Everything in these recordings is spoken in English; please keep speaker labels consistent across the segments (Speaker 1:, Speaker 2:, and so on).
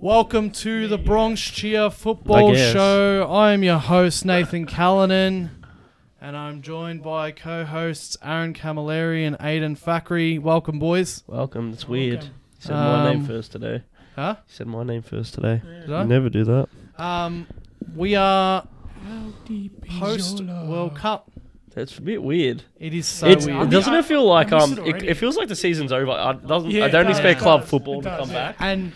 Speaker 1: Welcome to the Bronx Cheer Football
Speaker 2: guess.
Speaker 1: Show. I am your host, Nathan Callanan, and I'm joined by co hosts Aaron Camilleri and Aidan Fakri. Welcome, boys.
Speaker 2: Welcome. It's weird. You
Speaker 3: Welcome.
Speaker 2: said my name
Speaker 1: Um,
Speaker 2: first today. You
Speaker 1: Huh?
Speaker 2: said my name first today.
Speaker 1: Did
Speaker 2: You
Speaker 1: I?
Speaker 2: never do that.
Speaker 1: Um, we are
Speaker 3: How deep is
Speaker 1: post
Speaker 3: your love?
Speaker 1: World Cup.
Speaker 2: That's a bit weird.
Speaker 1: It is so
Speaker 2: it's,
Speaker 1: weird.
Speaker 2: Doesn't it feel like
Speaker 3: I
Speaker 2: um?
Speaker 3: missed it
Speaker 2: It,
Speaker 3: already.
Speaker 2: it feels like the season's over. I doesn't.
Speaker 3: Yeah,
Speaker 2: I
Speaker 3: it
Speaker 2: don't
Speaker 3: does,
Speaker 2: expect
Speaker 3: it
Speaker 2: club
Speaker 3: does,
Speaker 2: football
Speaker 3: it
Speaker 2: to
Speaker 3: does,
Speaker 2: come
Speaker 3: yeah.
Speaker 2: back.
Speaker 1: and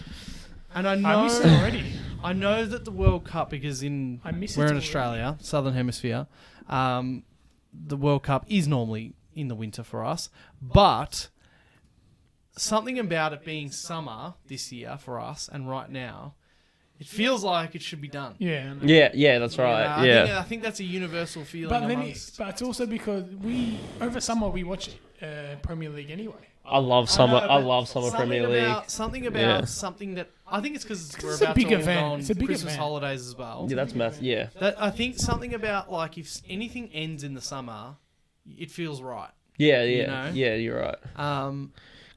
Speaker 1: and I
Speaker 3: I miss it
Speaker 1: know
Speaker 3: already.
Speaker 1: I know that the World Cup because in
Speaker 3: I miss it
Speaker 1: we're in
Speaker 3: already.
Speaker 1: Australia, Southern Hemisphere. Um, the World Cup is normally in the winter for us, but something about it being summer this year for us and right now, it feels like it should be done.
Speaker 3: Yeah. I know.
Speaker 2: Yeah, yeah, that's right.
Speaker 1: You know, I,
Speaker 2: Yeah,
Speaker 1: think, I think that's a universal feeling.
Speaker 3: But then, it,
Speaker 1: amongst,
Speaker 3: but it's also because we over summer we watch uh, Premier League anyway.
Speaker 2: I love summer.
Speaker 1: know,
Speaker 2: I,
Speaker 1: but
Speaker 2: love summer
Speaker 1: something
Speaker 2: Premier League.
Speaker 1: About, something about
Speaker 2: Yeah.
Speaker 1: something that I think it's because we're
Speaker 3: it's a
Speaker 1: about
Speaker 3: big
Speaker 1: to all
Speaker 3: event.
Speaker 1: go on
Speaker 3: It's a big
Speaker 1: Christmas
Speaker 3: event.
Speaker 1: holidays as well.
Speaker 2: yeah, that's math. Yeah,
Speaker 1: That I think something about like if s- anything ends in the summer, it feels right.
Speaker 2: yeah, yeah,
Speaker 1: You know?
Speaker 2: yeah. You're right.
Speaker 1: Um,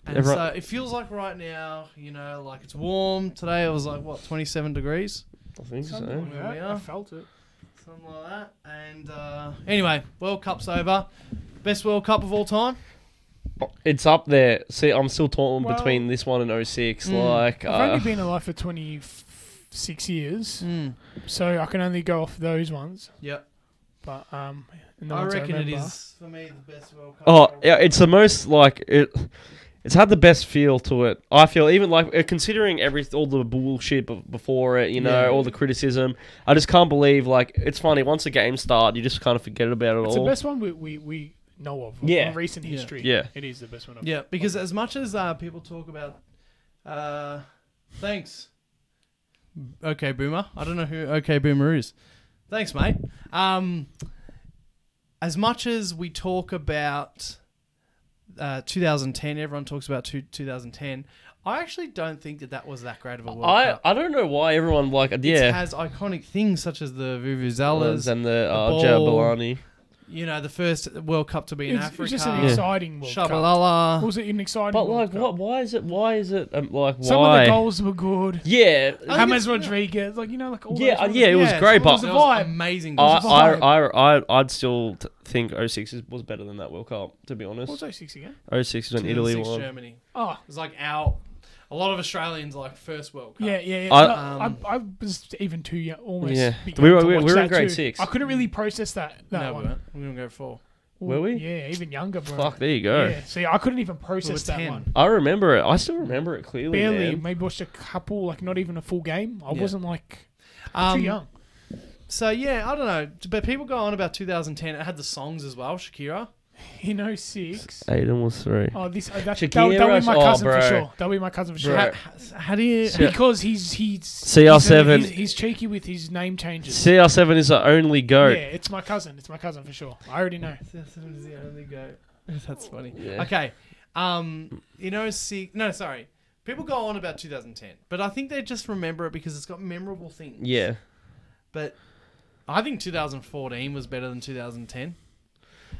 Speaker 1: and
Speaker 2: Everyone-
Speaker 1: so it feels like right now, you know, like it's warm. Today it was like what, 27 degrees,
Speaker 2: I think so.
Speaker 1: like that. I
Speaker 3: I felt it.
Speaker 1: something like that. And uh, anyway, World Cup's over. Best World Cup of all time.
Speaker 2: It's up there. See, I'm still torn
Speaker 3: Well-
Speaker 2: between this one and 06.
Speaker 1: Mm.
Speaker 2: Like,
Speaker 3: I've
Speaker 2: uh,
Speaker 3: only been alive for twenty six years,
Speaker 1: Mm.
Speaker 3: so I can only go off those ones.
Speaker 1: Yep,
Speaker 3: But um, and the
Speaker 1: I
Speaker 3: ones
Speaker 1: reckon it
Speaker 3: remember.
Speaker 1: is for me the best World Cup.
Speaker 2: Oh,
Speaker 1: of all
Speaker 2: yeah, it's the most like it. It's had the best feel to it. I feel even like uh, considering every all the bullshit be- before it, you know,
Speaker 1: Yeah.
Speaker 2: all the criticism. I just can't believe like it's funny. Once the game start, you just kind of forget about it
Speaker 3: It's
Speaker 2: all.
Speaker 3: the best one we we, we know of.
Speaker 2: Yeah.
Speaker 3: in recent
Speaker 1: Yeah.
Speaker 3: history.
Speaker 2: Yeah.
Speaker 3: it is the best one. I've
Speaker 1: Yeah, because as much as uh, people talk about, uh, thanks, okay boomer. I don't know who okay boomer is. Thanks, mate. Um, as much as we talk about uh, 2010, everyone talks about two, 2010. I actually don't think that that was that great of a World
Speaker 2: I
Speaker 1: Cup.
Speaker 2: I don't know why everyone like
Speaker 1: It
Speaker 2: yeah.
Speaker 1: has iconic things such as the
Speaker 2: Others
Speaker 1: vuvuzelas,
Speaker 2: and the uh,
Speaker 1: ball.
Speaker 2: Jabulani.
Speaker 1: you know, the first World Cup to be in
Speaker 3: It's,
Speaker 1: Africa,
Speaker 3: it's just an exciting World Cup.
Speaker 1: Shabalala.
Speaker 3: Was it an exciting?
Speaker 2: But
Speaker 3: World
Speaker 2: like, what?
Speaker 3: Cup.
Speaker 2: Why is it? Why is it? Um, like, why?
Speaker 3: Some of the goals were good.
Speaker 2: Yeah,
Speaker 1: I think it's-
Speaker 3: James Rodriguez, like you know, like all
Speaker 2: Oh, Yeah,
Speaker 3: those
Speaker 2: uh,
Speaker 3: ones.
Speaker 2: yeah, it was um, great,
Speaker 1: it's-
Speaker 2: but-
Speaker 1: there
Speaker 3: It was a vibe.
Speaker 1: amazing.
Speaker 2: I,
Speaker 3: was a
Speaker 2: I,
Speaker 3: vibe.
Speaker 2: I, I, I'd still t- think 06 is, was better than that World Cup, to be honest.
Speaker 3: What was 06 again?
Speaker 2: 06 is when Italy
Speaker 1: 2006
Speaker 2: won.
Speaker 1: Germany.
Speaker 3: Oh,
Speaker 1: It's like our. A lot of Australians like first World Cup.
Speaker 3: yeah, yeah. yeah.
Speaker 2: I-
Speaker 3: No,
Speaker 1: Um,
Speaker 3: I, I was even too young, almost.
Speaker 2: Yeah.
Speaker 3: began
Speaker 2: We were-
Speaker 3: to
Speaker 2: we-
Speaker 3: watch
Speaker 2: we were in
Speaker 3: that
Speaker 2: grade
Speaker 3: too.
Speaker 2: six.
Speaker 3: I couldn't really process that that
Speaker 1: no, we
Speaker 3: one.
Speaker 1: weren't. We didn't go four.
Speaker 2: Were
Speaker 3: Ooh,
Speaker 2: we?
Speaker 3: Yeah, even younger, bro.
Speaker 2: Fuck, there you go.
Speaker 3: Yeah, see, I couldn't even
Speaker 1: We were
Speaker 3: process that
Speaker 1: ten.
Speaker 3: one.
Speaker 2: I remember it. I still remember it clearly.
Speaker 3: Barely,
Speaker 2: man.
Speaker 3: maybe watched a couple, like not even a full game. I
Speaker 1: Yeah.
Speaker 3: wasn't like too
Speaker 1: Um,
Speaker 3: young.
Speaker 1: so yeah, I don't know, but people go on about 2010. It had the songs as well, Shakira.
Speaker 3: In 06.
Speaker 2: Aiden was three.
Speaker 3: Oh, this uh, that,
Speaker 2: Shakira
Speaker 3: that'll, that'll be my
Speaker 2: was- oh,
Speaker 3: cousin
Speaker 2: bro.
Speaker 3: for sure. That'll be my cousin for sure.
Speaker 2: Bro.
Speaker 1: How, how do you?
Speaker 2: Yeah.
Speaker 3: Because he's he's
Speaker 2: CR7.
Speaker 3: He's, he's cheeky with his name changes.
Speaker 2: CR7 is the only goat.
Speaker 3: Yeah, it's my cousin. It's my cousin for sure. I already know.
Speaker 1: That's funny.
Speaker 2: Yeah.
Speaker 1: Okay, um, you know, see, no, sorry. People go on about 2010, but I think they just remember it because it's got memorable things.
Speaker 2: Yeah.
Speaker 1: but I think 2014 was better than 2010.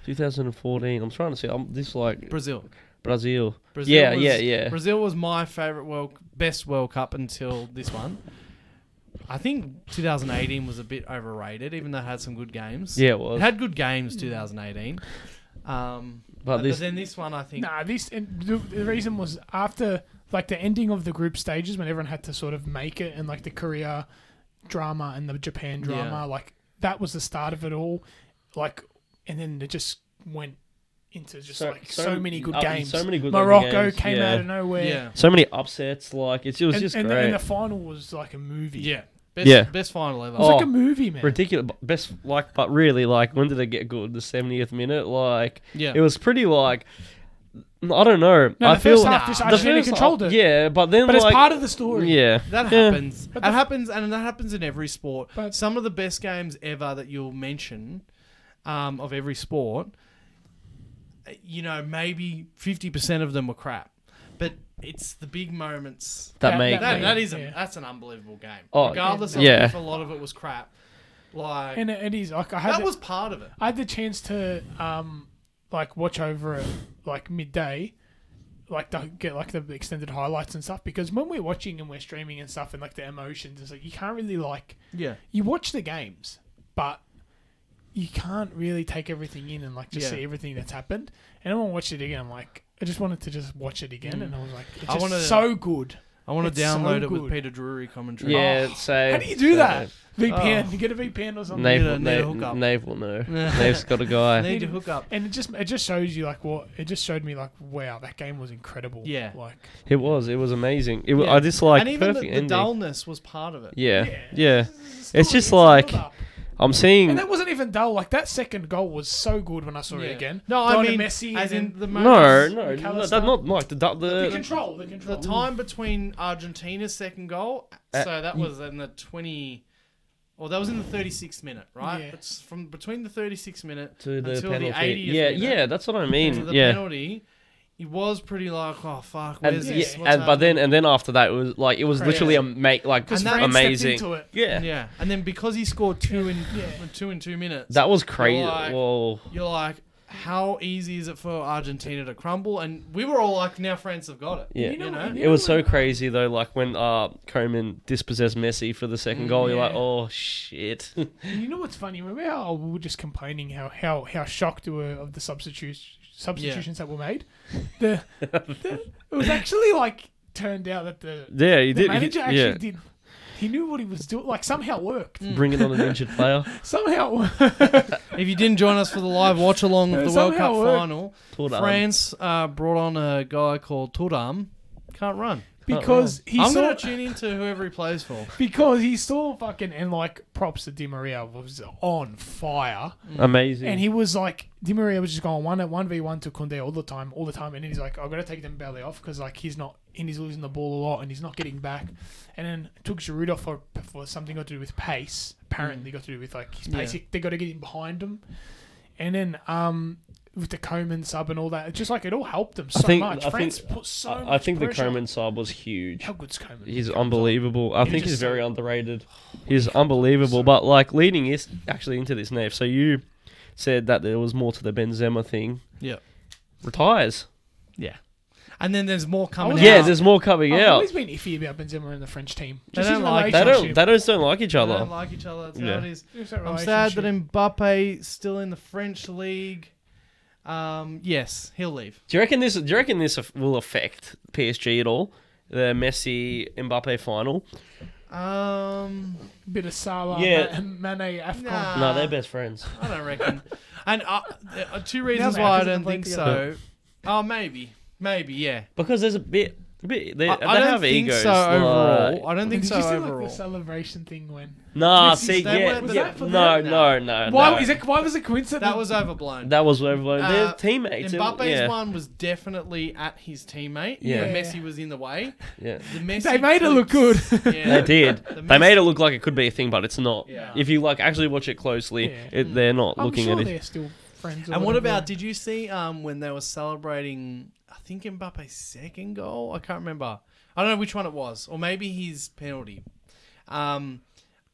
Speaker 2: 2014. I'm trying to see. I'm this like
Speaker 1: Brazil.
Speaker 2: Brazil.
Speaker 1: Brazil
Speaker 2: yeah,
Speaker 1: was,
Speaker 2: yeah, yeah.
Speaker 1: Brazil was my favorite world, best World Cup until this one. I think 2018 was a bit overrated, even though it had some good games.
Speaker 2: yeah, it
Speaker 1: it
Speaker 2: was.
Speaker 1: had good games. 2018, um,
Speaker 2: but
Speaker 1: but,
Speaker 2: this.
Speaker 1: then this one, I think,
Speaker 3: Nah, this and the, the reason was after like the ending of the group stages when everyone had to sort of make it and like the Korea drama and the Japan drama,
Speaker 1: Yeah.
Speaker 3: like that was the start of it all. Like, and then it just went into just like so, many good
Speaker 2: uh,
Speaker 3: games.
Speaker 2: So many good
Speaker 3: Morocco
Speaker 2: games,
Speaker 3: came
Speaker 2: yeah.
Speaker 3: out of nowhere.
Speaker 1: yeah,
Speaker 2: So many upsets. Like it's, it was
Speaker 3: and,
Speaker 2: just
Speaker 3: and,
Speaker 2: great.
Speaker 3: and the final was like a movie.
Speaker 1: yeah, best,
Speaker 2: Yeah.
Speaker 1: best final ever.
Speaker 3: it was
Speaker 2: Oh.
Speaker 3: like a movie, man.
Speaker 2: Ridiculous, but best like, but really, like, when did it get good? The seventieth minute, like,
Speaker 1: yeah,
Speaker 2: it was pretty like, I don't know.
Speaker 3: No,
Speaker 2: I
Speaker 3: the
Speaker 2: feel
Speaker 3: first half,
Speaker 1: Nah.
Speaker 3: just
Speaker 1: The
Speaker 2: the
Speaker 3: Argentina
Speaker 2: first half-
Speaker 3: controlled it.
Speaker 2: Yeah, but then
Speaker 3: but
Speaker 2: like,
Speaker 3: it's part of the story.
Speaker 2: yeah,
Speaker 1: That
Speaker 2: yeah.
Speaker 1: happens.
Speaker 3: But
Speaker 1: that
Speaker 3: the-
Speaker 1: happens, and that happens in every sport.
Speaker 3: But-
Speaker 1: Some of the best games ever that you'll mention um, of every sport, eh, you know, maybe fifty percent of them were crap, but it's the big moments.
Speaker 2: That
Speaker 3: That-
Speaker 2: make
Speaker 3: that-
Speaker 1: That, that is a,
Speaker 3: Yeah.
Speaker 1: that's an unbelievable game.
Speaker 2: Oh,
Speaker 1: Regardless of
Speaker 2: yeah.
Speaker 1: if a lot of it was crap, like
Speaker 3: And it, it is like I had
Speaker 1: that
Speaker 3: it-
Speaker 1: was part of it.
Speaker 3: I had the chance to um, like watch over it like midday, like the get like the extended highlights and stuff because when we're watching and we're streaming and stuff and like the emotions, it's like you can't really like
Speaker 1: Yeah.
Speaker 3: you watch the games, but you can't really take everything in and like just
Speaker 1: Yeah.
Speaker 3: see everything that's happened. And I want to watch it again. I'm like, I just wanted to just watch it again, and I was like, it's
Speaker 1: I
Speaker 3: just
Speaker 1: wanna-
Speaker 3: so good.
Speaker 1: I want
Speaker 3: It's
Speaker 1: to
Speaker 3: so
Speaker 1: download it with
Speaker 3: good.
Speaker 1: Peter Drury commentary.
Speaker 2: Yeah,
Speaker 3: Oh,
Speaker 2: so
Speaker 3: How do you do
Speaker 2: so-
Speaker 3: that? VPN,
Speaker 1: Oh.
Speaker 3: you get a VPN or something.
Speaker 1: Nate-
Speaker 2: Nave,
Speaker 1: Need a-
Speaker 2: will-
Speaker 1: need a
Speaker 2: Nave,
Speaker 1: hookup.
Speaker 2: Nave will know. Nave's got a
Speaker 1: I
Speaker 2: guy.
Speaker 1: need to hook up.
Speaker 3: and it just it just shows you like what it just showed me like wow that game was incredible
Speaker 1: Yeah.
Speaker 3: like
Speaker 2: It was. It was amazing. It was,
Speaker 1: Yeah.
Speaker 2: I just like
Speaker 1: and even the,
Speaker 2: perfect
Speaker 1: the
Speaker 2: ending.
Speaker 1: dullness was part of it.
Speaker 2: yeah,
Speaker 3: Yeah.
Speaker 2: yeah.
Speaker 3: still-
Speaker 2: It's just
Speaker 3: still
Speaker 2: like-
Speaker 3: up.
Speaker 2: I'm
Speaker 3: and
Speaker 2: seeing.
Speaker 3: that wasn't even dull like that second goal was so good when I saw
Speaker 1: Yeah.
Speaker 3: it again
Speaker 1: No, I
Speaker 3: Down to
Speaker 1: mean,
Speaker 3: Messi
Speaker 1: as
Speaker 3: and
Speaker 1: in the
Speaker 2: No,
Speaker 1: moments-
Speaker 2: no, no,
Speaker 3: McAllister.
Speaker 2: that, not like the du-
Speaker 3: the
Speaker 2: the.
Speaker 3: control the
Speaker 1: The
Speaker 3: control
Speaker 1: time between Argentina's second goal,
Speaker 2: Oh. Uh,
Speaker 1: so that was in the 20, or that was in the 36th minute, right?
Speaker 3: Yeah.
Speaker 1: It's from between the 36th minute
Speaker 2: To the
Speaker 1: until
Speaker 2: penalty.
Speaker 1: the 80th
Speaker 2: yeah,
Speaker 1: minute.
Speaker 2: yeah, that's what I
Speaker 1: to
Speaker 2: mean.
Speaker 1: the
Speaker 2: Yeah,
Speaker 1: penalty, it was pretty like, oh fuck,
Speaker 2: and
Speaker 1: where's
Speaker 2: yeah,
Speaker 1: this?
Speaker 2: and
Speaker 1: What's
Speaker 2: but then
Speaker 1: happening?
Speaker 2: and then after that it was like it was
Speaker 3: Crazy.
Speaker 2: literally a make like
Speaker 3: because
Speaker 1: And that-
Speaker 2: amazing.
Speaker 3: into it
Speaker 2: Yeah.
Speaker 1: yeah, and then because he scored two in
Speaker 3: Yeah.
Speaker 1: two in two minutes,
Speaker 2: that was crazy.
Speaker 1: Like-
Speaker 2: Whoa,
Speaker 1: you're like, how easy is it for Argentina to crumble? And we were all like, now France have got it.
Speaker 2: yeah.
Speaker 3: you know,
Speaker 1: You know?
Speaker 3: and you
Speaker 2: It was
Speaker 3: know
Speaker 2: so crazy though, like when uh Coman dispossessed Messi for the second goal, you're like,
Speaker 3: Yeah.
Speaker 2: oh shit.
Speaker 3: And you know what's funny? Remember how we were just complaining how how, how shocked we were of the substitutes substitutions that were made. The, the- it was actually like turned out that the,
Speaker 2: yeah, he
Speaker 3: the
Speaker 2: did. he-
Speaker 3: manager actually
Speaker 2: yeah,
Speaker 3: did. He knew what he was doing. Like somehow it worked.
Speaker 2: bringing on an injured player, Oh,
Speaker 3: Somehow it worked.
Speaker 1: If you didn't join us for the live watch along of the World
Speaker 3: Somehow
Speaker 1: Cup
Speaker 3: it worked.
Speaker 1: final,
Speaker 2: Tore the arm.
Speaker 1: France uh, brought on a guy called Turam. Can't run.
Speaker 3: because he
Speaker 1: I'm
Speaker 3: saw
Speaker 1: gonna tune into whoever he plays for.
Speaker 3: because he saw fucking and like props to Di Maria was on fire.
Speaker 2: amazing.
Speaker 3: And he was like, Di Maria was just going one at one v one to Kunde all the time, all the time. And he's like, I've got to take them belly off because like he's not, and he's losing the ball a lot, and he's not getting back. And then took Giroud off for, for something got to do with pace. Apparently,
Speaker 2: Mm.
Speaker 3: got to do with like his
Speaker 1: Yeah.
Speaker 3: pace. They got to get him behind him. And then um with the Coman sub and all that, it's just like it all helped them so
Speaker 2: think-
Speaker 3: much.
Speaker 2: I
Speaker 3: France
Speaker 2: think-
Speaker 3: put so.
Speaker 2: I-
Speaker 3: much
Speaker 2: I think the
Speaker 3: pressure.
Speaker 2: Coman side was huge.
Speaker 3: How good's Coman?
Speaker 2: He's unbelievable. I
Speaker 3: He
Speaker 2: think
Speaker 3: just
Speaker 2: he's very
Speaker 3: so-
Speaker 2: underrated. He's unbelievable. But like leading is actually into this Nave. So you said that there was more to the Benzema thing.
Speaker 1: Yeah.
Speaker 2: Retires.
Speaker 1: Yeah. And then there's more coming
Speaker 3: was-
Speaker 1: out.
Speaker 2: Yeah, there's more coming
Speaker 3: I've
Speaker 2: out.
Speaker 3: always been iffy about Benzema and the French team.
Speaker 1: They
Speaker 3: Just his
Speaker 1: don't like-
Speaker 2: They don't.
Speaker 3: relationship.
Speaker 2: They just don't like each
Speaker 1: they
Speaker 2: other.
Speaker 1: don't like each other. That's
Speaker 2: Yeah.
Speaker 1: how it is.
Speaker 3: Just that
Speaker 1: I'm sad that
Speaker 3: relationship.
Speaker 1: Mbappe's still in the French league. Um, yes, he'll leave.
Speaker 2: Do you reckon this? Do you reckon this af- will affect PSG at all? The Messi Mbappe final.
Speaker 1: Um,
Speaker 3: bit of Salah,
Speaker 2: Yeah.
Speaker 3: yeah. Mane, Afcon.
Speaker 1: Nah.
Speaker 2: no,
Speaker 1: Uh,
Speaker 2: they're best friends.
Speaker 1: I don't reckon. and uh, there are two reasons
Speaker 3: they
Speaker 1: why I
Speaker 3: have to
Speaker 1: don't
Speaker 3: play
Speaker 1: think so.
Speaker 2: together.
Speaker 1: Oh, maybe, maybe, yeah.
Speaker 2: Because there's a bit. a bit they,
Speaker 1: I,
Speaker 2: they
Speaker 1: I don't
Speaker 2: have
Speaker 1: think
Speaker 2: egos.
Speaker 1: so overall.
Speaker 2: like-
Speaker 1: I don't think
Speaker 3: Did
Speaker 1: so
Speaker 3: you see
Speaker 1: overall.
Speaker 3: like the celebration thing when?
Speaker 2: nah,
Speaker 1: Messi's-
Speaker 2: see,
Speaker 1: they
Speaker 2: yeah,
Speaker 1: were- was
Speaker 2: yeah
Speaker 1: that for
Speaker 2: no,
Speaker 1: them?
Speaker 2: no, no,
Speaker 3: Why
Speaker 2: Uh, no.
Speaker 3: is it? Why was it coincident?
Speaker 1: that was overblown.
Speaker 2: That was overblown.
Speaker 1: Uh,
Speaker 2: they're teammates. it-
Speaker 1: Mbappe's
Speaker 2: yeah,
Speaker 1: one was definitely at his teammate.
Speaker 2: Yeah.
Speaker 1: And Messi was in the way.
Speaker 2: yeah.
Speaker 1: The Messi
Speaker 3: They made it look good.
Speaker 1: Yeah.
Speaker 2: They did.
Speaker 1: The
Speaker 2: they
Speaker 1: Messi-
Speaker 2: made it look like it could be a thing, but it's not.
Speaker 1: Yeah.
Speaker 2: If you like actually watch it closely,
Speaker 3: Yeah.
Speaker 2: it, they're not
Speaker 3: I'm
Speaker 2: looking
Speaker 3: sure
Speaker 2: at it.
Speaker 3: they're still friends. or
Speaker 1: And what
Speaker 3: whatever.
Speaker 1: about? Did you see um, when they were celebrating? I think Mbappe's second goal. I can't remember. I don't know which one it was, or maybe his penalty. Um,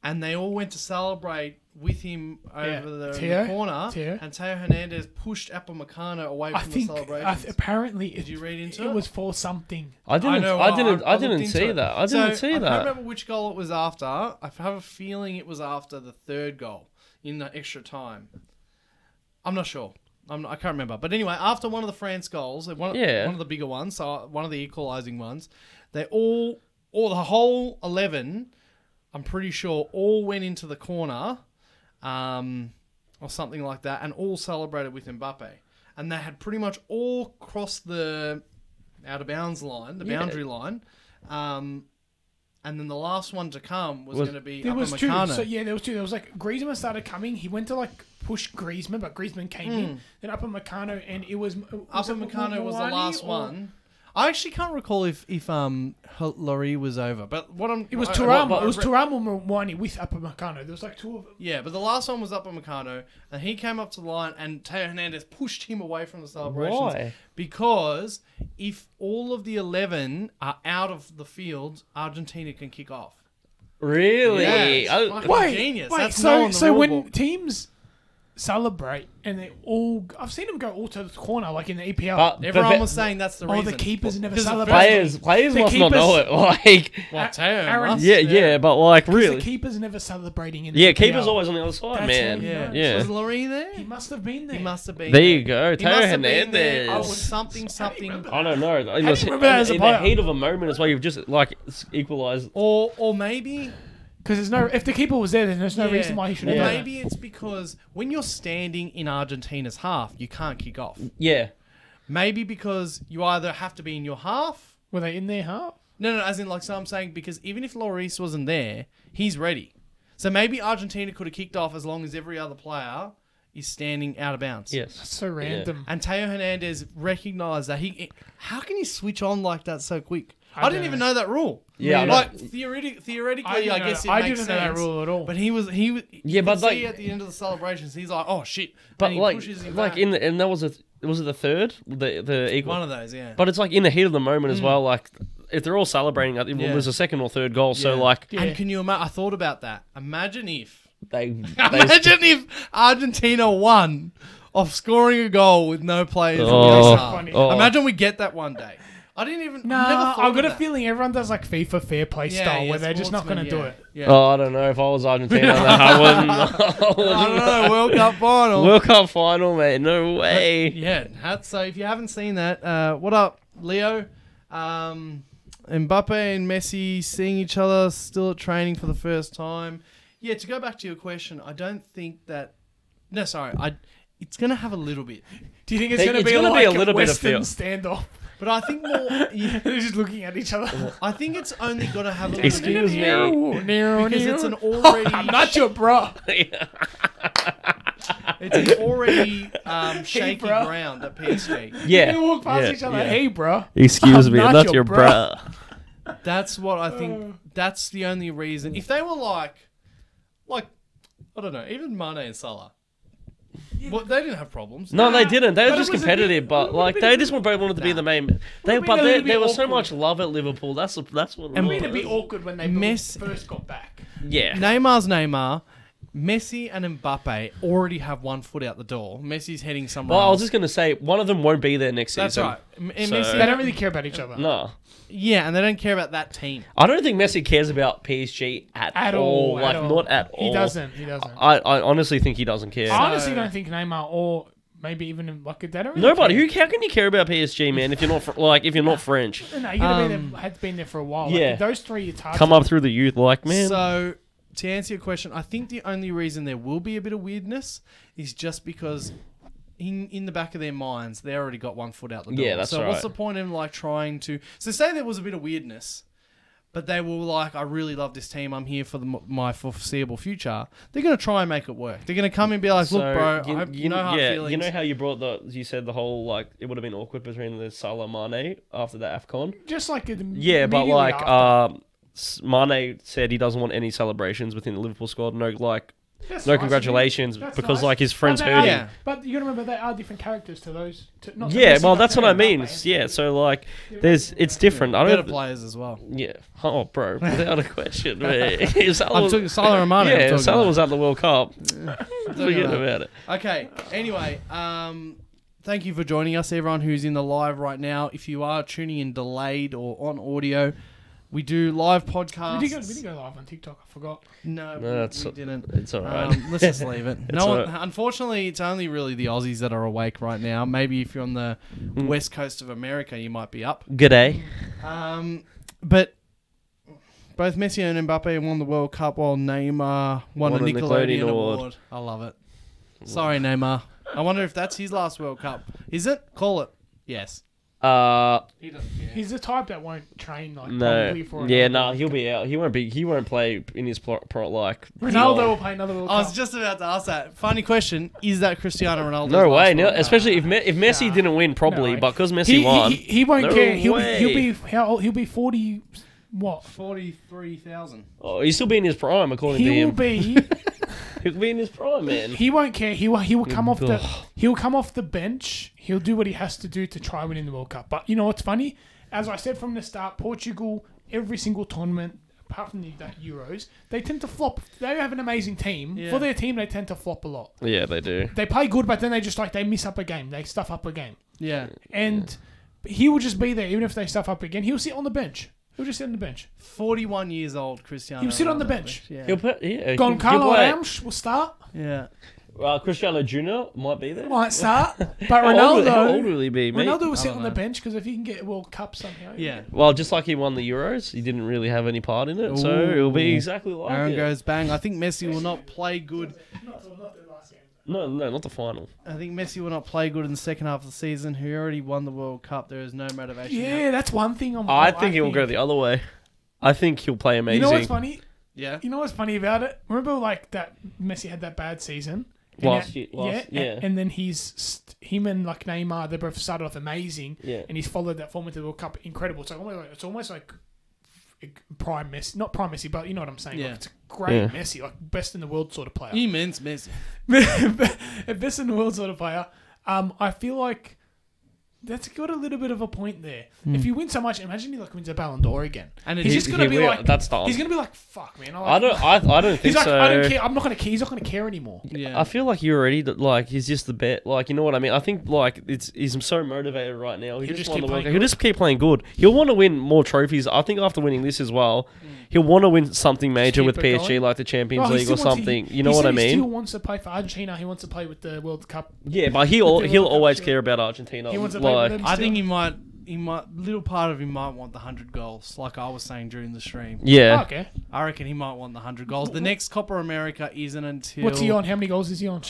Speaker 1: and they all went to celebrate with him over
Speaker 3: Yeah.
Speaker 1: the, the
Speaker 3: Teo?
Speaker 1: corner.
Speaker 3: Teo?
Speaker 1: And Teo Hernandez pushed Apamacano away from
Speaker 3: I think
Speaker 1: the
Speaker 3: I
Speaker 1: celebration.
Speaker 3: th- apparently
Speaker 1: Did
Speaker 3: it,
Speaker 1: you read into
Speaker 3: it
Speaker 1: it?
Speaker 3: was for something.
Speaker 2: I didn't. I,
Speaker 1: uh,
Speaker 2: didn't. I,
Speaker 1: looked
Speaker 2: didn't
Speaker 1: into
Speaker 2: see
Speaker 1: it.
Speaker 2: that. I
Speaker 1: So,
Speaker 2: didn't see
Speaker 1: I can't
Speaker 2: that.
Speaker 1: remember which goal it was after. I have a feeling it was after the third goal in the extra time. I'm not sure. I'm not, I can't remember. But anyway, after one of the France goals, one,
Speaker 2: Yeah.
Speaker 1: one of the bigger ones, so uh, one of the equalising ones, they all, all the whole eleven, I'm pretty sure, all went into the corner, um, or something like that, and all celebrated with Mbappe. And they had pretty much all crossed the out of bounds line, the
Speaker 2: Yeah.
Speaker 1: boundary line. Um, and then the last one to come was,
Speaker 2: Was-
Speaker 1: going to be
Speaker 3: There was two.
Speaker 1: Upamecano.
Speaker 3: So yeah, there was two. There was like Griezmann started coming. He went to like push Griezmann, but Griezmann came in. Then Upamecano, and it was, was it
Speaker 1: Hmm. Upamecano was the
Speaker 3: Mullany
Speaker 1: last
Speaker 3: or-
Speaker 1: one. I actually can't recall if if um Laurie was over, but what I'm
Speaker 3: It was
Speaker 2: Uh,
Speaker 1: I- I-
Speaker 3: Turam.
Speaker 1: what-
Speaker 3: It was Turam or Mwani with Upamecano. There was like two of them.
Speaker 1: Yeah, but the last one was Upamecano, and he came up to the line, and Teo Hernandez pushed him away from the celebrations.
Speaker 2: Why?
Speaker 1: Because if all of the eleven are out of the field, Argentina can kick off.
Speaker 2: Really?
Speaker 1: Yeah, it's
Speaker 2: I-
Speaker 1: fucking-
Speaker 3: Wait,
Speaker 1: genius.
Speaker 3: wait,
Speaker 1: That's
Speaker 3: so
Speaker 1: Nolan the
Speaker 3: so
Speaker 1: rule
Speaker 3: when
Speaker 1: book.
Speaker 3: teams celebrate, and they all. I've seen them go all to the corner, like in the E EPL.
Speaker 2: But
Speaker 1: Everyone
Speaker 2: But-
Speaker 1: was saying that's the
Speaker 3: oh,
Speaker 1: reason.
Speaker 3: the keepers never
Speaker 1: Because the
Speaker 3: celebrate.
Speaker 2: players players
Speaker 3: The
Speaker 2: must not know it. Like
Speaker 1: Well, Teo
Speaker 3: Aaron-
Speaker 1: must,
Speaker 2: yeah, yeah, but like
Speaker 3: Because The
Speaker 2: really,
Speaker 3: keeper's never celebrating in the
Speaker 2: yeah,
Speaker 3: EPL.
Speaker 2: keeper's always on the other side,
Speaker 3: That's
Speaker 2: man.
Speaker 3: it,
Speaker 1: Yeah.
Speaker 2: yeah.
Speaker 1: Was Laurie there?
Speaker 3: He
Speaker 1: He
Speaker 3: must have been there.
Speaker 1: must have been.
Speaker 2: There you go,
Speaker 1: He
Speaker 2: Teo
Speaker 1: must have been there. I was
Speaker 2: Hernandez.
Speaker 1: something, something.
Speaker 2: I don't know. In,
Speaker 3: do you
Speaker 2: the,
Speaker 3: remember that as a
Speaker 2: in the
Speaker 3: player?
Speaker 2: heat of a moment as well, you've just like equalized.
Speaker 1: Or, or maybe
Speaker 3: Because there's no. If the keeper was there, then there's no
Speaker 1: Yeah.
Speaker 3: reason why he should have
Speaker 1: Well,
Speaker 3: done it.
Speaker 1: Maybe it's because when you're standing in Argentina's half, you can't kick off.
Speaker 2: Yeah,
Speaker 1: Maybe because you either have to be in your half.
Speaker 3: Were they in their half?
Speaker 1: No, no, as in like so I'm saying because even if Lloris wasn't there, he's ready. So maybe Argentina could have kicked off as long as every other player is standing out of bounds.
Speaker 2: yes.
Speaker 3: So random.
Speaker 1: And Teo Hernandez recognised that he. How can he switch on like that so quick? I,
Speaker 3: I
Speaker 1: didn't
Speaker 3: don't
Speaker 1: even
Speaker 3: know.
Speaker 1: know that rule.
Speaker 2: Yeah, I
Speaker 1: like theoretic, theoretically, I,
Speaker 3: didn't know-
Speaker 1: guess it
Speaker 3: I
Speaker 1: makes
Speaker 3: didn't know
Speaker 1: sense.
Speaker 3: that rule at all.
Speaker 1: But he was he. was-
Speaker 2: Yeah,
Speaker 1: you
Speaker 2: but
Speaker 1: could
Speaker 2: like-
Speaker 1: see at the end of the celebrations, he's like, "Oh shit!"
Speaker 2: But
Speaker 1: and he
Speaker 2: like,
Speaker 1: pushes him
Speaker 2: like
Speaker 1: back.
Speaker 2: in the and that was a was it the third the the equal.
Speaker 1: one of those, yeah.
Speaker 2: But it's like in the heat of the moment as well. Like if they're all celebrating, I think
Speaker 1: Yeah.
Speaker 2: it was a second or third goal. So
Speaker 1: Yeah.
Speaker 2: like
Speaker 1: And
Speaker 3: Yeah.
Speaker 1: can you imagine? I thought about that. Imagine if,
Speaker 2: they, they
Speaker 1: imagine if Argentina won off scoring a goal with no players. in the
Speaker 2: Oh,
Speaker 1: first half.
Speaker 3: funny.
Speaker 2: oh.
Speaker 1: Imagine we get that one day. I didn't even.
Speaker 3: No,
Speaker 1: never thought
Speaker 3: I've
Speaker 1: of
Speaker 3: got a
Speaker 1: that.
Speaker 3: feeling everyone does like FIFA fair play
Speaker 1: Yeah,
Speaker 3: style
Speaker 1: yeah,
Speaker 3: where they're just not going
Speaker 1: sportsman,
Speaker 3: to do
Speaker 1: yeah.
Speaker 3: it.
Speaker 1: Yeah.
Speaker 2: oh, I don't know if I was Argentina, I wouldn't. I
Speaker 1: I
Speaker 2: wouldn't.
Speaker 1: don't know. World Cup final.
Speaker 2: World Cup final, mate. No way.
Speaker 1: Yeah, that's- so if you haven't seen that, uh, what up, Leo? Um, Mbappe and Messi seeing each other still at training for the first time. Yeah, to go back to your question, I don't think that. No, sorry, I. It's gonna have a little bit,
Speaker 3: Do you think it's
Speaker 2: They-
Speaker 3: going to
Speaker 2: it's
Speaker 3: be
Speaker 2: gonna
Speaker 3: like
Speaker 2: be a
Speaker 3: a
Speaker 2: little bit of
Speaker 3: Western
Speaker 2: feel.
Speaker 3: standoff?
Speaker 1: but I think more. yeah,
Speaker 3: they're just looking at each other.
Speaker 1: I think it's only gonna have a little bit
Speaker 2: Excuse me.
Speaker 1: because it's an already.
Speaker 3: I'm not your bro.
Speaker 1: It's an already um, shaky
Speaker 3: bro.
Speaker 1: ground at PSG.
Speaker 2: Yeah.
Speaker 3: You walk past
Speaker 2: yeah,
Speaker 3: each other.
Speaker 2: yeah.
Speaker 3: Hey, bro.
Speaker 2: Excuse
Speaker 3: I'm
Speaker 2: me,
Speaker 3: not
Speaker 2: that's
Speaker 3: your
Speaker 2: your
Speaker 3: bruh.
Speaker 2: bruh.
Speaker 1: That's what I think. That's the only reason. If they were like, like, I don't know, even Mane and Salah, well, they didn't have problems.
Speaker 2: No, they didn't. They
Speaker 3: But
Speaker 2: were
Speaker 3: it
Speaker 2: just
Speaker 3: was a bit-
Speaker 2: competitive,
Speaker 3: it
Speaker 2: but
Speaker 3: would've
Speaker 2: like
Speaker 3: been
Speaker 2: they
Speaker 3: a
Speaker 2: just probably wanted to be in the main. They,
Speaker 3: Would've
Speaker 2: but
Speaker 3: been
Speaker 2: there,
Speaker 3: a little bit
Speaker 2: there was so
Speaker 3: awkward.
Speaker 2: much love at Liverpool. That's that's what.
Speaker 3: I
Speaker 2: And
Speaker 3: mean, it'd be awkward when they
Speaker 1: Miss-
Speaker 3: first got back.
Speaker 2: yeah.
Speaker 1: Neymar's Neymar, Messi and Mbappe already have one foot out the door. Messi's heading somewhere.
Speaker 2: well, I was
Speaker 1: else.
Speaker 2: just gonna say one of them won't be there next
Speaker 1: That's
Speaker 2: season.
Speaker 1: right. M- and
Speaker 2: So- uh,
Speaker 1: Messi,
Speaker 3: They don't really care about each other.
Speaker 2: No,
Speaker 1: yeah, and they don't care about that team.
Speaker 2: I don't think Messi cares about PSG at,
Speaker 3: At
Speaker 2: all.
Speaker 3: all, at
Speaker 2: Like
Speaker 3: all.
Speaker 2: not at all. Uh,
Speaker 3: He doesn't. He doesn't. I,
Speaker 2: I, I honestly think he doesn't care.
Speaker 3: honestly don't think Neymar or maybe even like they don't. Really
Speaker 2: Nobody.
Speaker 3: care.
Speaker 2: Who? How can you care about PSG, man? If you're not fr- like, if you're not French,
Speaker 3: No, you gotta
Speaker 1: Um,
Speaker 3: be there, had been there for a while.
Speaker 2: yeah.
Speaker 3: Like, those three, it's hard.
Speaker 2: come
Speaker 3: to-
Speaker 2: up through the youth, like man.
Speaker 1: So, to answer your question, I think the only reason there will be a bit of weirdness is just because in in the back of their minds, they already got one foot out the door.
Speaker 2: Yeah, that's
Speaker 1: so
Speaker 2: right.
Speaker 1: what's the point in like trying to? So say there was a bit of weirdness. But they were like, I really love this team. I'm here for the, my foreseeable future. They're going to try and make it work. They're going to come and be like,
Speaker 2: So,
Speaker 1: look, bro,
Speaker 2: you,
Speaker 1: I have
Speaker 2: you-
Speaker 1: no hard
Speaker 2: yeah,
Speaker 1: feelings.
Speaker 2: you know how you brought the, you said the whole like it would have been awkward between the Salah Mane after the Afcon.
Speaker 3: Just like it
Speaker 2: Yeah, but
Speaker 3: immediately
Speaker 2: like,
Speaker 3: after.
Speaker 2: um, S- Mane said he doesn't want any celebrations within the Liverpool squad. No, like,
Speaker 3: That's
Speaker 2: no
Speaker 3: nice of you.
Speaker 2: congratulations
Speaker 3: That's
Speaker 2: because
Speaker 3: nice.
Speaker 2: like his friends
Speaker 3: but they
Speaker 2: hurting.
Speaker 1: Yeah.
Speaker 2: Yeah,
Speaker 3: Are, but you gotta remember they are different characters to those. To, not to Messi,
Speaker 2: well,
Speaker 3: but
Speaker 2: that's
Speaker 3: to
Speaker 2: what I
Speaker 3: Mbappe.
Speaker 2: mean. Yeah, so like, there's it's different. I
Speaker 1: Better
Speaker 2: don't.
Speaker 1: players as well.
Speaker 2: Yeah. Oh, bro, without a question. man. If Salah
Speaker 1: I'm
Speaker 2: was-
Speaker 1: talking Salah and Mane. I'm
Speaker 2: Yeah,
Speaker 1: talking
Speaker 2: if Salah
Speaker 1: about.
Speaker 2: was at the World Cup.
Speaker 1: Talking
Speaker 2: Forget about it.
Speaker 1: Okay. Anyway, um, thank you for joining us, everyone who's in the live right now. If you are tuning in delayed or on audio, we do live podcasts.
Speaker 3: We did, go, we did go live on TikTok. I forgot.
Speaker 1: No, we-
Speaker 2: No, that's-
Speaker 1: we didn't.
Speaker 2: It's all right.
Speaker 1: Um, let's just leave it.
Speaker 2: It's
Speaker 1: No, one,
Speaker 2: alright.
Speaker 1: unfortunately, it's only really the Aussies that are awake right now. Maybe if you're on the
Speaker 2: Mm.
Speaker 1: west coast of America, you might be up.
Speaker 2: G'day.
Speaker 1: Um, but both Messi and Mbappe won the World Cup, while Neymar won,
Speaker 2: Won
Speaker 1: a
Speaker 2: a
Speaker 1: Nickelodeon,
Speaker 2: Nickelodeon
Speaker 1: award.
Speaker 2: award.
Speaker 1: I love it. Sorry, Neymar. I wonder if that's his last World Cup. Is it? Call it. Yes.
Speaker 2: Uh,
Speaker 1: He doesn't care.
Speaker 3: He's the type that won't train like
Speaker 2: no.
Speaker 3: probably for.
Speaker 2: Yeah,
Speaker 3: another
Speaker 2: no, nah,
Speaker 3: World
Speaker 2: he'll
Speaker 3: Cup.
Speaker 2: be out. He won't be. He won't play in his pro, pro like.
Speaker 3: Ronaldo
Speaker 2: role.
Speaker 3: will play another World
Speaker 1: I was
Speaker 3: Cup.
Speaker 1: just about to ask that. Funny question. Is that Cristiano Ronaldo?
Speaker 2: No way. No, especially if Me- if Messi
Speaker 3: Nah.
Speaker 2: didn't win properly,
Speaker 3: No.
Speaker 2: but because Messi
Speaker 3: he, he-
Speaker 2: won.
Speaker 3: he, he won't
Speaker 2: No
Speaker 3: care. He'll be,
Speaker 2: way.
Speaker 3: he'll be how old? He'll be forty. What?
Speaker 1: forty-three thousand.
Speaker 2: oh, he's still be in his prime, according to
Speaker 3: He will
Speaker 2: him.
Speaker 3: be.
Speaker 2: He'll be in his prime, man.
Speaker 3: He won't care. He will. He will come off the.
Speaker 2: Ugh.
Speaker 3: He'll come off the bench. He'll do what he has to do to try winning the World Cup. But you know what's funny? As I said from the start, Portugal every single tournament apart from the, that Euros, they tend to flop. They have an amazing team.
Speaker 1: Yeah.
Speaker 3: For their team, they tend to flop a lot.
Speaker 2: Yeah, they do.
Speaker 3: They play good, but then they just like they miss up a game. They stuff up a game,
Speaker 1: Yeah.
Speaker 3: and he will just be there even if they stuff up again. He'll sit on the bench. He'll just sit on the bench.
Speaker 1: 41 years old Cristiano.
Speaker 3: He'll sit on the
Speaker 1: Ronaldo.
Speaker 3: bench.
Speaker 1: Yeah.
Speaker 2: He'll put yeah. he'll
Speaker 3: Goncalo
Speaker 2: play-
Speaker 3: Ramos will start.
Speaker 1: yeah.
Speaker 2: Well, Cristiano Junior might be there.
Speaker 3: Might start, but
Speaker 2: How old, how old
Speaker 3: Ronaldo.
Speaker 2: will he be, mate?
Speaker 3: Ronaldo will sit
Speaker 1: don't
Speaker 3: on the
Speaker 1: know.
Speaker 3: bench because if he can get a World Cup somehow,
Speaker 1: Yeah.
Speaker 2: Well, just like he won the Euros, he didn't really have any part in it, so it'll be
Speaker 1: Ooh.
Speaker 2: exactly like
Speaker 1: Aaron
Speaker 2: it.
Speaker 1: goes bang. I think Messi will not play good.
Speaker 3: Not, not the last game.
Speaker 2: no, no, not the final.
Speaker 1: I think Messi will not play good in the second half of the season. He already won the World Cup. There is no motivation. now.
Speaker 3: Yeah, that's one thing. I'm,
Speaker 2: I think it will go the other way. I think he'll play
Speaker 3: Oh, You
Speaker 2: amazing.
Speaker 3: know what's funny?
Speaker 1: Yeah.
Speaker 3: You know what's funny about it? Remember, like that Messi had that bad season And
Speaker 2: Last
Speaker 3: that-
Speaker 2: year- last-
Speaker 3: yeah,
Speaker 2: yeah.
Speaker 3: And, and then he's st- him and like Neymar, they both started off amazing,
Speaker 2: Yeah.
Speaker 3: and he's followed that form into the World Cup. Incredible. It's like almost like, it's almost like prime Messi, not prime Messi, but you know what I'm saying?
Speaker 1: Yeah.
Speaker 3: Like, it's great
Speaker 2: Yeah.
Speaker 3: Messi, like best in the world sort of player.
Speaker 1: Immense Messi.
Speaker 3: best in the world sort of player. Um, I feel like that's got a little bit of a point there. If you win so much, imagine he like wins a Ballon d'Or again.
Speaker 1: And it
Speaker 3: he's
Speaker 1: is-
Speaker 3: just gonna
Speaker 2: Hmm. he
Speaker 3: be
Speaker 2: will.
Speaker 3: like
Speaker 2: That's the-
Speaker 3: He's gonna be like fuck, man. I, like,
Speaker 2: I don't. I, I don't think
Speaker 3: He's like
Speaker 2: so.
Speaker 3: I don't care. I'm not gonna care. He's not gonna care anymore.
Speaker 1: Yeah.
Speaker 2: I feel like you already like he's just the bet. Like you know what I mean. I think like it's he's so motivated right now. He
Speaker 3: He'll
Speaker 2: just,
Speaker 3: just
Speaker 2: want
Speaker 3: keep
Speaker 2: to work.
Speaker 3: playing
Speaker 2: He'll just keep playing good. He'll want to win more trophies. I think after winning this as well, he'll want to win something major
Speaker 3: Mm. keep
Speaker 2: with
Speaker 3: it
Speaker 2: PSG,
Speaker 3: going.
Speaker 2: like the Champions
Speaker 3: Oh, he
Speaker 2: League or
Speaker 3: still wants-
Speaker 2: something.
Speaker 3: he-
Speaker 2: you know
Speaker 3: he
Speaker 2: what
Speaker 3: said
Speaker 2: I
Speaker 3: He
Speaker 2: mean?
Speaker 3: still wants to play for Argentina. He wants to play with the World Cup.
Speaker 2: yeah, but he'll
Speaker 3: He
Speaker 2: he'll
Speaker 3: wants to
Speaker 2: always
Speaker 3: play-
Speaker 2: care about Argentina.
Speaker 3: He wants to play with
Speaker 2: like
Speaker 3: them.
Speaker 1: I
Speaker 3: still-
Speaker 1: think he might. He might. Little part of him might want the hundred goals, like I was saying during the stream.
Speaker 2: yeah,
Speaker 3: Oh, okay.
Speaker 1: I reckon he might want the hundred goals. The
Speaker 3: Wh-
Speaker 1: next Copper America isn't until
Speaker 3: What's he on? How many goals is he on?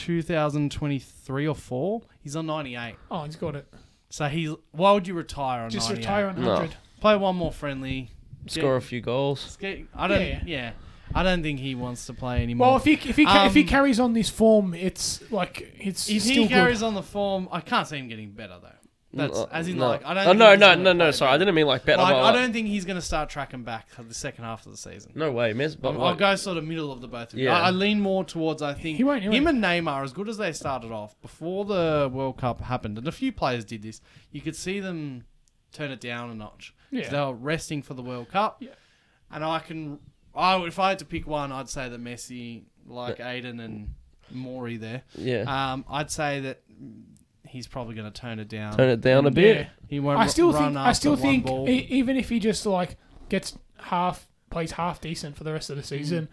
Speaker 1: 2023 or four. He's on 98.
Speaker 3: Oh, he's got it.
Speaker 1: So he's. Why would you retire on
Speaker 3: Just
Speaker 1: 98?
Speaker 3: retire on
Speaker 2: No.
Speaker 3: 100.
Speaker 1: Play one more friendly.
Speaker 2: score a few goals.
Speaker 1: Get- I don't.
Speaker 3: Yeah.
Speaker 1: Yeah. I don't think he wants to play anymore.
Speaker 3: Well, if he if he ca- if he
Speaker 1: Um,
Speaker 3: carries on this form, it's like it's
Speaker 1: if
Speaker 3: still
Speaker 1: he carries
Speaker 3: good.
Speaker 1: on the form, I can't see him getting better though. That's
Speaker 2: No,
Speaker 1: as in
Speaker 2: no.
Speaker 1: like I
Speaker 2: Oh,
Speaker 1: don't.
Speaker 2: no,
Speaker 1: think he's
Speaker 2: no,
Speaker 1: gonna
Speaker 2: no, no.
Speaker 1: play
Speaker 2: Sorry, I
Speaker 1: better.
Speaker 2: didn't mean like better.
Speaker 1: Like,
Speaker 2: but,
Speaker 1: I
Speaker 2: like-
Speaker 1: don't think he's going to start tracking back for the second half of the season.
Speaker 2: No way, Mes. But
Speaker 1: I'll, I'll
Speaker 2: like,
Speaker 1: go sort of middle of the both of you.
Speaker 2: Yeah.
Speaker 1: I, I lean more towards I think
Speaker 3: He won't, he
Speaker 1: him and
Speaker 3: won't.
Speaker 1: Neymar as good as they started off before the World Cup happened, and a few players did this. You could see them turn it down a notch. 'Cause
Speaker 3: Yeah.
Speaker 1: they were resting for the World Cup.
Speaker 3: Yeah.
Speaker 1: And I can, I would- if I had to pick one, I'd say that Messi, like Aiden and Maury there.
Speaker 2: yeah,
Speaker 1: Um, I'd say that mm, he's probably going to turn it down.
Speaker 2: turn it down a bit.
Speaker 3: Yeah.
Speaker 1: He won't.
Speaker 3: I still
Speaker 1: run
Speaker 3: think
Speaker 1: after
Speaker 3: I still
Speaker 1: one
Speaker 3: think
Speaker 1: ball.
Speaker 3: e- even if he just like gets half plays half decent for the rest of
Speaker 2: Mm.
Speaker 3: the season,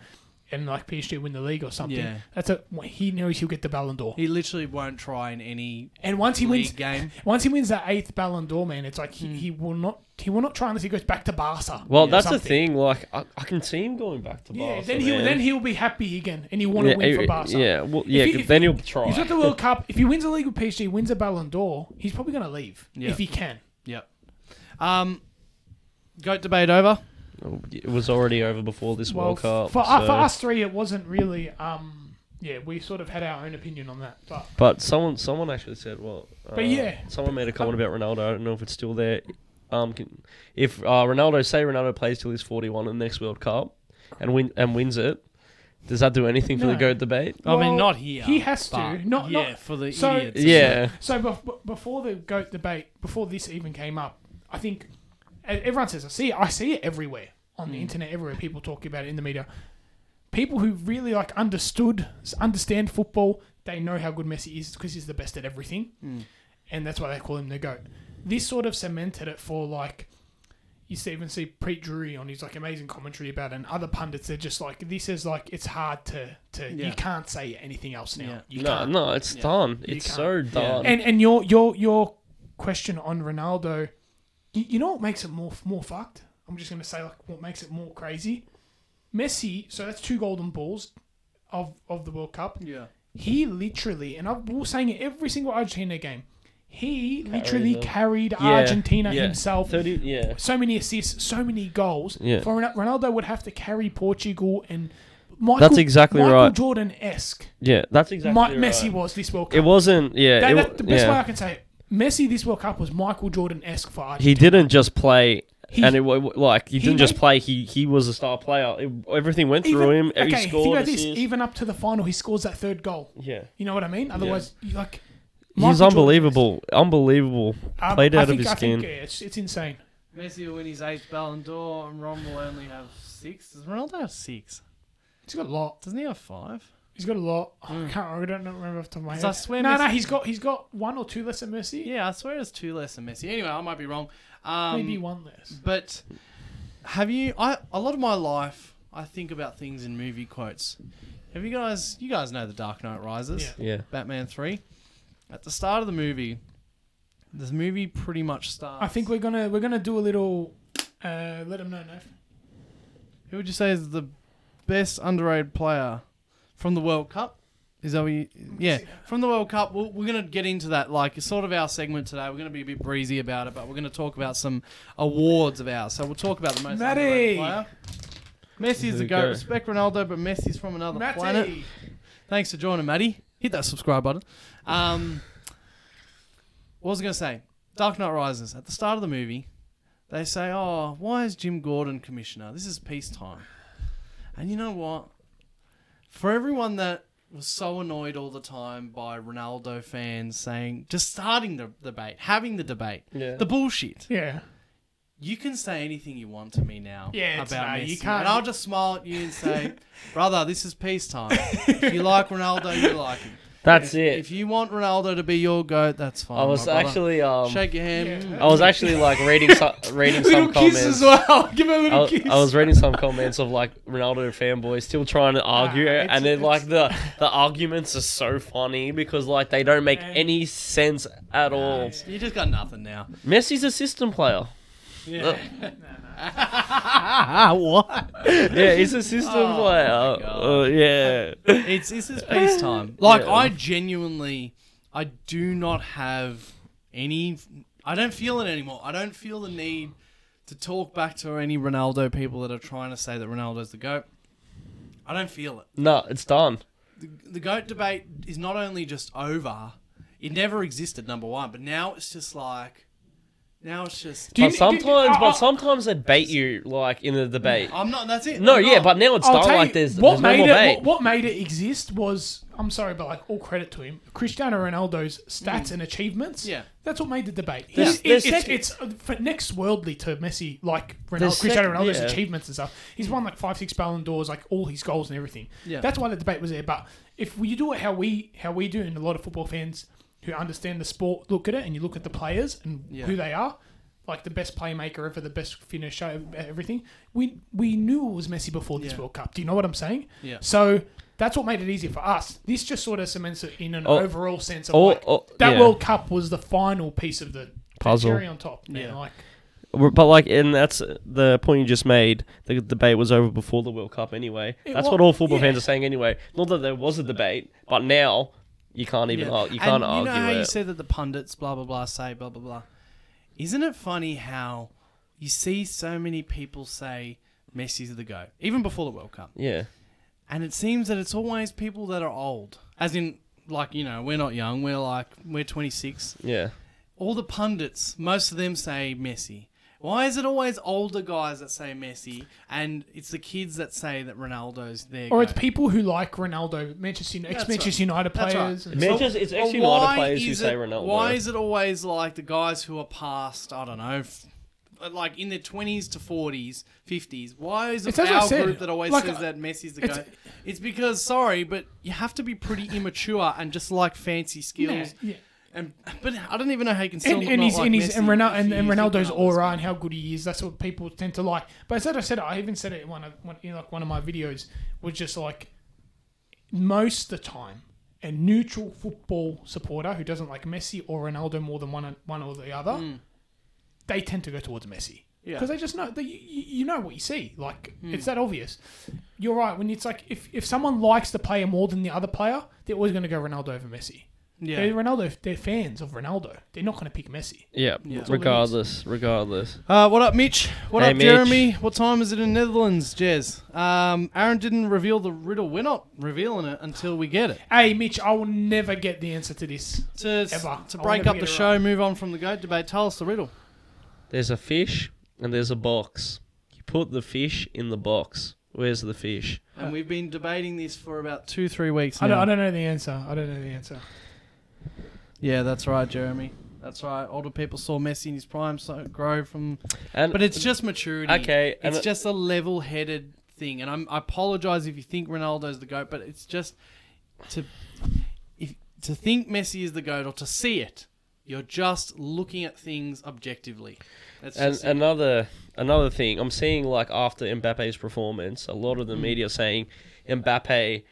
Speaker 3: and like PSG win the league or something,
Speaker 1: Yeah.
Speaker 3: that's a he knows he'll get the Ballon d'Or.
Speaker 1: he literally won't try in any
Speaker 3: and once he wins,
Speaker 1: league game.
Speaker 3: once he wins that eighth Ballon d'Or, man, it's like he, he will not he will not try unless he goes back to Barca.
Speaker 2: Mm. Well,
Speaker 3: or
Speaker 2: that's the
Speaker 3: something.
Speaker 2: thing. Like, I, I can see him going back to
Speaker 3: Yeah,
Speaker 2: Barca.
Speaker 3: then he'll
Speaker 2: man.
Speaker 3: then he'll be happy again, and he want to win for
Speaker 2: eh,
Speaker 3: Barca.
Speaker 2: Yeah, well, yeah.
Speaker 3: he-
Speaker 2: 'cause
Speaker 3: if
Speaker 2: then he'll try.
Speaker 3: He's got the World Cup. If he wins a league with PSG, wins a Ballon d'Or, he's probably going to leave
Speaker 1: Yeah.
Speaker 3: if he can.
Speaker 1: Yep. Um, goat debate over.
Speaker 2: It was already over before this
Speaker 3: Well,
Speaker 2: World Cup.
Speaker 3: for, uh,
Speaker 2: so-
Speaker 3: for us three, it wasn't really. Um, yeah, we sort of had our own opinion on that, but
Speaker 2: But someone, someone actually said, well, uh,
Speaker 3: But yeah.
Speaker 2: someone made a comment about Ronaldo. I don't know if it's still there. Um, can, if uh, Ronaldo, say Ronaldo plays till he's forty-one in the next World Cup, and win and wins it, does that do anything for the
Speaker 3: No.
Speaker 2: goat debate?
Speaker 1: I
Speaker 3: Well,
Speaker 1: mean, not here.
Speaker 3: he has to.
Speaker 1: but
Speaker 3: Not-
Speaker 1: yeah
Speaker 3: not-
Speaker 1: for the
Speaker 3: so-
Speaker 1: idiots.
Speaker 2: Yeah,
Speaker 3: so bef- before the goat debate, before this even came up, I think e- everyone says I see it. I see it everywhere on
Speaker 2: Hmm.
Speaker 3: the internet. Everywhere people talk about it in the media. People who really like understood understand football, they know how good Messi is because he's the best at everything,
Speaker 1: Hmm.
Speaker 3: and that's why they call him the goat. This sort of cemented it for like. You see, even see Pete Drury on his like amazing commentary about it, and other pundits they're just like this is like it's hard to to
Speaker 1: Yeah.
Speaker 3: you can't say anything else now.
Speaker 1: Yeah.
Speaker 3: You
Speaker 2: no,
Speaker 3: can't.
Speaker 2: no, it's
Speaker 1: Yeah.
Speaker 2: done.
Speaker 3: You
Speaker 2: It's
Speaker 3: can't.
Speaker 2: so done.
Speaker 3: And and your your your question on Ronaldo, you, you know what makes it more more fucked? I'm just gonna say like what makes it more crazy. Messi, so that's two golden balls of of the World Cup.
Speaker 1: Yeah.
Speaker 3: He literally, and I've been saying it every single Argentina game, he literally
Speaker 2: them.
Speaker 3: carried
Speaker 2: Yeah,
Speaker 3: Argentina
Speaker 2: yeah.
Speaker 3: himself.
Speaker 2: Thirty, yeah.
Speaker 3: So many assists, so many goals.
Speaker 2: Yeah.
Speaker 3: For Ron- Ronaldo would have to carry Portugal and Michael.
Speaker 2: exactly
Speaker 3: Michael
Speaker 2: right.
Speaker 3: Jordan esque.
Speaker 2: Yeah, that's exactly right.
Speaker 3: Messi was this World Cup.
Speaker 2: It wasn't. Yeah,
Speaker 3: That,
Speaker 2: it,
Speaker 3: that's the best
Speaker 2: yeah.
Speaker 3: way I can say it. Messi this World Cup was Michael Jordan esque for Argentina.
Speaker 2: he didn't just play.
Speaker 3: He-
Speaker 2: and it wa- wa- like he,
Speaker 3: he
Speaker 2: didn't just
Speaker 3: made-
Speaker 2: play. He he was a star player. It, everything went through him.
Speaker 3: okay,
Speaker 2: he
Speaker 3: think
Speaker 2: scored.
Speaker 3: about this.
Speaker 2: assists.
Speaker 3: Even up to the final, he scores that third goal.
Speaker 2: yeah,
Speaker 3: You know what I mean? Otherwise, you like
Speaker 2: he's
Speaker 3: Michael Jordan-esque.
Speaker 2: unbelievable. Unbelievable.
Speaker 3: Um,
Speaker 2: Played
Speaker 3: I
Speaker 2: out
Speaker 3: think,
Speaker 2: of his
Speaker 3: I
Speaker 2: skin.
Speaker 3: think, yeah, it's, it's insane.
Speaker 1: Messi will win his eighth Ballon d'Or, and Ron will only have six. Does Ronaldo have six?
Speaker 3: He's got a lot.
Speaker 1: Doesn't he have five?
Speaker 3: He's got a lot.
Speaker 1: Mm.
Speaker 3: I can't. I don't remember off the top of my
Speaker 1: 'Cause
Speaker 3: head.
Speaker 1: I swear
Speaker 3: no,
Speaker 1: Messi-
Speaker 3: no. He's got. He's got one or two less than Mercy.
Speaker 1: Yeah, I swear it's two less than Messi. Anyway, I might be wrong. Um,
Speaker 3: Maybe one less.
Speaker 1: But have you? I a lot of my life, I think about things in movie quotes. Have you guys? You guys know the Dark Knight Rises,
Speaker 3: Yeah.
Speaker 2: Yeah.
Speaker 1: Batman Three. At the start of the movie, this movie pretty much starts.
Speaker 3: I think we're gonna we're gonna do a little. Uh, let him know, Nath.
Speaker 1: Who would you say is the best underrated player from the World Cup? Is that what you, yeah, from the World Cup. We'll, we're going to get into that. Like, it's sort of our segment today. We're going to be a bit breezy about it, but we're going to talk about some awards of ours. So we'll talk about the most
Speaker 3: Matty!
Speaker 1: underrated player. Messi's
Speaker 2: There
Speaker 1: the
Speaker 2: you
Speaker 1: GOAT.
Speaker 2: go.
Speaker 1: Respect Ronaldo, but Messi's from another
Speaker 3: Matty.
Speaker 1: planet. Thanks for joining, Matty. Hit that subscribe button. Um, what was I going to say? Dark Knight Rises. At the start of the movie, they say, "Oh, why is Jim Gordon commissioner? This is peacetime." And you know what? For everyone that was so annoyed all the time by Ronaldo fans saying, just starting the debate, having the debate,
Speaker 2: Yeah.
Speaker 1: the bullshit.
Speaker 3: Yeah.
Speaker 1: You can say anything you want to me now
Speaker 3: Yeah, it's
Speaker 1: about
Speaker 3: no,
Speaker 1: Messi,
Speaker 3: you can't-
Speaker 1: and I'll just smile at you and say, "Brother, this is peacetime. if you like Ronaldo, you like him.
Speaker 2: That's it.
Speaker 1: If you want Ronaldo to be your goat, that's fine."
Speaker 2: I was
Speaker 1: my brother.
Speaker 2: actually um
Speaker 1: shake your hand.
Speaker 3: Yeah.
Speaker 1: Mm.
Speaker 2: I was actually like reading some reading some comments.
Speaker 3: well. Give him a
Speaker 2: I, was- I was reading some comments of like Ronaldo fanboys still trying to argue,
Speaker 3: it's-
Speaker 2: and then like the
Speaker 3: it's-
Speaker 2: the arguments are so funny because like they don't make
Speaker 3: And-
Speaker 2: any sense at all.
Speaker 3: Yeah.
Speaker 1: You just got nothing now.
Speaker 2: Messi's a system player.
Speaker 1: Yeah.
Speaker 3: Ah,
Speaker 2: what? Yeah, he's a system
Speaker 1: Oh, my
Speaker 2: player.
Speaker 1: God.
Speaker 2: Uh, yeah.
Speaker 1: It's this is peacetime. Uh, Like
Speaker 2: Yeah.
Speaker 1: I genuinely, I do not have any. I don't feel it anymore. I don't feel the need to talk back to any Ronaldo people that are trying to say that Ronaldo's the goat. I don't feel it.
Speaker 2: No, it's done.
Speaker 1: The, the goat debate is not only just over; it never existed. Number one, but now it's just like, now it's just.
Speaker 3: Do you-
Speaker 2: But sometimes,
Speaker 3: I- I-
Speaker 2: but sometimes they bait you like in the debate.
Speaker 1: I'm not. That's it.
Speaker 2: No,
Speaker 1: I'm
Speaker 2: yeah,
Speaker 1: not.
Speaker 2: but now it's
Speaker 3: I'll
Speaker 2: done.
Speaker 3: tell
Speaker 2: Like
Speaker 3: you,
Speaker 2: there's
Speaker 3: what
Speaker 2: there's no
Speaker 3: made
Speaker 2: more
Speaker 3: it
Speaker 2: bait.
Speaker 3: what, what made it exist was I'm sorry, but like all credit to him, Cristiano Ronaldo's
Speaker 2: Mm.
Speaker 3: stats and achievements.
Speaker 1: Yeah.
Speaker 3: that's what made the debate.
Speaker 1: There's-
Speaker 3: It's- it's,
Speaker 2: there's-
Speaker 3: it's, it's, uh, for next worldly to Messi, like
Speaker 2: There's
Speaker 3: Ronaldo, Cristiano
Speaker 2: sec-
Speaker 3: Ronaldo's
Speaker 2: yeah.
Speaker 3: achievements and stuff. He's won like five, six Ballon d'Ors, like all his goals and everything.
Speaker 1: Yeah.
Speaker 3: that's why the debate was there. But if you do it how we how we do, and a lot of football fans who understand the sport look at it, and you look at the players and
Speaker 1: Yeah.
Speaker 3: who they are. Like the best playmaker ever, the best finisher, everything. We we knew it was Messi before this
Speaker 1: Yeah.
Speaker 3: World Cup. Do you know what I'm saying?
Speaker 1: Yeah.
Speaker 3: So that's what made it easier for us. This just sort of cements it in an
Speaker 2: Oh.
Speaker 3: overall sense of
Speaker 2: Oh,
Speaker 3: like,
Speaker 2: oh,
Speaker 3: that
Speaker 2: yeah.
Speaker 3: World Cup was the final piece of the
Speaker 2: Puzzle.
Speaker 3: cherry on top. Man.
Speaker 1: Yeah.
Speaker 3: Like
Speaker 2: W- But like, and that's the point you just made. The debate was over before the World Cup, anyway.
Speaker 3: It
Speaker 2: that's
Speaker 3: wa-
Speaker 2: what all football
Speaker 3: yeah.
Speaker 2: fans are saying, anyway. Not that there was a debate, but now you can't even ar- you can't
Speaker 1: and
Speaker 2: argue
Speaker 1: You know how you
Speaker 2: it.
Speaker 1: said that the pundits, blah blah blah, say blah blah blah. Isn't it funny how you see so many people say Messi's the goat, even before the World Cup,
Speaker 2: yeah,
Speaker 1: and it seems that it's always people that are old, as in like you know we're not young, we're like we're 26.
Speaker 2: yeah.
Speaker 1: All the pundits, most of them say Messi. Why is it always older guys that say Messi, and it's the kids that say that Ronaldo's their goat?
Speaker 3: or it's people who like Ronaldo, Manchester United,
Speaker 1: That's
Speaker 3: ex Manchester United
Speaker 1: That's right.
Speaker 3: players.
Speaker 2: Man-
Speaker 3: and stuff.
Speaker 2: It's just- it's
Speaker 1: Or
Speaker 2: actually not a
Speaker 1: why
Speaker 2: players who
Speaker 1: is
Speaker 2: say
Speaker 1: it-
Speaker 2: Ronaldo.
Speaker 1: Why is it always like the guys who are past, I don't know, f- like in their 20s to 40s, 50s? Why is it
Speaker 3: It's as I
Speaker 1: our
Speaker 3: said,
Speaker 1: group that always
Speaker 3: like,
Speaker 1: says
Speaker 3: uh,
Speaker 1: that Messi's the
Speaker 3: it's-
Speaker 1: guy? It's because, sorry, but you have to be pretty immature and just like fancy skills.
Speaker 3: Yeah.
Speaker 1: And But I don't even know how you can still
Speaker 3: And,
Speaker 1: not
Speaker 3: and, he's,
Speaker 1: like
Speaker 3: and, he's,
Speaker 1: Messi
Speaker 3: and, Ronal-
Speaker 1: if
Speaker 3: and,
Speaker 1: you
Speaker 3: and
Speaker 1: think
Speaker 3: Ronaldo's aura
Speaker 1: good.
Speaker 3: and how good he is, that's what people tend to like. But as I said, I even said it in one of one, in like one of my videos was just like most of the time, a neutral football supporter who doesn't like Messi or Ronaldo more than one one or the other, they tend to go towards Messi
Speaker 1: Hmm. Yeah. Hmm.
Speaker 3: because they just know they, you, you know what you see. Like it's that obvious. You're right when it's like if, if someone likes the player more than the other player, they're always going to go Ronaldo over Messi.
Speaker 1: Yeah.
Speaker 3: They're Ronaldo. They're fans of Ronaldo. They're not going to pick Messi.
Speaker 2: Yeah,
Speaker 1: Yeah. That's
Speaker 3: all it is.
Speaker 2: regardless, regardless.
Speaker 1: Uh, what up, Mitch? What
Speaker 2: Hey,
Speaker 1: up, Jeremy? What time is it in Netherlands, Jez? Um, Aaron didn't reveal the riddle. We're not revealing it until we get it.
Speaker 3: Hey, Mitch, I will never get the answer to this.
Speaker 1: to,
Speaker 3: Ever.
Speaker 1: to
Speaker 3: I'll
Speaker 1: break up
Speaker 3: never get
Speaker 1: the
Speaker 3: it
Speaker 1: show, move on from the goat debate. Tell us the riddle.
Speaker 2: There's a fish and there's a box. You put the fish in the box. Where's the fish?
Speaker 1: And we've been debating this for about two, three weeks now.
Speaker 3: I don't, I don't know the answer. I don't know the answer.
Speaker 1: Yeah, that's right, Jeremy. That's right. Older people saw Messi in his prime so grow from,
Speaker 2: And
Speaker 1: but it's just maturity.
Speaker 2: okay, and
Speaker 1: it's
Speaker 2: it-
Speaker 1: just a level-headed thing, and I'm, I apologize if you think Ronaldo's the goat, but it's just to if to think Messi is the goat or to see it, you're just looking at things objectively. That's
Speaker 2: and
Speaker 1: just it.
Speaker 2: another another thing, I'm seeing like after Mbappe's performance, a lot
Speaker 3: Mm.
Speaker 2: of the media saying Mbappe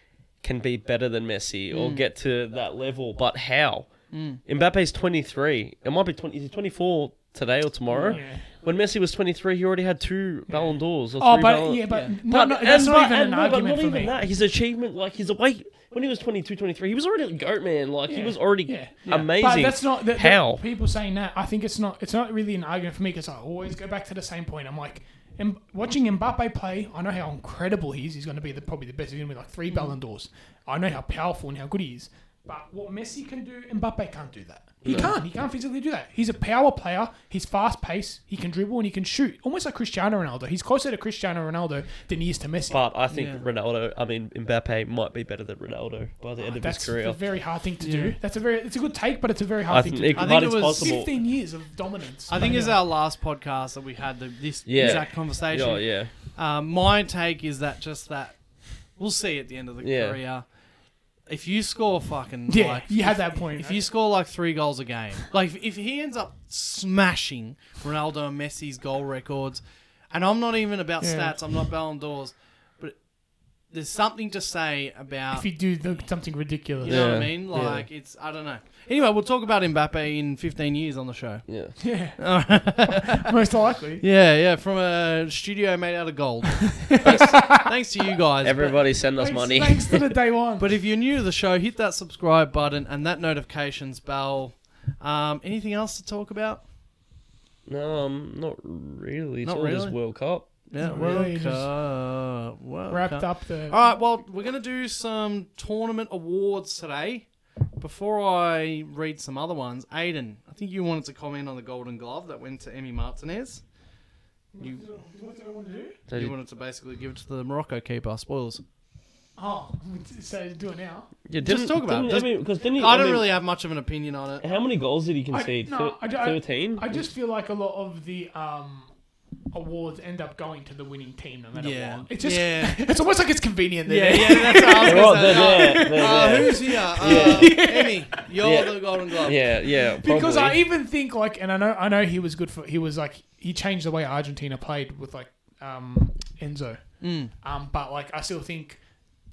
Speaker 2: can be better than Messi or
Speaker 3: Mm.
Speaker 2: get to that level, but how? Mbappe's 23. It might be 20. Is he 24 today or tomorrow?
Speaker 3: Yeah.
Speaker 2: When Messi was 23, he already had two Ballon d'Ors. Or
Speaker 3: Oh,
Speaker 2: three
Speaker 3: but
Speaker 2: Ballon-
Speaker 3: yeah, but
Speaker 1: yeah.
Speaker 3: no, no, that's
Speaker 2: and-
Speaker 3: not
Speaker 2: but- and
Speaker 3: even an
Speaker 2: no, but
Speaker 3: argument
Speaker 2: not
Speaker 3: for
Speaker 2: even
Speaker 3: me.
Speaker 2: that. His achievement, like his away when he was 22, 23, he was already a goat man. Like he
Speaker 3: Yeah.
Speaker 2: was already
Speaker 3: Yeah.
Speaker 1: Yeah.
Speaker 2: amazing.
Speaker 3: But that's not the,
Speaker 2: How?
Speaker 3: people saying that. I think it's not. It's not really an argument for me because I always go back to the same point. I'm like, M- watching Mbappe play. I know how incredible he is. He's going to be the, probably the best. He's going to be like three
Speaker 2: Mm.
Speaker 3: Ballon d'Ors. I know how powerful and how good he is. But what Messi can do, Mbappe can't do that. He can't. He can't physically do that. He's a power player. He's fast paced. He can dribble and he can shoot, almost like Cristiano Ronaldo. He's closer to Cristiano Ronaldo than he is to Messi.
Speaker 2: But I think
Speaker 1: Yeah.
Speaker 2: Ronaldo, I mean Mbappe, might be better than Ronaldo by the end of his
Speaker 3: that's a
Speaker 2: career.
Speaker 3: very hard thing to
Speaker 1: Yeah.
Speaker 3: do. That's a very. It's a good take, but it's a very hard
Speaker 2: I
Speaker 3: thing
Speaker 2: think,
Speaker 3: to do.
Speaker 2: it,
Speaker 1: I think
Speaker 2: but
Speaker 1: it
Speaker 2: it's
Speaker 1: was
Speaker 2: possible.
Speaker 3: 15 years of dominance.
Speaker 1: I think
Speaker 3: Yeah.
Speaker 1: it's our last podcast that we had the, this
Speaker 2: Yeah.
Speaker 1: exact conversation.
Speaker 2: Oh yeah,
Speaker 1: Um, my take is that just that we'll see at the end of the
Speaker 2: Yeah.
Speaker 1: career. If you score fucking
Speaker 3: Yeah,
Speaker 1: like
Speaker 3: you had that point.
Speaker 1: if you score like three goals a game, like if, if he ends up smashing Ronaldo and Messi's goal records, and I'm not even about
Speaker 3: Yeah.
Speaker 1: stats, I'm not Ballon d'Ors, but there's something to say about
Speaker 3: if you do the, something ridiculous.
Speaker 1: you know what I
Speaker 2: Yeah,
Speaker 1: mean?
Speaker 2: yeah.
Speaker 1: Like it's I don't know. Anyway, we'll talk about Mbappe in 15 years on the show.
Speaker 2: yeah.
Speaker 3: Yeah,
Speaker 1: yeah,
Speaker 3: most likely.
Speaker 1: yeah, from a studio made out of gold. thanks, thanks to you guys. but-
Speaker 2: Everybody send us
Speaker 3: Thanks-
Speaker 2: money.
Speaker 3: Thanks to the day one.
Speaker 1: But if you're new to the show, hit that subscribe button and that notifications bell. Um, anything else to talk about?
Speaker 2: No, um, not really. It's
Speaker 1: Not
Speaker 2: all just
Speaker 1: really?
Speaker 2: World Cup.
Speaker 1: Yeah,
Speaker 3: Not
Speaker 1: World
Speaker 3: really, just
Speaker 1: Cup. World
Speaker 3: wrapped
Speaker 1: Cup.
Speaker 3: up the.
Speaker 1: All right, well, we're going to do some tournament awards today. Before I read some other ones, Aiden, I think you wanted to comment on the Golden Glove that went to Emmy Martinez. You,
Speaker 3: What do I want to do?
Speaker 2: Did
Speaker 1: you
Speaker 2: you-
Speaker 1: wanted to basically give it to the Morocco keeper. Spoilers.
Speaker 3: Oh, so do it now.
Speaker 2: Yeah,
Speaker 1: Just
Speaker 2: didn't-
Speaker 1: talk about
Speaker 2: didn't
Speaker 1: it. Just-
Speaker 2: Emi- because didn't he,
Speaker 1: I don't
Speaker 2: Emi-
Speaker 1: really have much of an opinion on it.
Speaker 2: How many goals did he concede?
Speaker 3: no,
Speaker 2: Thir-
Speaker 3: I don't- I-
Speaker 2: Thirteen.
Speaker 3: I just feel like a lot of the um, awards end up going to the winning team, no matter
Speaker 1: Yeah.
Speaker 3: what. It's just.
Speaker 1: Yeah.
Speaker 3: It's almost like it's convenient.
Speaker 1: Yeah,
Speaker 3: Yeah.
Speaker 1: yeah, that's what I was
Speaker 2: They're all-
Speaker 1: going
Speaker 2: they're
Speaker 1: to say.
Speaker 2: there, they're
Speaker 1: Uh,
Speaker 2: there.
Speaker 1: who's here? Uh, Emmy, you're
Speaker 2: Yeah.
Speaker 1: the Golden Glove.
Speaker 2: Yeah, yeah.
Speaker 3: Because I
Speaker 2: probably.
Speaker 3: even think like, and I know, I know he was good for. He was like, he changed the way Argentina played with like um, Enzo.
Speaker 1: Mm.
Speaker 3: Um, but like, I still think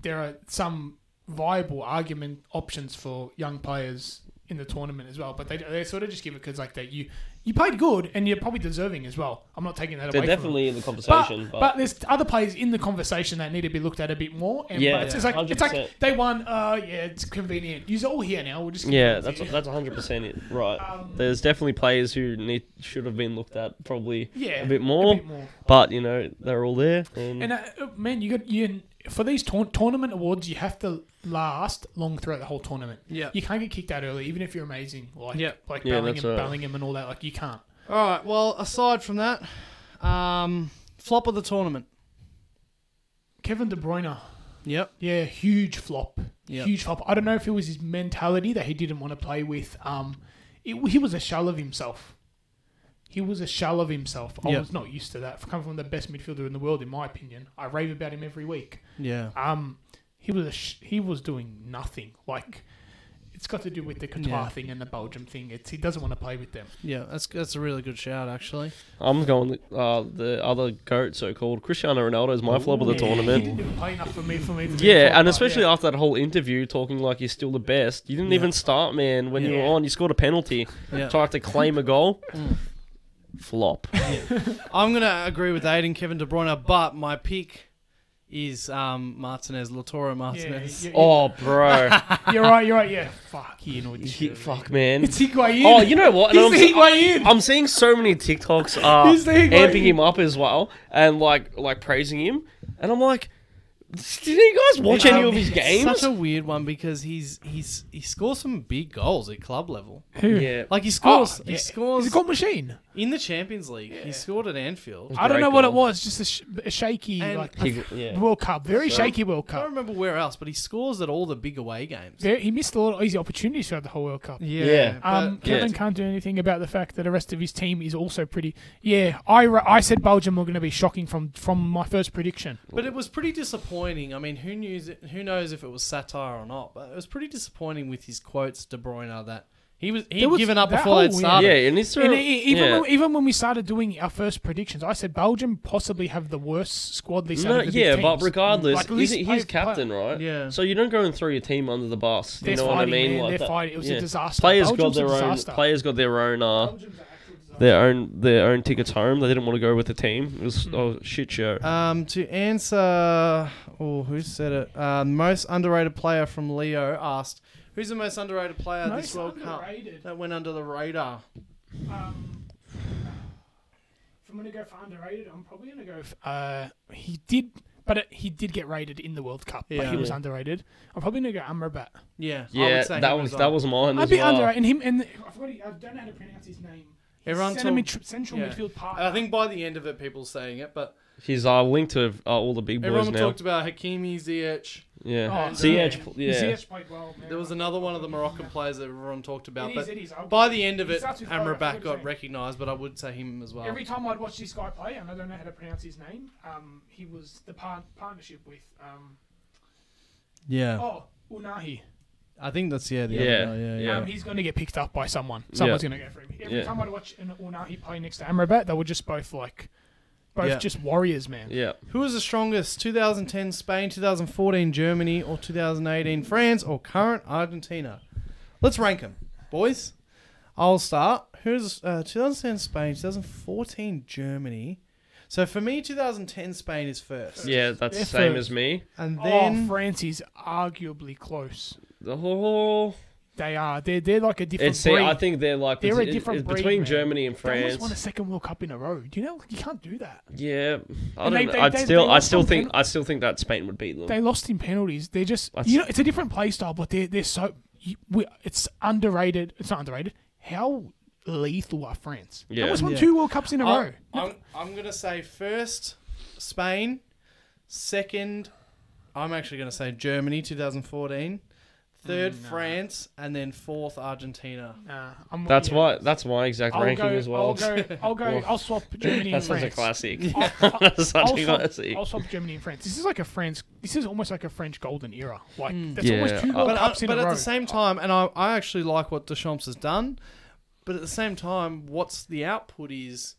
Speaker 3: there are some viable argument options for young players in the tournament as well. But they, they sort of just give it because like that you you played good and you're probably deserving as well. I'm not taking that
Speaker 2: they're
Speaker 3: away. From them.
Speaker 2: definitely in the conversation.
Speaker 3: But,
Speaker 2: But,
Speaker 3: but there's other players in the conversation that need to be looked at a bit more. And
Speaker 2: Yeah,
Speaker 3: but it's, just like it's
Speaker 2: 100%.
Speaker 3: like they won. Uh, yeah, it's convenient. You're all here now. We'll just keep
Speaker 2: yeah,
Speaker 3: it
Speaker 2: that's
Speaker 3: easy.
Speaker 2: that's hundred percent it. Right.
Speaker 3: Um,
Speaker 2: There's definitely players who need should have been looked at probably
Speaker 3: yeah
Speaker 2: a bit more.
Speaker 3: A bit more.
Speaker 2: But you know they're all there. And,
Speaker 3: And uh, uh, man, you got you for these tour- tournament awards, you have to last long throughout the whole tournament.
Speaker 1: Yeah.
Speaker 3: you can't get kicked out early, even if you're amazing, like
Speaker 1: Yeah.
Speaker 3: like
Speaker 2: Yeah, that's
Speaker 3: Bellingham,
Speaker 2: right.
Speaker 3: Bellingham, and all that. Like you can't.
Speaker 1: All right. Well, aside from that, um, flop of the tournament.
Speaker 3: Kevin De Bruyne,
Speaker 1: Yep.
Speaker 3: yeah, huge flop,
Speaker 1: Yeah.
Speaker 3: huge flop. I don't know if it was his mentality that he didn't want to play with. Um, it, he was a shell of himself. He was a shell of himself. I
Speaker 1: Yeah.
Speaker 3: was not used to that. Coming from the best midfielder in the world, in my opinion, I rave about him every week.
Speaker 1: Yeah.
Speaker 3: um, he was a sh- he was doing nothing. Like it's got to do with the Qatar
Speaker 1: Yeah.
Speaker 3: thing and the Belgium thing. It's he doesn't want to play with them.
Speaker 1: Yeah. That's that's a really good shout, actually.
Speaker 2: I'm going uh, the other goat, so called Cristiano Ronaldo is my flop of the
Speaker 3: Yeah, He
Speaker 2: tournament.
Speaker 3: didn't even play enough for me for me. To be a
Speaker 2: Yeah,
Speaker 3: flop,
Speaker 2: and
Speaker 3: but
Speaker 2: especially
Speaker 3: yeah.
Speaker 2: after that whole interview, talking like he's still the best. You didn't
Speaker 1: Yeah.
Speaker 2: even start, man. When you were
Speaker 3: Yeah.
Speaker 2: on, you scored a penalty,
Speaker 1: Yeah.
Speaker 2: tried to claim a goal,
Speaker 1: Mm.
Speaker 2: flop.
Speaker 1: I'm gonna agree with Aiden Kevin De Bruyne, but my pick is um, Martinez, Latoro Martinez.
Speaker 3: Yeah, you-
Speaker 2: Oh, bro,
Speaker 3: you're right. You're right. Yeah. Fuck. He annoyed the
Speaker 2: He-
Speaker 3: shit out of me.
Speaker 2: fuck, man.
Speaker 3: It's Higuain.
Speaker 2: Oh, you Ah, know what? And
Speaker 3: He's
Speaker 2: I'm,
Speaker 3: Higuain.
Speaker 2: I'm seeing so many TikToks uh,
Speaker 3: He's the Higuain.
Speaker 2: amping him up as well, and like like praising him, and I'm like, Did you guys watch any
Speaker 1: Um,
Speaker 2: of his
Speaker 1: it's
Speaker 2: games?
Speaker 1: Such a weird one because he's he's he scores some big goals at club level.
Speaker 2: yeah.
Speaker 1: Like he
Speaker 3: Oh,
Speaker 1: scores, he
Speaker 3: yeah.
Speaker 1: scores
Speaker 3: He's a goal machine.
Speaker 1: in the Champions League. He scored at Anfield.
Speaker 2: Yeah.
Speaker 3: I don't
Speaker 2: Great
Speaker 3: know what it
Speaker 2: goal.
Speaker 3: was. Just a, sh- a shaky
Speaker 1: And-
Speaker 3: like
Speaker 2: He- yeah.
Speaker 3: World Cup. Very shaky World
Speaker 1: I don't
Speaker 2: um,
Speaker 3: Cup.
Speaker 1: remember where else, but he scores at all the big away games.
Speaker 3: Very, he missed a lot of easy opportunities throughout the whole World Cup.
Speaker 2: Yeah.
Speaker 3: Um,
Speaker 1: but-
Speaker 2: Yeah.
Speaker 3: Kevin can't do anything about the fact that the rest of his team is also pretty. Yeah, I, re- I said Belgium were going to be shocking from from my first prediction.
Speaker 1: But it was pretty disappointing. I mean, who knew? Who knows if it was satire or not? But it was pretty disappointing with his quotes, De Bruyne, that he was he'd
Speaker 3: There was
Speaker 1: given up
Speaker 3: that
Speaker 1: before they'd
Speaker 3: whole-
Speaker 2: Yeah,
Speaker 1: started.
Speaker 2: it needs to.
Speaker 3: And e- even
Speaker 2: yeah.
Speaker 3: when, even when we started doing our first predictions, I said Belgium possibly have the worst squad list. out
Speaker 2: No,
Speaker 3: of the big
Speaker 2: yeah, but
Speaker 3: teams.
Speaker 2: regardless,
Speaker 3: Like, at
Speaker 2: he's,
Speaker 3: least
Speaker 2: he's
Speaker 3: play-
Speaker 2: captain, right?
Speaker 1: Yeah.
Speaker 2: So you don't go and throw your team under the bus. You
Speaker 3: They're
Speaker 2: know what I
Speaker 3: fighting,
Speaker 2: mean?
Speaker 3: man,
Speaker 2: Like
Speaker 3: they're
Speaker 2: that-
Speaker 3: fighting. It was a
Speaker 2: yeah.
Speaker 3: disaster.
Speaker 2: Players
Speaker 3: Belgium's
Speaker 2: got
Speaker 3: a
Speaker 2: their own.
Speaker 3: disaster.
Speaker 2: Players got their own. Uh, their own. Their own tickets home. They didn't want to go with the team. It
Speaker 3: Hmm.
Speaker 2: was oh shit show.
Speaker 3: Uh,
Speaker 1: Um, to answer, oh, who said it? Uh, most underrated player from Leo asked, "Who's the most underrated player this
Speaker 3: Most
Speaker 1: World Cup
Speaker 3: underrated.
Speaker 1: that went under the radar?"
Speaker 3: Um, if I'm gonna go for underrated, I'm probably gonna go. For, uh, he did, but it, he did get rated in the World Cup, but
Speaker 1: Yeah.
Speaker 3: he was
Speaker 2: Yeah.
Speaker 3: underrated. I'm probably gonna go Amrabat.
Speaker 1: Yeah, I
Speaker 2: yeah,
Speaker 1: would say
Speaker 2: that
Speaker 1: him
Speaker 2: was
Speaker 1: as
Speaker 2: that
Speaker 1: well.
Speaker 2: was mine
Speaker 3: I'd
Speaker 2: as
Speaker 3: be
Speaker 2: well.
Speaker 3: underrated, and him and I, forgot he, I don't know how to pronounce his name.
Speaker 1: Everyone
Speaker 3: Centre
Speaker 1: told-
Speaker 3: mid- central
Speaker 1: yeah.
Speaker 3: midfield part.
Speaker 1: I think by the end of it, people saying it, but
Speaker 2: He's uh, linked to uh, all the big boys
Speaker 1: everyone
Speaker 2: now.
Speaker 1: talked about Hakimi, Ziyech.
Speaker 2: yeah.
Speaker 3: Oh,
Speaker 2: CH.
Speaker 3: yeah.
Speaker 2: Yeah.
Speaker 3: CH played well. man.
Speaker 1: There was another one of the Moroccan players that everyone talked about,
Speaker 3: It
Speaker 1: but
Speaker 3: is, it is. I'll-
Speaker 1: by the end of
Speaker 3: He
Speaker 1: it,
Speaker 3: starts with five, that's
Speaker 1: Amrabat
Speaker 3: what I'm
Speaker 1: got
Speaker 3: saying.
Speaker 1: recognised, but I would say him as well.
Speaker 3: Every time I'd watch this guy play, and I don't know how to pronounce his name, um, he was the par- partnership with um,
Speaker 1: yeah,
Speaker 3: oh Unahi.
Speaker 1: I think that's yeah, the
Speaker 2: Yeah,
Speaker 1: other guy. Yeah, yeah.
Speaker 2: yeah.
Speaker 3: Um, he's going to get picked up by someone. Someone's
Speaker 2: Yeah.
Speaker 3: going to go for him. Every
Speaker 2: Yeah.
Speaker 3: time I'd watch an Unahi play next to Amrabat, they were just both like, both
Speaker 1: Yeah.
Speaker 3: just warriors, man.
Speaker 2: Yeah.
Speaker 1: Who was the strongest? 2010 Spain, 2014 Germany, or 2018 France, or current Argentina? Let's rank them, boys. I'll start. Who's uh, 2010 Spain, 2014 Germany? So for me, 2010 Spain is first,
Speaker 2: Yeah. That's
Speaker 3: They're
Speaker 2: same
Speaker 3: first.
Speaker 2: as me.
Speaker 1: and
Speaker 3: oh,
Speaker 1: then
Speaker 3: France is arguably close.
Speaker 2: The whole.
Speaker 3: They are. They're they're like a different.
Speaker 2: It's.
Speaker 3: breed.
Speaker 2: I think they're like.
Speaker 3: They're a
Speaker 2: it's-
Speaker 3: different
Speaker 2: it's
Speaker 3: breed,
Speaker 2: between
Speaker 3: man.
Speaker 2: Germany and
Speaker 3: They almost
Speaker 2: France.
Speaker 3: won a second World Cup in a row. Do you know you can't do that?
Speaker 2: Yeah, I
Speaker 3: And
Speaker 2: don't.
Speaker 3: they-
Speaker 2: know.
Speaker 3: they-
Speaker 2: I'd
Speaker 3: they-
Speaker 2: still,
Speaker 3: they
Speaker 2: I
Speaker 3: lost
Speaker 2: still
Speaker 3: on
Speaker 2: think,
Speaker 3: penal-
Speaker 2: I still think that Spain would beat them.
Speaker 3: They lost in penalties. They're just
Speaker 2: That's-
Speaker 3: you know it's a different play style, but they're they're so you- we, it's underrated. It's not underrated. How lethal are France? They
Speaker 2: Yeah.
Speaker 3: almost won
Speaker 1: Yeah.
Speaker 3: two World Cups in a row.
Speaker 1: I'm, I'm, I'm gonna say first Spain, second. I'm actually gonna say Germany, 2014. Third France, and then fourth Argentina.
Speaker 3: Nah, I'm-
Speaker 2: that's
Speaker 3: yeah.
Speaker 2: why. That's my exact
Speaker 3: I'll
Speaker 2: ranking
Speaker 3: go,
Speaker 2: as well.
Speaker 3: I'll go. I'll go. I'll swap Germany and
Speaker 2: that's such
Speaker 3: France.
Speaker 2: a classic.
Speaker 3: I'll- I'll-
Speaker 2: That's such
Speaker 3: I'll
Speaker 2: a
Speaker 3: swap-
Speaker 2: classic.
Speaker 3: I'll swap Germany and France. This is like a France. This is almost like a French golden era. Like that's
Speaker 2: Yeah,
Speaker 3: almost two
Speaker 2: I-
Speaker 3: World
Speaker 1: Hmm. But,
Speaker 3: Cups
Speaker 1: I,
Speaker 3: in
Speaker 1: but
Speaker 3: a
Speaker 1: at
Speaker 3: row.
Speaker 1: the same time, and I, I actually like what Deschamps has done, but at the same time, what's the output is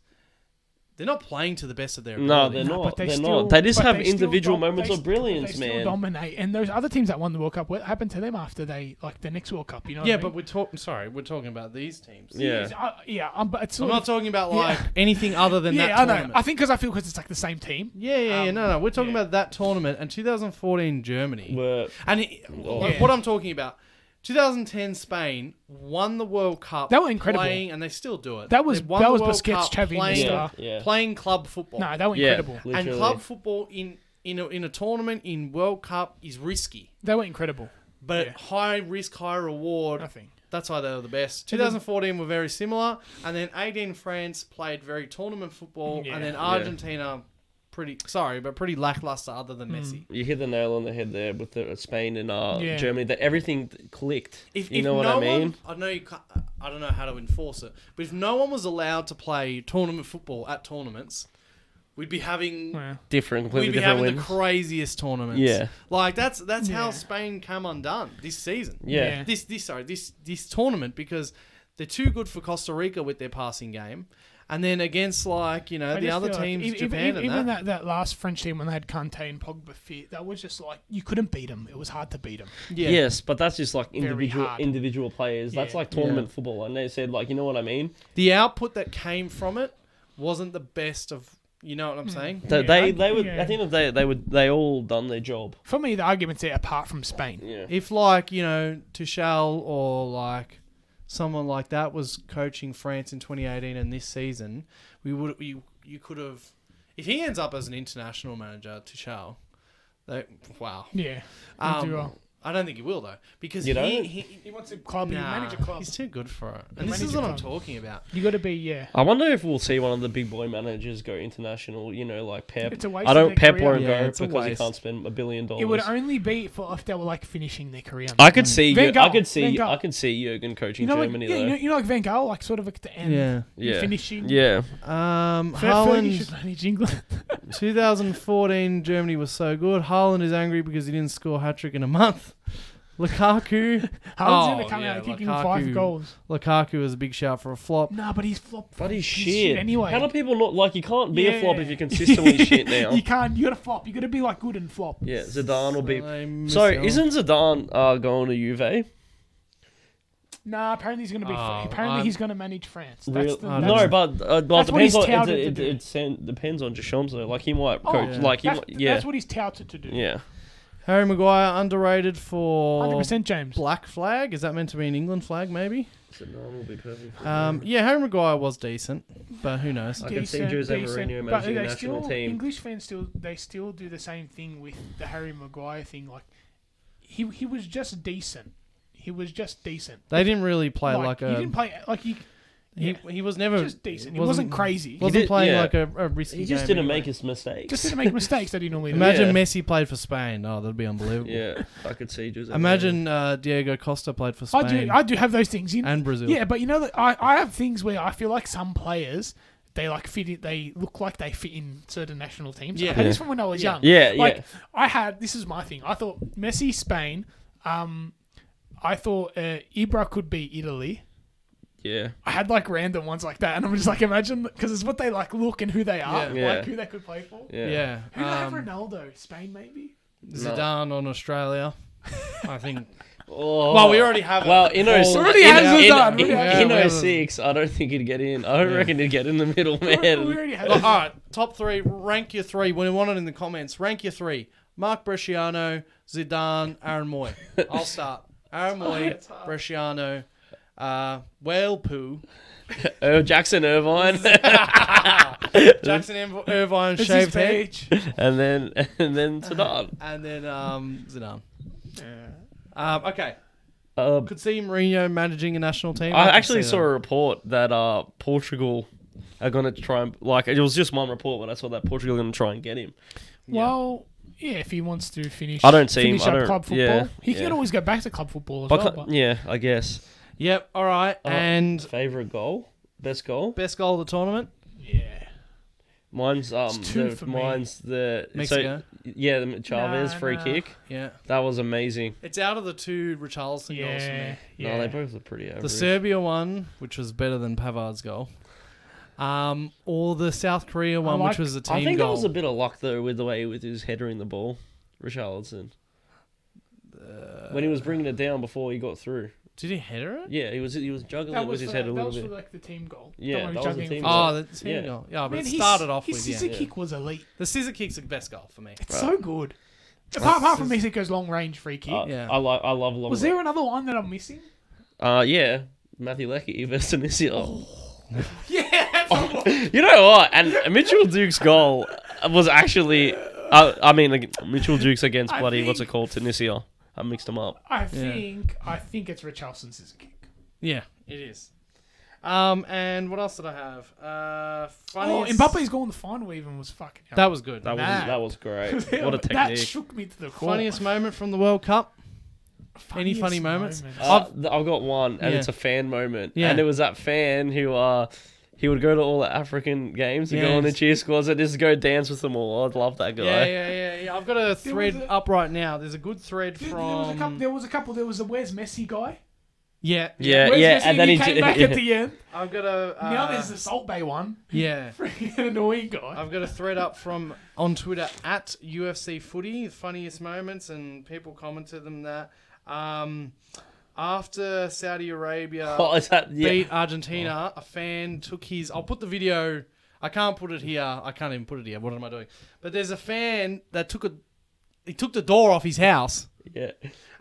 Speaker 1: they're not playing to the best of their
Speaker 2: No,
Speaker 1: ability.
Speaker 2: they're
Speaker 3: No,
Speaker 2: not.
Speaker 3: but
Speaker 2: They are
Speaker 3: still-
Speaker 2: not. They just
Speaker 3: but
Speaker 2: have
Speaker 3: they still
Speaker 2: individual
Speaker 3: dom-
Speaker 2: moments
Speaker 3: they
Speaker 2: of
Speaker 3: still-
Speaker 2: brilliance,
Speaker 3: they still
Speaker 2: man.
Speaker 3: Dominate, and those other teams that won the World Cup, what happened to them after they like the next World Cup? You know.
Speaker 1: yeah,
Speaker 3: what I
Speaker 1: but
Speaker 3: mean?
Speaker 1: we're talking. Sorry, we're talking about these teams.
Speaker 2: yeah,
Speaker 3: It's- I- yeah, um, but it's
Speaker 1: I'm
Speaker 3: sort
Speaker 1: not
Speaker 3: of,
Speaker 1: talking about
Speaker 3: Yeah.
Speaker 1: like anything other than that
Speaker 3: yeah, I know.
Speaker 1: tournament.
Speaker 3: I think because I feel because it's like the same team.
Speaker 1: yeah, yeah, yeah.
Speaker 3: Um,
Speaker 1: No, no, we're talking
Speaker 3: yeah.
Speaker 1: about that tournament and 2014 Germany.
Speaker 2: We're-
Speaker 1: and it, like,
Speaker 3: Yeah.
Speaker 1: what I'm talking about, 2010 Spain won the World Cup.
Speaker 3: They were incredible.
Speaker 1: playing, and they still do it.
Speaker 3: That was-
Speaker 1: They won
Speaker 3: that
Speaker 1: the
Speaker 3: was
Speaker 1: World
Speaker 3: Busquets,
Speaker 1: Cup
Speaker 3: Xavi,
Speaker 1: playing,
Speaker 2: Iniesta. Yeah, yeah.
Speaker 1: playing club football.
Speaker 3: No, they were
Speaker 2: yeah,
Speaker 3: incredible.
Speaker 1: And
Speaker 2: literally.
Speaker 1: club football in in a, in a tournament in World Cup is risky,
Speaker 3: They were incredible.
Speaker 1: but
Speaker 3: Yeah.
Speaker 1: high risk, high reward.
Speaker 3: Nothing.
Speaker 1: That's why they were the best. 2014 were very similar, and then 18 France played very tournament football,
Speaker 3: Yeah.
Speaker 1: and then
Speaker 3: Yeah.
Speaker 1: Argentina, pretty sorry, but pretty lackluster other
Speaker 3: Hmm.
Speaker 1: than Messi.
Speaker 2: You hit the nail on the head there with the Spain and uh,
Speaker 3: Yeah.
Speaker 2: Germany. That everything clicked.
Speaker 1: If,
Speaker 2: you
Speaker 1: if
Speaker 2: know what
Speaker 1: no
Speaker 2: I mean?
Speaker 1: One, I know you can't, I don't know how to enforce it, but if no one was allowed to play tournament football at tournaments, we'd be having
Speaker 3: Yeah.
Speaker 2: different,
Speaker 1: we'd
Speaker 2: completely
Speaker 1: be
Speaker 2: different
Speaker 1: having
Speaker 2: wins.
Speaker 1: the craziest tournaments.
Speaker 2: Yeah.
Speaker 1: like that's that's how
Speaker 3: Yeah.
Speaker 1: Spain come undone this season.
Speaker 2: yeah.
Speaker 3: Yeah.
Speaker 1: this this sorry this this tournament because they're too good for Costa Rica with their passing game, and then against like you know
Speaker 3: I
Speaker 1: the
Speaker 3: just
Speaker 1: other
Speaker 3: feel like
Speaker 1: teams,
Speaker 3: even-
Speaker 1: Japan
Speaker 3: even,
Speaker 1: and
Speaker 3: even
Speaker 1: that.
Speaker 3: that. that last French team when they had Kante and Pogba fit, that was just like you couldn't beat them. It was hard to beat them.
Speaker 1: Yeah.
Speaker 2: Yes, but that's just like individual
Speaker 3: hard.
Speaker 2: individual players. That's
Speaker 3: Yeah.
Speaker 2: like tournament football. And they said like, you know what I mean?
Speaker 1: the output that came from it wasn't the best of you know what
Speaker 3: Hmm.
Speaker 1: I'm saying.
Speaker 2: They
Speaker 3: Yeah,
Speaker 2: they,
Speaker 3: I-
Speaker 2: they would
Speaker 3: yeah.
Speaker 2: at the end of the day they would they all done their job.
Speaker 3: For me, the argument's there apart from Spain.
Speaker 2: Yeah.
Speaker 1: If like you know Tuchel or like someone like that was coaching France in 2018 and this season, we would you you could have if he ends up as an international manager Tuchel, They, wow.
Speaker 3: Yeah. he'll do
Speaker 1: Um,
Speaker 3: well.
Speaker 1: I don't think he will though, because
Speaker 2: You
Speaker 1: he,
Speaker 2: don't?
Speaker 1: he
Speaker 3: He wants a club. He
Speaker 1: nah,
Speaker 3: manage a club.
Speaker 1: He's too good for it.
Speaker 3: He'll
Speaker 1: And this
Speaker 3: manage
Speaker 1: is
Speaker 3: a
Speaker 1: what I'm
Speaker 3: club.
Speaker 1: talking about.
Speaker 3: You got to be yeah.
Speaker 2: I wonder if we'll see one of the big boy managers go international. You know, like Pep.
Speaker 3: It's a waste
Speaker 2: I
Speaker 3: of
Speaker 2: don't.
Speaker 3: their
Speaker 2: Pep
Speaker 3: career.
Speaker 2: won't
Speaker 1: Yeah,
Speaker 2: go
Speaker 1: it's a
Speaker 2: because he
Speaker 1: waste.
Speaker 2: can't spend a billion dollars.
Speaker 3: It would only be for if they were like finishing their career.
Speaker 2: I could see.
Speaker 3: Van
Speaker 2: Jur- I
Speaker 3: Gaal,
Speaker 2: could see.
Speaker 3: Van Gaal.
Speaker 2: I could see Jurgen coaching
Speaker 3: you know, like,
Speaker 2: Germany
Speaker 3: yeah, you know,
Speaker 2: though.
Speaker 3: you know, like Van Gaal, like sort of like at the end,
Speaker 1: Yeah.
Speaker 2: Yeah.
Speaker 3: finishing.
Speaker 2: Yeah.
Speaker 1: Um,
Speaker 3: Fer- Fergie
Speaker 1: Haaland,
Speaker 3: should manage England.
Speaker 1: 2014 Germany was so good. Haaland is angry because he didn't score hat trick in a month. Lukaku,
Speaker 3: Haaland's
Speaker 1: Oh,
Speaker 3: gonna come
Speaker 1: yeah,
Speaker 3: out kicking
Speaker 1: Lukaku.
Speaker 3: five goals.
Speaker 1: Lukaku is a big shout for a flop.
Speaker 3: Nah, but he's flopped.
Speaker 2: Bloody
Speaker 3: he's
Speaker 2: shit.
Speaker 3: Anyway,
Speaker 2: How do people not like? You can't be a flop if
Speaker 3: Yeah.
Speaker 2: you're consistently shit now.
Speaker 3: you can't. You gotta flop. You gotta be like good and flop.
Speaker 2: Yeah, Zidane will be.
Speaker 1: They miss
Speaker 2: So
Speaker 1: out.
Speaker 2: isn't Zidane uh, going to Juve?
Speaker 3: Nah, apparently he's gonna be.
Speaker 1: Oh,
Speaker 3: apparently
Speaker 1: I'm-
Speaker 3: he's gonna manage France. That's
Speaker 2: Real-
Speaker 3: the,
Speaker 1: I
Speaker 3: that's,
Speaker 2: no, but uh, well, it
Speaker 3: That's what
Speaker 2: depends on
Speaker 3: he's
Speaker 2: it,
Speaker 3: touted
Speaker 2: it, it,
Speaker 3: to do.
Speaker 2: sen- depends on Deschamps though. Like he might
Speaker 3: Oh,
Speaker 2: coach.
Speaker 1: yeah.
Speaker 2: Like he
Speaker 3: that's,
Speaker 2: might. Yeah.
Speaker 3: that's what he's touted to do.
Speaker 2: yeah.
Speaker 1: Harry Maguire underrated for
Speaker 3: 100%
Speaker 2: Oh.
Speaker 3: James.
Speaker 1: black flag? Is that meant to be an England flag? Maybe.
Speaker 2: Zidane will be perfect.
Speaker 3: Uh,
Speaker 1: Um, yeah, Harry Maguire was decent, but who knows?
Speaker 2: I can see Jose Mourinho
Speaker 3: but
Speaker 2: managing the
Speaker 3: they
Speaker 2: national
Speaker 3: still,
Speaker 2: team.
Speaker 3: English fans still they still do the same thing with the Harry Maguire thing. Like he he was just decent. He was just decent.
Speaker 1: They didn't really play like,
Speaker 3: he
Speaker 1: a.
Speaker 3: didn't play like he
Speaker 1: he,
Speaker 3: yeah,
Speaker 1: he was never
Speaker 3: just decent. He wasn't, crazy.
Speaker 1: Wasn't
Speaker 2: did-
Speaker 1: playing
Speaker 2: yeah.
Speaker 1: like a, a risky.
Speaker 2: He just
Speaker 1: game
Speaker 2: didn't
Speaker 1: anyway.
Speaker 2: make his mistakes.
Speaker 3: just didn't make mistakes that he normally does.
Speaker 1: Imagine
Speaker 2: Yeah.
Speaker 1: Messi played for Spain. Oh, that'd be unbelievable.
Speaker 2: yeah, I could see Jose. Mourinho.
Speaker 1: Imagine uh, Diego Costa played for Spain
Speaker 3: I do I do have those things. You,
Speaker 1: and Brazil.
Speaker 3: yeah, but you know that I, I have things where I feel like some players they like fit in, they look like they fit in certain national teams.
Speaker 1: Yeah.
Speaker 3: I had this
Speaker 2: Yeah.
Speaker 3: from when I was
Speaker 1: Yeah.
Speaker 3: young.
Speaker 2: Yeah,
Speaker 3: Like
Speaker 2: Uh, yeah.
Speaker 3: I had this is my thing. I thought Messi Spain. Um, I thought uh, Ibra could be Italy.
Speaker 2: Yeah.
Speaker 3: I had like random ones like that, and I'm just like imagine because it's what they like look and who they are,
Speaker 1: Yeah.
Speaker 2: Yeah.
Speaker 3: like who they could play for.
Speaker 2: Yeah.
Speaker 1: yeah.
Speaker 3: Who do they have
Speaker 1: Um,
Speaker 3: Ronaldo? Spain maybe.
Speaker 1: Zidane on Australia. I think.
Speaker 2: Oh.
Speaker 1: Well, we already have.
Speaker 2: Well, in
Speaker 1: Well,
Speaker 2: 06,
Speaker 1: we
Speaker 3: already
Speaker 2: in, oh
Speaker 3: had
Speaker 2: in-
Speaker 3: Zidane,
Speaker 2: in-
Speaker 3: we already
Speaker 2: in
Speaker 1: had Zidane.
Speaker 2: 06, I don't think he'd get in. I don't
Speaker 1: Yeah.
Speaker 2: reckon he'd get in the middle,
Speaker 3: We
Speaker 2: man.
Speaker 3: already had.
Speaker 1: All right, top three. Rank your three. When you want it in the comments, rank your three: Mark Bresciano, Zidane, Aaron Moy. I'll start. Aaron Moy,
Speaker 3: It's hard.
Speaker 1: Bresciano, uh, Whale Poo,
Speaker 2: Oh, Jackson Irvine,
Speaker 1: Jackson Irv- Irvine,
Speaker 3: This is
Speaker 1: shaved head,
Speaker 3: Page.
Speaker 2: and then and then Zidane.
Speaker 1: and then um, Zidane.
Speaker 3: Yeah.
Speaker 1: Um, okay,
Speaker 2: Uh,
Speaker 1: could see Mourinho managing a national team.
Speaker 2: I
Speaker 1: could
Speaker 2: actually
Speaker 1: see
Speaker 2: saw
Speaker 1: that.
Speaker 2: a report that uh, Portugal are going to try and like it was just one report, but I saw that Portugal are going to try and get him.
Speaker 3: Well, yeah, if he wants to finish,
Speaker 2: I don't see him.
Speaker 3: finish
Speaker 2: I
Speaker 3: up
Speaker 2: don't-
Speaker 3: club football.
Speaker 2: yeah,
Speaker 3: he
Speaker 2: yeah.
Speaker 3: can always go back to club football as
Speaker 2: But
Speaker 3: well.
Speaker 2: cl-
Speaker 3: But
Speaker 2: yeah, I guess
Speaker 1: Yep. All right,
Speaker 2: Uh,
Speaker 1: and
Speaker 2: favorite goal, best goal.
Speaker 1: best goal of the tournament.
Speaker 3: yeah,
Speaker 2: Mine's um,
Speaker 3: two
Speaker 2: the,
Speaker 3: for me.
Speaker 2: mine's the
Speaker 1: Mexico.
Speaker 2: So, yeah, the Chavez
Speaker 3: Nah,
Speaker 2: free
Speaker 3: nah.
Speaker 2: kick.
Speaker 1: Yeah,
Speaker 2: That was amazing.
Speaker 1: it's out of the two Richarlison goals for
Speaker 3: yeah,
Speaker 1: me.
Speaker 2: No,
Speaker 3: yeah.
Speaker 2: they both look pretty
Speaker 1: The
Speaker 2: average.
Speaker 1: Serbia one, which was better than Pavard's goal, um, or the South Korea one, which
Speaker 3: like-
Speaker 1: was a team
Speaker 2: I think
Speaker 1: goal.
Speaker 2: that was a bit of luck though with the way with his header in the ball, Richarlison. when he
Speaker 3: Uh,
Speaker 2: was bringing it down before he got through.
Speaker 1: Uh, Did he header it?
Speaker 2: Yeah, he was he was juggling it
Speaker 3: That
Speaker 2: with
Speaker 3: was,
Speaker 2: his
Speaker 3: the-
Speaker 2: head a
Speaker 3: that
Speaker 2: little
Speaker 3: was
Speaker 2: bit.
Speaker 3: for like the team goal.
Speaker 2: Yeah,
Speaker 3: The one
Speaker 2: that
Speaker 3: who
Speaker 2: was the
Speaker 3: jumped in
Speaker 2: team
Speaker 3: for-
Speaker 2: goal.
Speaker 1: Oh, the team
Speaker 2: Yeah.
Speaker 1: goal. Yeah, but
Speaker 3: Man,
Speaker 1: it
Speaker 3: his-
Speaker 1: started off
Speaker 3: his
Speaker 1: with
Speaker 3: scissor
Speaker 1: yeah.
Speaker 2: yeah.
Speaker 3: kick was elite.
Speaker 1: The scissor kick's the best goal for me.
Speaker 3: It's so good. Apart, apart from Mexico's long range free kick.
Speaker 2: Uh,
Speaker 1: Yeah.
Speaker 2: I like I love long.
Speaker 3: was there another one that I'm missing?
Speaker 2: Uh, yeah, Matthew Leckie versus Tunisia.
Speaker 3: Yeah, that's the one.
Speaker 2: You know what? And Mitchell Duke's goal was actually, uh, I mean, like, Mitchell Duke's against
Speaker 3: I
Speaker 2: bloody what's it
Speaker 3: think-
Speaker 2: called Tunisia. I mixed them up.
Speaker 3: I think I think it's Richardson's scissor kick.
Speaker 1: Yeah, it is. Um, and what else did I have? Uh,
Speaker 3: Oh,
Speaker 1: funniest...
Speaker 3: Mbappe's goal in the final even was fucking.
Speaker 1: That was good.
Speaker 2: That was
Speaker 3: Nah.
Speaker 2: that was great. What a
Speaker 3: That
Speaker 2: technique!
Speaker 3: shook me to the core.
Speaker 1: funniest moment from the World Cup. Any
Speaker 3: Funniest
Speaker 1: funny moments?
Speaker 3: moment.
Speaker 2: Uh, th- I've got one, and
Speaker 1: Oh. Yeah.
Speaker 2: it's a fan moment.
Speaker 1: Yeah.
Speaker 2: And it was that fan who, uh, he would go to all the African games and go on the
Speaker 1: Yes.
Speaker 2: cheer squads and just go dance with them all. I'd love that guy.
Speaker 1: Yeah, yeah, yeah, yeah. I've got a thread
Speaker 3: a-
Speaker 1: up right now. There's a good thread
Speaker 3: There,
Speaker 1: from.
Speaker 3: there was a couple. There was a couple. There was a where's Messi guy.
Speaker 1: yeah,
Speaker 2: Yeah,
Speaker 3: Where's
Speaker 2: yeah,
Speaker 3: Messi?
Speaker 2: and then he,
Speaker 3: came
Speaker 2: ju-
Speaker 3: back
Speaker 2: yeah.
Speaker 3: at the end.
Speaker 1: I've got a. Uh,
Speaker 3: now there's the Salt Bay one.
Speaker 1: yeah.
Speaker 3: Freaking annoying guy.
Speaker 1: I've got a thread up from on Twitter at UFC Footy, funniest moments, and people commented them that. Um, after Saudi Arabia
Speaker 2: Oh, is that yeah?
Speaker 1: beat Argentina, a fan took his. I'll put the video. I can't put it here. I can't even put it here. What am I doing? But there's a fan that took a. He took the door off his house,
Speaker 2: yeah.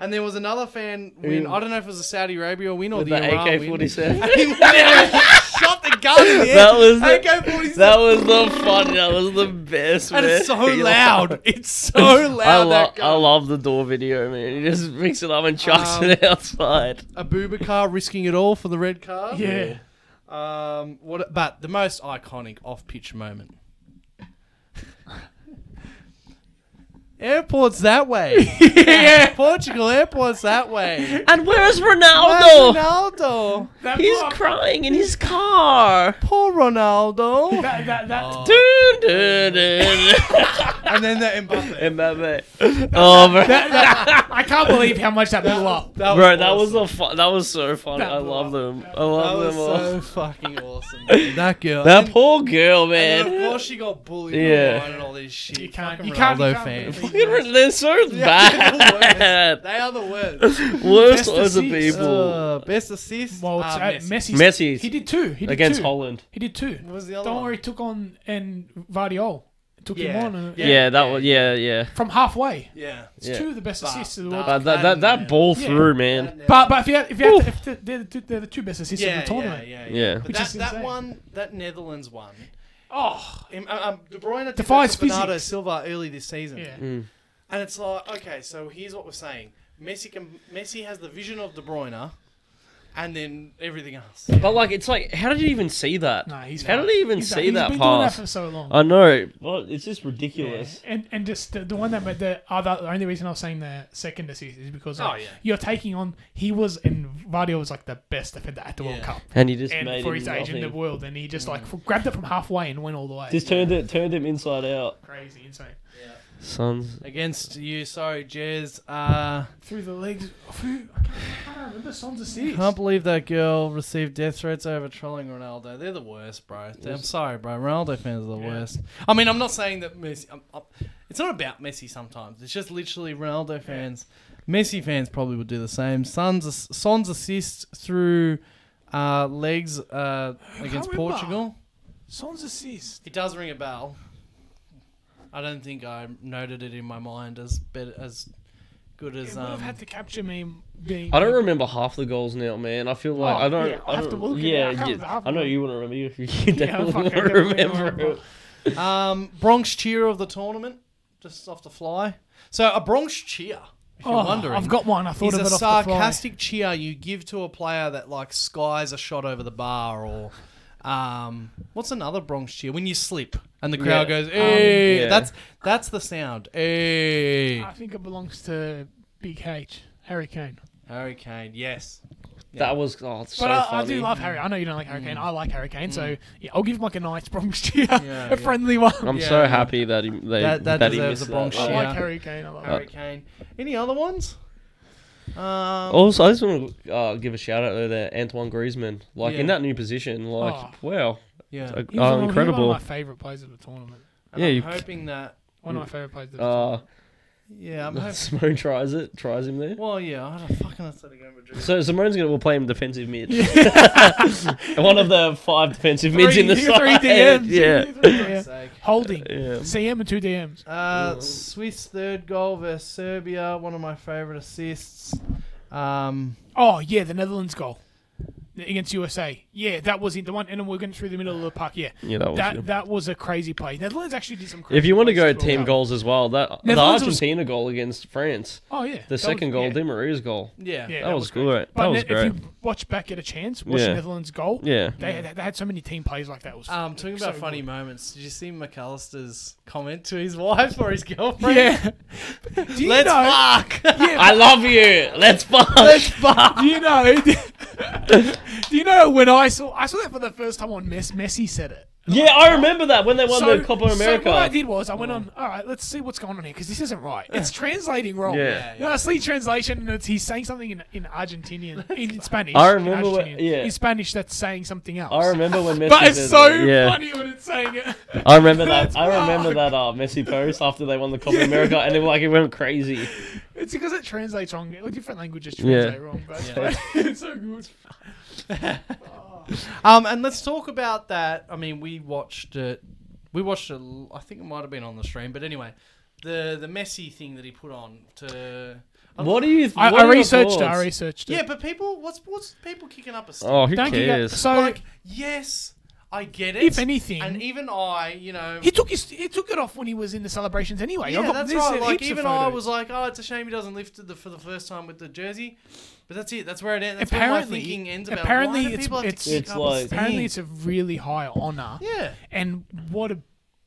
Speaker 1: and there was another fan win.
Speaker 2: Who-
Speaker 1: I don't know if it was a Saudi Arabia win or
Speaker 2: With
Speaker 1: the,
Speaker 2: the
Speaker 1: Iran
Speaker 2: AK
Speaker 1: win.
Speaker 2: forty seven.
Speaker 1: He literally- shot the gun in the air.
Speaker 2: That was the-
Speaker 1: AK-47.
Speaker 2: That was the fun. That was the best.
Speaker 1: and it's so
Speaker 2: man. He
Speaker 1: loud. It's so loud.
Speaker 2: I, lo-
Speaker 1: that
Speaker 2: I
Speaker 1: gun.
Speaker 2: love the door video, man. He just picks it up and chucks
Speaker 1: Um,
Speaker 2: it outside.
Speaker 1: Abubakar risking it all for the red card.
Speaker 3: Yeah.
Speaker 1: Um, what? But the most iconic off-pitch moment. Airports that way. yeah. Portugal airports that way.
Speaker 2: And where's Ronaldo?
Speaker 1: Ronaldo.
Speaker 3: That
Speaker 2: He's
Speaker 3: block-
Speaker 2: crying in his car.
Speaker 1: Poor Ronaldo.
Speaker 3: that, that, that,
Speaker 2: Dun, dun, dun.
Speaker 1: and then the Mbappe.
Speaker 2: Mbappe. Oh, bro.
Speaker 3: that- that- I can't believe how much that blew up.
Speaker 1: That
Speaker 2: Bro, that was
Speaker 1: awesome.
Speaker 2: a fu- that was so fun. I love them. I
Speaker 1: That was
Speaker 2: love them all.
Speaker 1: so fucking awesome. man. That girl.
Speaker 2: that
Speaker 1: And-
Speaker 2: poor girl,
Speaker 1: And then, of
Speaker 2: man.
Speaker 1: course, she got bullied
Speaker 2: Yeah.
Speaker 1: online and all this shit.
Speaker 3: You can't-
Speaker 1: Fucking
Speaker 3: you can't- you
Speaker 1: Ronaldo
Speaker 3: can't
Speaker 1: fans.
Speaker 3: believe
Speaker 2: They're so
Speaker 1: Yeah, they're the worst.
Speaker 2: bad.
Speaker 1: They are the worst.
Speaker 2: Worst
Speaker 3: Best
Speaker 2: as a
Speaker 3: assist.
Speaker 2: people.
Speaker 1: Uh, best assist.
Speaker 3: Well,
Speaker 1: Ah,
Speaker 3: it's, uh,
Speaker 1: Messi.
Speaker 3: Messi.
Speaker 2: Messi
Speaker 3: He did two. He did
Speaker 2: against
Speaker 3: two.
Speaker 2: Holland.
Speaker 3: He did two.
Speaker 1: What was the other
Speaker 3: Don't
Speaker 1: one?
Speaker 3: worry, took on and Vardiol. Took
Speaker 1: Yeah.
Speaker 3: him on and,
Speaker 2: Yeah,
Speaker 1: Yeah,
Speaker 2: that
Speaker 1: yeah.
Speaker 2: was yeah, yeah.
Speaker 3: from halfway.
Speaker 1: Yeah.
Speaker 3: It's
Speaker 2: Yeah.
Speaker 3: two of the best
Speaker 1: But
Speaker 3: assists of the
Speaker 1: that-
Speaker 3: world.
Speaker 2: Uh, that that,
Speaker 1: Yeah.
Speaker 2: that ball
Speaker 3: Yeah.
Speaker 2: through, man.
Speaker 3: But but if you had, if you had
Speaker 2: Oof.
Speaker 3: to, if the, they're, the two, they're the two best assists
Speaker 1: yeah,
Speaker 3: of the tournament.
Speaker 1: Yeah, yeah,
Speaker 2: Yeah.
Speaker 1: But
Speaker 3: Which
Speaker 1: that,
Speaker 3: is
Speaker 1: that
Speaker 3: insane.
Speaker 1: one, that Netherlands one.
Speaker 3: Oh,
Speaker 1: Um, um, De Bruyne did
Speaker 3: Defies
Speaker 1: that to Bernardo
Speaker 3: physics.
Speaker 1: Silva early this season.
Speaker 3: yeah.
Speaker 2: Mm.
Speaker 1: And it's like, okay, so here's what we're saying. Messi can, Messi has the vision of De Bruyne, and then everything else.
Speaker 2: But like, it's like, how did you even see that?
Speaker 3: Nah, he's
Speaker 2: how did he even
Speaker 3: he's,
Speaker 2: see
Speaker 3: he's
Speaker 2: that
Speaker 3: been doing that
Speaker 2: pass?
Speaker 3: for so long.
Speaker 2: I know. Well, it's just
Speaker 3: Yeah.
Speaker 2: ridiculous.
Speaker 3: And and just the, the one that made the other the only reason I was saying the second assist is because like,
Speaker 1: Oh, yeah.
Speaker 3: you're taking on he was and Vardy was like the best defender at the World
Speaker 1: Yeah.
Speaker 3: Cup
Speaker 2: And he just
Speaker 3: and
Speaker 2: made
Speaker 3: for
Speaker 2: him
Speaker 3: his age in the
Speaker 2: nothing.
Speaker 3: world and he just like f- grabbed it from halfway and went all the way.
Speaker 2: Just turned it, turned him inside out.
Speaker 3: crazy, insane.
Speaker 2: Sons.
Speaker 1: Against you, sorry, Jez. Uh,
Speaker 3: Through the legs, through, I, can't, I can't remember Son's assist.
Speaker 1: Can't believe that girl received death threats over trolling Ronaldo. They're the worst, bro. I'm sorry, bro. Ronaldo fans are the
Speaker 3: Yeah.
Speaker 1: worst. I mean, I'm not saying that Messi. I'm, I'm, it's not about Messi sometimes. It's just literally Ronaldo fans. Messi fans probably would do the same. Son's, Son's assist through uh, legs uh, against
Speaker 3: remember.
Speaker 1: Portugal.
Speaker 3: Son's assist.
Speaker 1: It does ring a bell. I don't think I noted it in my mind as bet as good
Speaker 3: It
Speaker 1: as
Speaker 3: would
Speaker 1: um.
Speaker 3: have had to capture me being.
Speaker 2: I don't remember half the goals now, man. I feel like
Speaker 3: Oh,
Speaker 2: I don't.
Speaker 3: yeah,
Speaker 2: I
Speaker 3: I have
Speaker 2: don't,
Speaker 3: to look it
Speaker 2: yeah,
Speaker 3: up. I can't
Speaker 2: yeah.
Speaker 3: remember half
Speaker 2: I know
Speaker 3: of
Speaker 2: you wouldn't remember. You, you definitely
Speaker 3: fuck, I
Speaker 2: wouldn't
Speaker 3: definitely
Speaker 2: remember.
Speaker 3: remember.
Speaker 2: it.
Speaker 1: Um, Bronx cheer of the tournament, just off the fly. So a Bronx cheer, if you're
Speaker 3: Oh,
Speaker 1: wondering,
Speaker 3: I've got one. I thought
Speaker 1: is
Speaker 3: of
Speaker 1: a
Speaker 3: it off the fly.
Speaker 1: sarcastic cheer you give to a player that like skies a shot over the bar or. Um, what's another Bronx cheer? When you slip and the crowd
Speaker 2: Yeah.
Speaker 1: goes,
Speaker 3: Um,
Speaker 1: "Hey!"
Speaker 2: yeah.
Speaker 1: That's that's the sound. Hey,
Speaker 3: I think it belongs to Big H, Harry Kane.
Speaker 1: Hurricane. Yes.
Speaker 2: That was oh, it's so
Speaker 3: But I, I
Speaker 2: funny. Mm.
Speaker 3: do love Harry. I know you don't like Harry Kane. I like Harry Kane. So yeah, I'll give him like a nice Bronx cheer,
Speaker 1: Yeah,
Speaker 3: a
Speaker 1: yeah.
Speaker 3: friendly one.
Speaker 2: I'm
Speaker 1: Yeah,
Speaker 2: so
Speaker 1: yeah.
Speaker 2: happy that he they,
Speaker 1: That-
Speaker 2: that,
Speaker 1: that
Speaker 2: he
Speaker 1: deserves
Speaker 2: missed
Speaker 1: a Bronx
Speaker 2: that.
Speaker 3: I
Speaker 1: cheer.
Speaker 3: like Harry Kane. I
Speaker 2: Uh,
Speaker 3: like Harry.
Speaker 1: Hurricane. Any other ones? Um,
Speaker 2: Also, I just want to uh, give a shout out though to Antoine Griezmann, like in
Speaker 1: Yeah.
Speaker 2: that new position, like
Speaker 3: Oh.
Speaker 2: wow,
Speaker 1: yeah.
Speaker 2: uh,
Speaker 3: He was one- he was
Speaker 2: incredible.
Speaker 3: One of my favorite players of the tournament.
Speaker 1: And
Speaker 2: yeah,
Speaker 1: I'm
Speaker 2: you-
Speaker 1: hoping that.
Speaker 3: One of my favorite players of the
Speaker 2: Uh,
Speaker 1: Yeah, I'm hoping.
Speaker 2: Simone tries it, tries him there.
Speaker 1: Well, yeah, I had a fucking Atletico Madrid.
Speaker 2: So Simone's gonna we'll play him defensive mid, one of the five defensive mids in the
Speaker 3: Three- three
Speaker 2: side.
Speaker 3: DMs.
Speaker 2: Yeah,
Speaker 3: tournament. Yeah.
Speaker 1: sake.
Speaker 3: Holding
Speaker 2: yeah.
Speaker 3: CM and two DMs.
Speaker 1: Uh, Swiss third goal versus Serbia, one of my favourite assists. Um,
Speaker 3: Oh yeah, the Netherlands goal against USA. Yeah, that was it. The one, and then we're going through the middle of the park. Yeah,
Speaker 2: Yeah, that was
Speaker 3: that
Speaker 2: good.
Speaker 3: that was a crazy play. Netherlands actually did some. Crazy
Speaker 2: If you want to
Speaker 3: plays
Speaker 2: go
Speaker 3: as well.
Speaker 2: team goals as well, that the
Speaker 3: Netherlands was-
Speaker 2: Argentina goal against France,
Speaker 3: Oh yeah,
Speaker 2: the
Speaker 3: that was-
Speaker 2: second goal,
Speaker 3: yeah.
Speaker 2: Di Maria's goal,
Speaker 1: yeah.
Speaker 3: Yeah,
Speaker 2: that, was,
Speaker 3: great.
Speaker 2: great.
Speaker 3: But
Speaker 2: That was
Speaker 3: ne-
Speaker 2: great.
Speaker 3: if you watch back at a chance, watch
Speaker 2: Yeah.
Speaker 3: Netherlands goal.
Speaker 2: Yeah.
Speaker 3: They, had, they had so many team plays like that. It was
Speaker 1: Um, talking about
Speaker 3: so
Speaker 1: funny
Speaker 3: good.
Speaker 1: moments, did you see McAllister's comment to his wife or his girlfriend?
Speaker 3: Yeah. do you
Speaker 1: Let's
Speaker 3: know?
Speaker 1: fuck.
Speaker 3: yeah,
Speaker 2: I love you. Let's
Speaker 1: Let's
Speaker 2: fuck.
Speaker 1: fuck.
Speaker 3: do you know? do you know when I saw I saw that for the first time on Mess, Messi said it.
Speaker 2: Yeah, I remember that when they won the Copa America.
Speaker 3: So what I did was I went on. All right, let's see what's going on here because this isn't right. It's translating wrong.
Speaker 2: Yeah. Yeah,
Speaker 3: You know, I see translation and it's, he's saying something in, in Argentinian in Spanish.
Speaker 2: I
Speaker 3: in
Speaker 2: remember what-
Speaker 3: Argentinian.
Speaker 2: yeah.
Speaker 3: in Spanish that's saying something else.
Speaker 2: I remember when Messi.
Speaker 3: but it's
Speaker 2: did
Speaker 3: so
Speaker 2: that. yeah.
Speaker 3: funny when it's saying it.
Speaker 2: I remember that.
Speaker 3: That's
Speaker 2: I remember
Speaker 3: wrong.
Speaker 2: that uh, Messi post after they won the Copa America, and it like it went crazy.
Speaker 3: It's because it translates wrong. Like, Different languages
Speaker 2: Yeah.
Speaker 3: translate wrong, but it's so good.
Speaker 1: Um, and let's talk about that. I mean, we watched it. We watched it. l- I think it might have been on the stream, but anyway, the the Messi thing that he put on to.
Speaker 2: What do you? Th-
Speaker 3: I,
Speaker 2: what
Speaker 3: I
Speaker 2: are your
Speaker 3: researched it. I
Speaker 2: thoughts?
Speaker 3: researched it.
Speaker 1: Yeah, but people, what's what's people kicking up a stink?
Speaker 2: Oh, who
Speaker 3: Don't you go,
Speaker 2: cares?
Speaker 3: so
Speaker 1: like, yes, I get it.
Speaker 3: If anything-
Speaker 1: and even I, you know,
Speaker 3: he took his he took it off when he was in the celebrations anyway. I
Speaker 1: yeah,
Speaker 3: got
Speaker 1: that's
Speaker 3: this,
Speaker 1: right.
Speaker 3: uh,
Speaker 1: Like
Speaker 3: heaps of
Speaker 1: even I
Speaker 3: photos.
Speaker 1: was like, oh, it's a shame he doesn't lift it the, for the first time with the jersey, but that's it. That's where it ends. That's where
Speaker 3: apparently
Speaker 1: my thinking ends about
Speaker 3: apparently
Speaker 1: why do
Speaker 3: it's
Speaker 1: people have
Speaker 3: it's,
Speaker 1: to kick
Speaker 2: It's
Speaker 1: up
Speaker 2: like-
Speaker 1: a stink?
Speaker 3: apparently it's a really high honor.
Speaker 1: yeah.
Speaker 3: And what a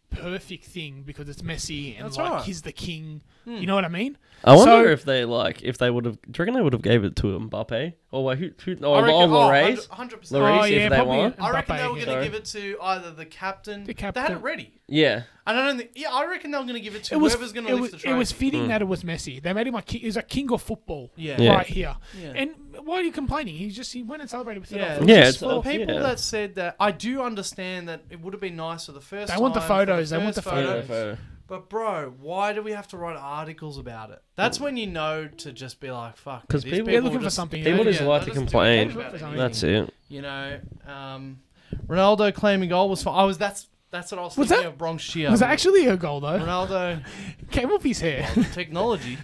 Speaker 3: perfect thing because it's Messi and
Speaker 1: That's
Speaker 3: like
Speaker 1: right.
Speaker 3: he's the king. You know what I mean?
Speaker 2: I wonder
Speaker 3: So-
Speaker 2: if they like if they would have. Do you reckon they would have gave it to Mbappe or wait, who? who oh,
Speaker 1: I reckon-
Speaker 2: oh,
Speaker 1: oh,
Speaker 2: Lloris.
Speaker 1: 100%.
Speaker 2: Lloris,
Speaker 3: Oh,
Speaker 2: if
Speaker 3: yeah,
Speaker 2: they
Speaker 3: probably
Speaker 2: want.
Speaker 3: a-
Speaker 1: I reckon they
Speaker 3: Mbappe,
Speaker 1: were going to
Speaker 2: yeah.
Speaker 1: give it to either the captain.
Speaker 3: The
Speaker 1: They had it
Speaker 3: captain.
Speaker 1: ready.
Speaker 2: Yeah,
Speaker 1: And I don't think. Yeah, I reckon they were going to give it to
Speaker 3: It was
Speaker 1: whoever's going to
Speaker 3: it
Speaker 1: lift
Speaker 3: was,
Speaker 1: the
Speaker 3: it
Speaker 1: trophy.
Speaker 3: was fitting that it was Messi. They made him a king. He was a king of football.
Speaker 1: Yeah.
Speaker 2: Hmm. Yeah.
Speaker 3: right here.
Speaker 1: Yeah.
Speaker 3: And why are you complaining? He just he went and celebrated with
Speaker 1: Yeah,
Speaker 3: it. off.
Speaker 2: Yeah,
Speaker 1: just
Speaker 2: it's-
Speaker 1: for the
Speaker 2: uh,
Speaker 1: people
Speaker 2: yeah.
Speaker 1: that said that, I do understand that it would have been nice for the first.
Speaker 3: They want the
Speaker 1: time, for
Speaker 3: photos, they want
Speaker 1: first
Speaker 3: the
Speaker 2: yeah,
Speaker 3: Photos.
Speaker 2: photo.
Speaker 1: But bro, why do we have to write articles about it? That's when you know to just be like, fuck.
Speaker 2: 'Cause
Speaker 1: these
Speaker 2: people-
Speaker 3: They're looking for
Speaker 1: just-
Speaker 3: something.
Speaker 2: They
Speaker 3: you know?
Speaker 2: would just
Speaker 1: yeah,
Speaker 2: like
Speaker 1: they
Speaker 2: to
Speaker 1: just do
Speaker 2: complain.
Speaker 1: care about anything.
Speaker 2: That's it.
Speaker 1: You know, um, Ronaldo claiming goal was. Fun. I was that's that's what I was,
Speaker 3: Was
Speaker 1: thinking
Speaker 3: that-
Speaker 1: of. Bronchia.
Speaker 3: It was actually a goal though.
Speaker 1: Ronaldo
Speaker 3: Came off his hair.
Speaker 1: technology.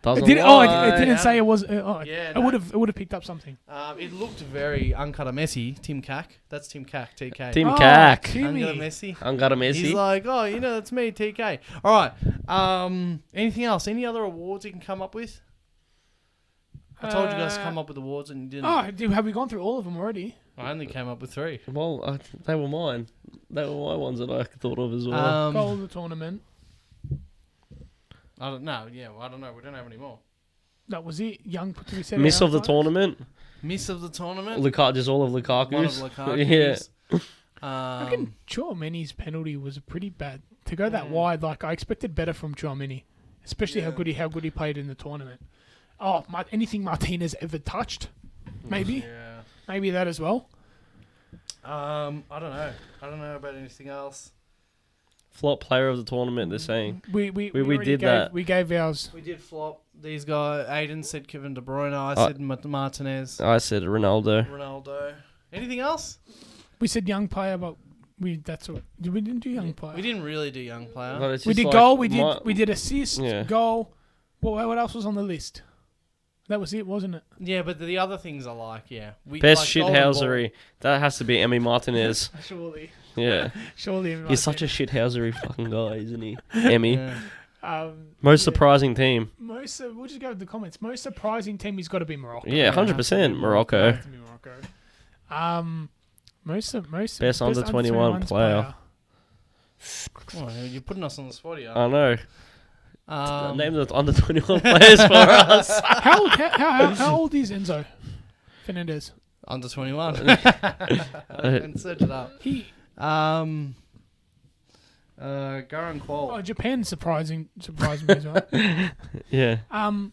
Speaker 2: Doesn't
Speaker 3: It didn't, oh, it,
Speaker 2: lie.
Speaker 3: it didn't say it was. Uh, oh,
Speaker 1: Yeah,
Speaker 3: it
Speaker 1: no.
Speaker 3: would have. It would have picked up something.
Speaker 1: Um, it looked very uncut a messy. Tim Cack. That's Tim Cack. TK.
Speaker 2: Tim
Speaker 3: Oh,
Speaker 2: Cack.
Speaker 3: Tim-
Speaker 1: Uncut a
Speaker 3: Timmy.
Speaker 1: messy.
Speaker 2: I'm got a
Speaker 1: He's
Speaker 2: messy.
Speaker 1: like, oh, you know, that's me, TK. All right. Um, anything else? Any other awards you can come up with? I told you guys to
Speaker 3: Uh,
Speaker 1: come up with awards and you didn't.
Speaker 3: Oh, do- have we gone through all of them already?
Speaker 1: I only came up with three.
Speaker 2: Well, I, they were mine. They were my ones that I thought of as well.
Speaker 1: Um,
Speaker 3: goal of the tournament.
Speaker 1: I don't know. Yeah, well, I don't know. We don't have any more.
Speaker 3: That was it. Young put to be said.
Speaker 2: Miss of the
Speaker 3: outside.
Speaker 2: tournament.
Speaker 1: Miss of the tournament.
Speaker 2: Lukaku, just all of
Speaker 1: One of
Speaker 2: Lukaku's. yeah.
Speaker 1: Lukaku's.
Speaker 3: I
Speaker 1: Um,
Speaker 3: reckon Chouameni's penalty was pretty bad. To go that
Speaker 1: Mm.
Speaker 3: wide, like I expected better from Chouameni, especially how
Speaker 1: Yeah.
Speaker 3: good he how good he played in the tournament. Oh, Mar- anything Martinez ever touched,
Speaker 2: Mm.
Speaker 3: maybe,
Speaker 1: yeah.
Speaker 3: maybe that as well.
Speaker 1: Um, I don't know. I don't know about anything else.
Speaker 2: Flop player of the tournament. They're saying.
Speaker 3: We we,
Speaker 2: We- we
Speaker 3: already
Speaker 2: did
Speaker 3: gave,
Speaker 2: that.
Speaker 3: We gave ours.
Speaker 1: We did flop. These guys. Aiden said Kevin De Bruyne. I
Speaker 2: Uh,
Speaker 1: said Mart- Martinez.
Speaker 2: I said Ronaldo.
Speaker 1: Ronaldo. Anything else?
Speaker 3: We said young player, but we that's all. We didn't do young player.
Speaker 1: We didn't really do young player.
Speaker 2: But it's
Speaker 3: we
Speaker 2: just
Speaker 3: did
Speaker 2: like
Speaker 3: goal. We did
Speaker 2: my-
Speaker 3: we did assist.
Speaker 2: Yeah.
Speaker 3: Goal. What what else was on the list? That was it, wasn't it?
Speaker 1: Yeah, but the other things I like, yeah. We,
Speaker 2: Best
Speaker 1: like golden
Speaker 2: shithousery. That has to be Emmy Martinez.
Speaker 3: Surely,
Speaker 2: Yeah.
Speaker 3: surely. in my
Speaker 2: He's such a shithousery fucking guy, isn't he? Emmy.
Speaker 1: ball. Yeah.
Speaker 3: um,
Speaker 2: Most
Speaker 3: yeah.
Speaker 2: surprising team.
Speaker 3: Most sur- we'll just go with the comments. Most surprising team has got to be Morocco.
Speaker 2: Yeah, 100% Morocco.
Speaker 3: Has to be Morocco. Um, most sur- most
Speaker 2: Best under 21
Speaker 3: 21s
Speaker 2: player.
Speaker 1: Come on, you're putting us on the spot here.
Speaker 2: I know.
Speaker 1: Um,
Speaker 2: Uh, Name the under 21 players for us.
Speaker 3: how, old, how, how, how old is Enzo Fernandez?
Speaker 1: under 21. I can search it up.
Speaker 3: He
Speaker 1: Um, uh, Garan
Speaker 3: oh,
Speaker 1: Qual.
Speaker 3: Japan surprising surprised me as well.
Speaker 2: Yeah.
Speaker 3: Um,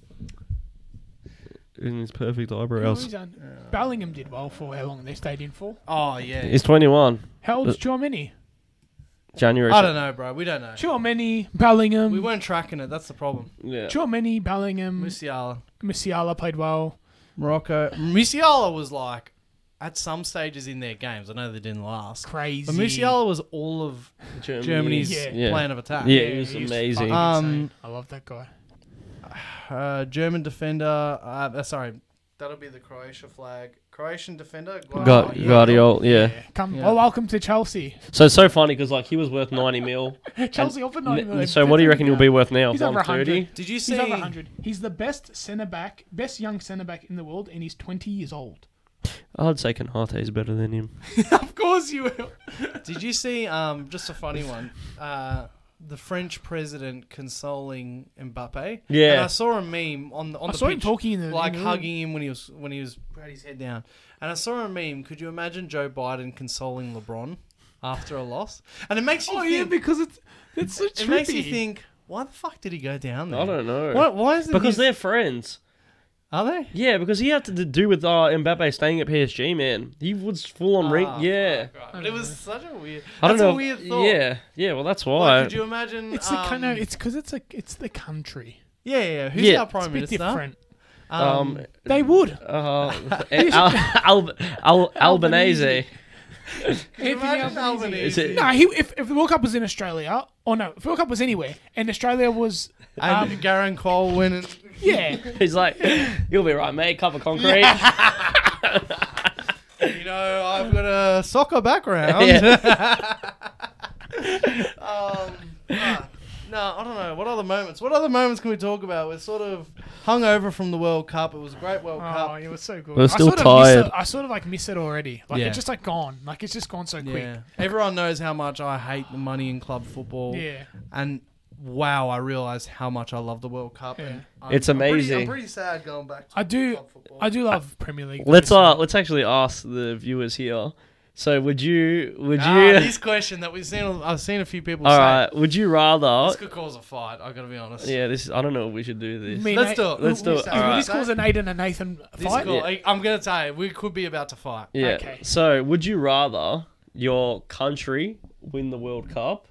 Speaker 2: In his perfect
Speaker 3: who
Speaker 2: eyebrows.
Speaker 3: was on- Bellingham did well for how long they stayed in for.
Speaker 1: Oh, yeah.
Speaker 2: He's 21.
Speaker 3: How old's
Speaker 2: Uh,
Speaker 3: Chouameni?
Speaker 2: January.
Speaker 1: I don't know, bro. We don't know.
Speaker 3: Chouameni, Bellingham.
Speaker 1: We weren't tracking it. That's the problem.
Speaker 2: Yeah.
Speaker 3: Chouameni, Bellingham,
Speaker 1: Musiala.
Speaker 3: Musiala played well.
Speaker 1: Morocco. Musiala was like, at some stages in their games, I know they didn't last.
Speaker 3: Crazy.
Speaker 1: But Musiala was all of
Speaker 2: Germany.
Speaker 1: Germany's
Speaker 3: Yeah.
Speaker 1: plan of attack.
Speaker 2: Yeah, he was
Speaker 3: he's
Speaker 2: amazing.
Speaker 3: fucking
Speaker 1: Um,
Speaker 3: insane. I love that guy.
Speaker 1: Uh, German defender. Uh, uh, sorry, that'll be the Croatia flag. Croatian defender. Guardiola.
Speaker 2: Got,
Speaker 1: Yeah.
Speaker 2: Guardiola, yeah.
Speaker 3: Come,
Speaker 1: Yeah.
Speaker 3: Well, welcome to Chelsea.
Speaker 2: So it's so funny because like he was worth ninety mil.
Speaker 3: Chelsea offered
Speaker 2: N-
Speaker 3: ninety million.
Speaker 2: so what do you reckon he'll be worth now?
Speaker 3: He's over
Speaker 2: One
Speaker 3: 100.
Speaker 2: thirty.
Speaker 1: Did you
Speaker 3: He's
Speaker 1: see?
Speaker 3: over 100. He's the best centre back, best young centre back in the world, and he's 20 years old.
Speaker 2: I'd say Canate is better than him.
Speaker 3: of course you will.
Speaker 1: Did you see? Um, just a funny one. Uh, the French president consoling Mbappe.
Speaker 2: Yeah.
Speaker 1: And I saw a meme on the on
Speaker 3: I
Speaker 1: the
Speaker 3: saw him
Speaker 1: pitch,
Speaker 3: talking in the
Speaker 1: like
Speaker 3: in the-
Speaker 1: hugging him when he was when he was had his head down. And I saw a meme. Could you imagine Joe Biden consoling LeBron after a loss? And it makes you
Speaker 3: Oh yeah,
Speaker 1: think.
Speaker 3: because it's it's so trippy.
Speaker 1: it makes you think. Why the fuck did he go down there?
Speaker 2: I don't know.
Speaker 1: Why, why is it?
Speaker 2: Because
Speaker 1: his-
Speaker 2: they're friends.
Speaker 1: are they?
Speaker 2: Yeah, because he had to do with uh, Mbappe staying at PSG, man. He was full on ring.
Speaker 1: Ah,
Speaker 2: Yeah.
Speaker 1: fuck, right. It was such a weird.
Speaker 2: I don't
Speaker 1: that's
Speaker 2: know.
Speaker 1: A weird thought.
Speaker 2: Yeah. Yeah, well, that's why.
Speaker 1: Like, could you imagine?
Speaker 3: It's
Speaker 1: um,
Speaker 3: the kind of it's because it's a it's the country.
Speaker 1: yeah, yeah, yeah. Who's
Speaker 2: Yeah.
Speaker 1: our
Speaker 3: It's a
Speaker 1: prime
Speaker 3: bit
Speaker 1: minister?
Speaker 3: different.
Speaker 1: Um,
Speaker 2: um,
Speaker 3: They would.
Speaker 2: uh, Al- Al- Al- Albanese.
Speaker 1: could you
Speaker 3: Anthony
Speaker 1: imagine
Speaker 3: Albanese.
Speaker 2: Is it-
Speaker 1: Albanese?
Speaker 3: No, he, if, if the World Cup was in Australia, or no, if the World Cup was anywhere, and Australia was
Speaker 1: And Garan Cole winning.
Speaker 3: Yeah.
Speaker 2: He's like, you'll be right, mate. Cup of concrete.
Speaker 1: You know, I've got a soccer background. um, ah, no, I don't know. What other moments? What other moments can we talk about? We're sort of hung over from the World Cup. It was a great World
Speaker 3: Oh,
Speaker 1: Cup.
Speaker 3: it was so good.
Speaker 2: We're still
Speaker 3: I sort of miss
Speaker 2: tired.
Speaker 3: it- I sort of like miss it already. Like
Speaker 1: Yeah.
Speaker 3: it's just like gone. Like it's just gone so
Speaker 1: Yeah.
Speaker 3: quick.
Speaker 1: Everyone knows how much I hate the money in club football.
Speaker 3: Yeah.
Speaker 1: And wow, I realize how much I love the World Cup. And
Speaker 3: Yeah.
Speaker 1: I'm,
Speaker 2: It's
Speaker 1: I'm pretty- I'm
Speaker 2: amazing.
Speaker 1: pretty, sad going back. To
Speaker 3: I do.
Speaker 1: Club football.
Speaker 3: I do love Premier League. though,
Speaker 2: let's
Speaker 3: so-
Speaker 2: uh, let's actually ask the viewers here. So would you would
Speaker 1: Ah,
Speaker 2: you
Speaker 1: this question that we've seen, I've seen a few people
Speaker 2: all
Speaker 1: say.
Speaker 2: right? Would you rather?
Speaker 1: This could cause a fight. I got to be honest.
Speaker 2: Yeah, this is, I don't know if we should do this.
Speaker 3: Me and
Speaker 1: Let's
Speaker 3: Nate-
Speaker 1: do it.
Speaker 2: Let's do it.
Speaker 3: Is-
Speaker 2: All right.
Speaker 3: This calls a Nathan and Nathan
Speaker 1: This
Speaker 3: fight.
Speaker 1: call-
Speaker 2: Yeah.
Speaker 1: I, I'm gonna tell you, we could be about to fight.
Speaker 2: Yeah.
Speaker 3: Okay.
Speaker 2: So, would you rather your country win the World Cup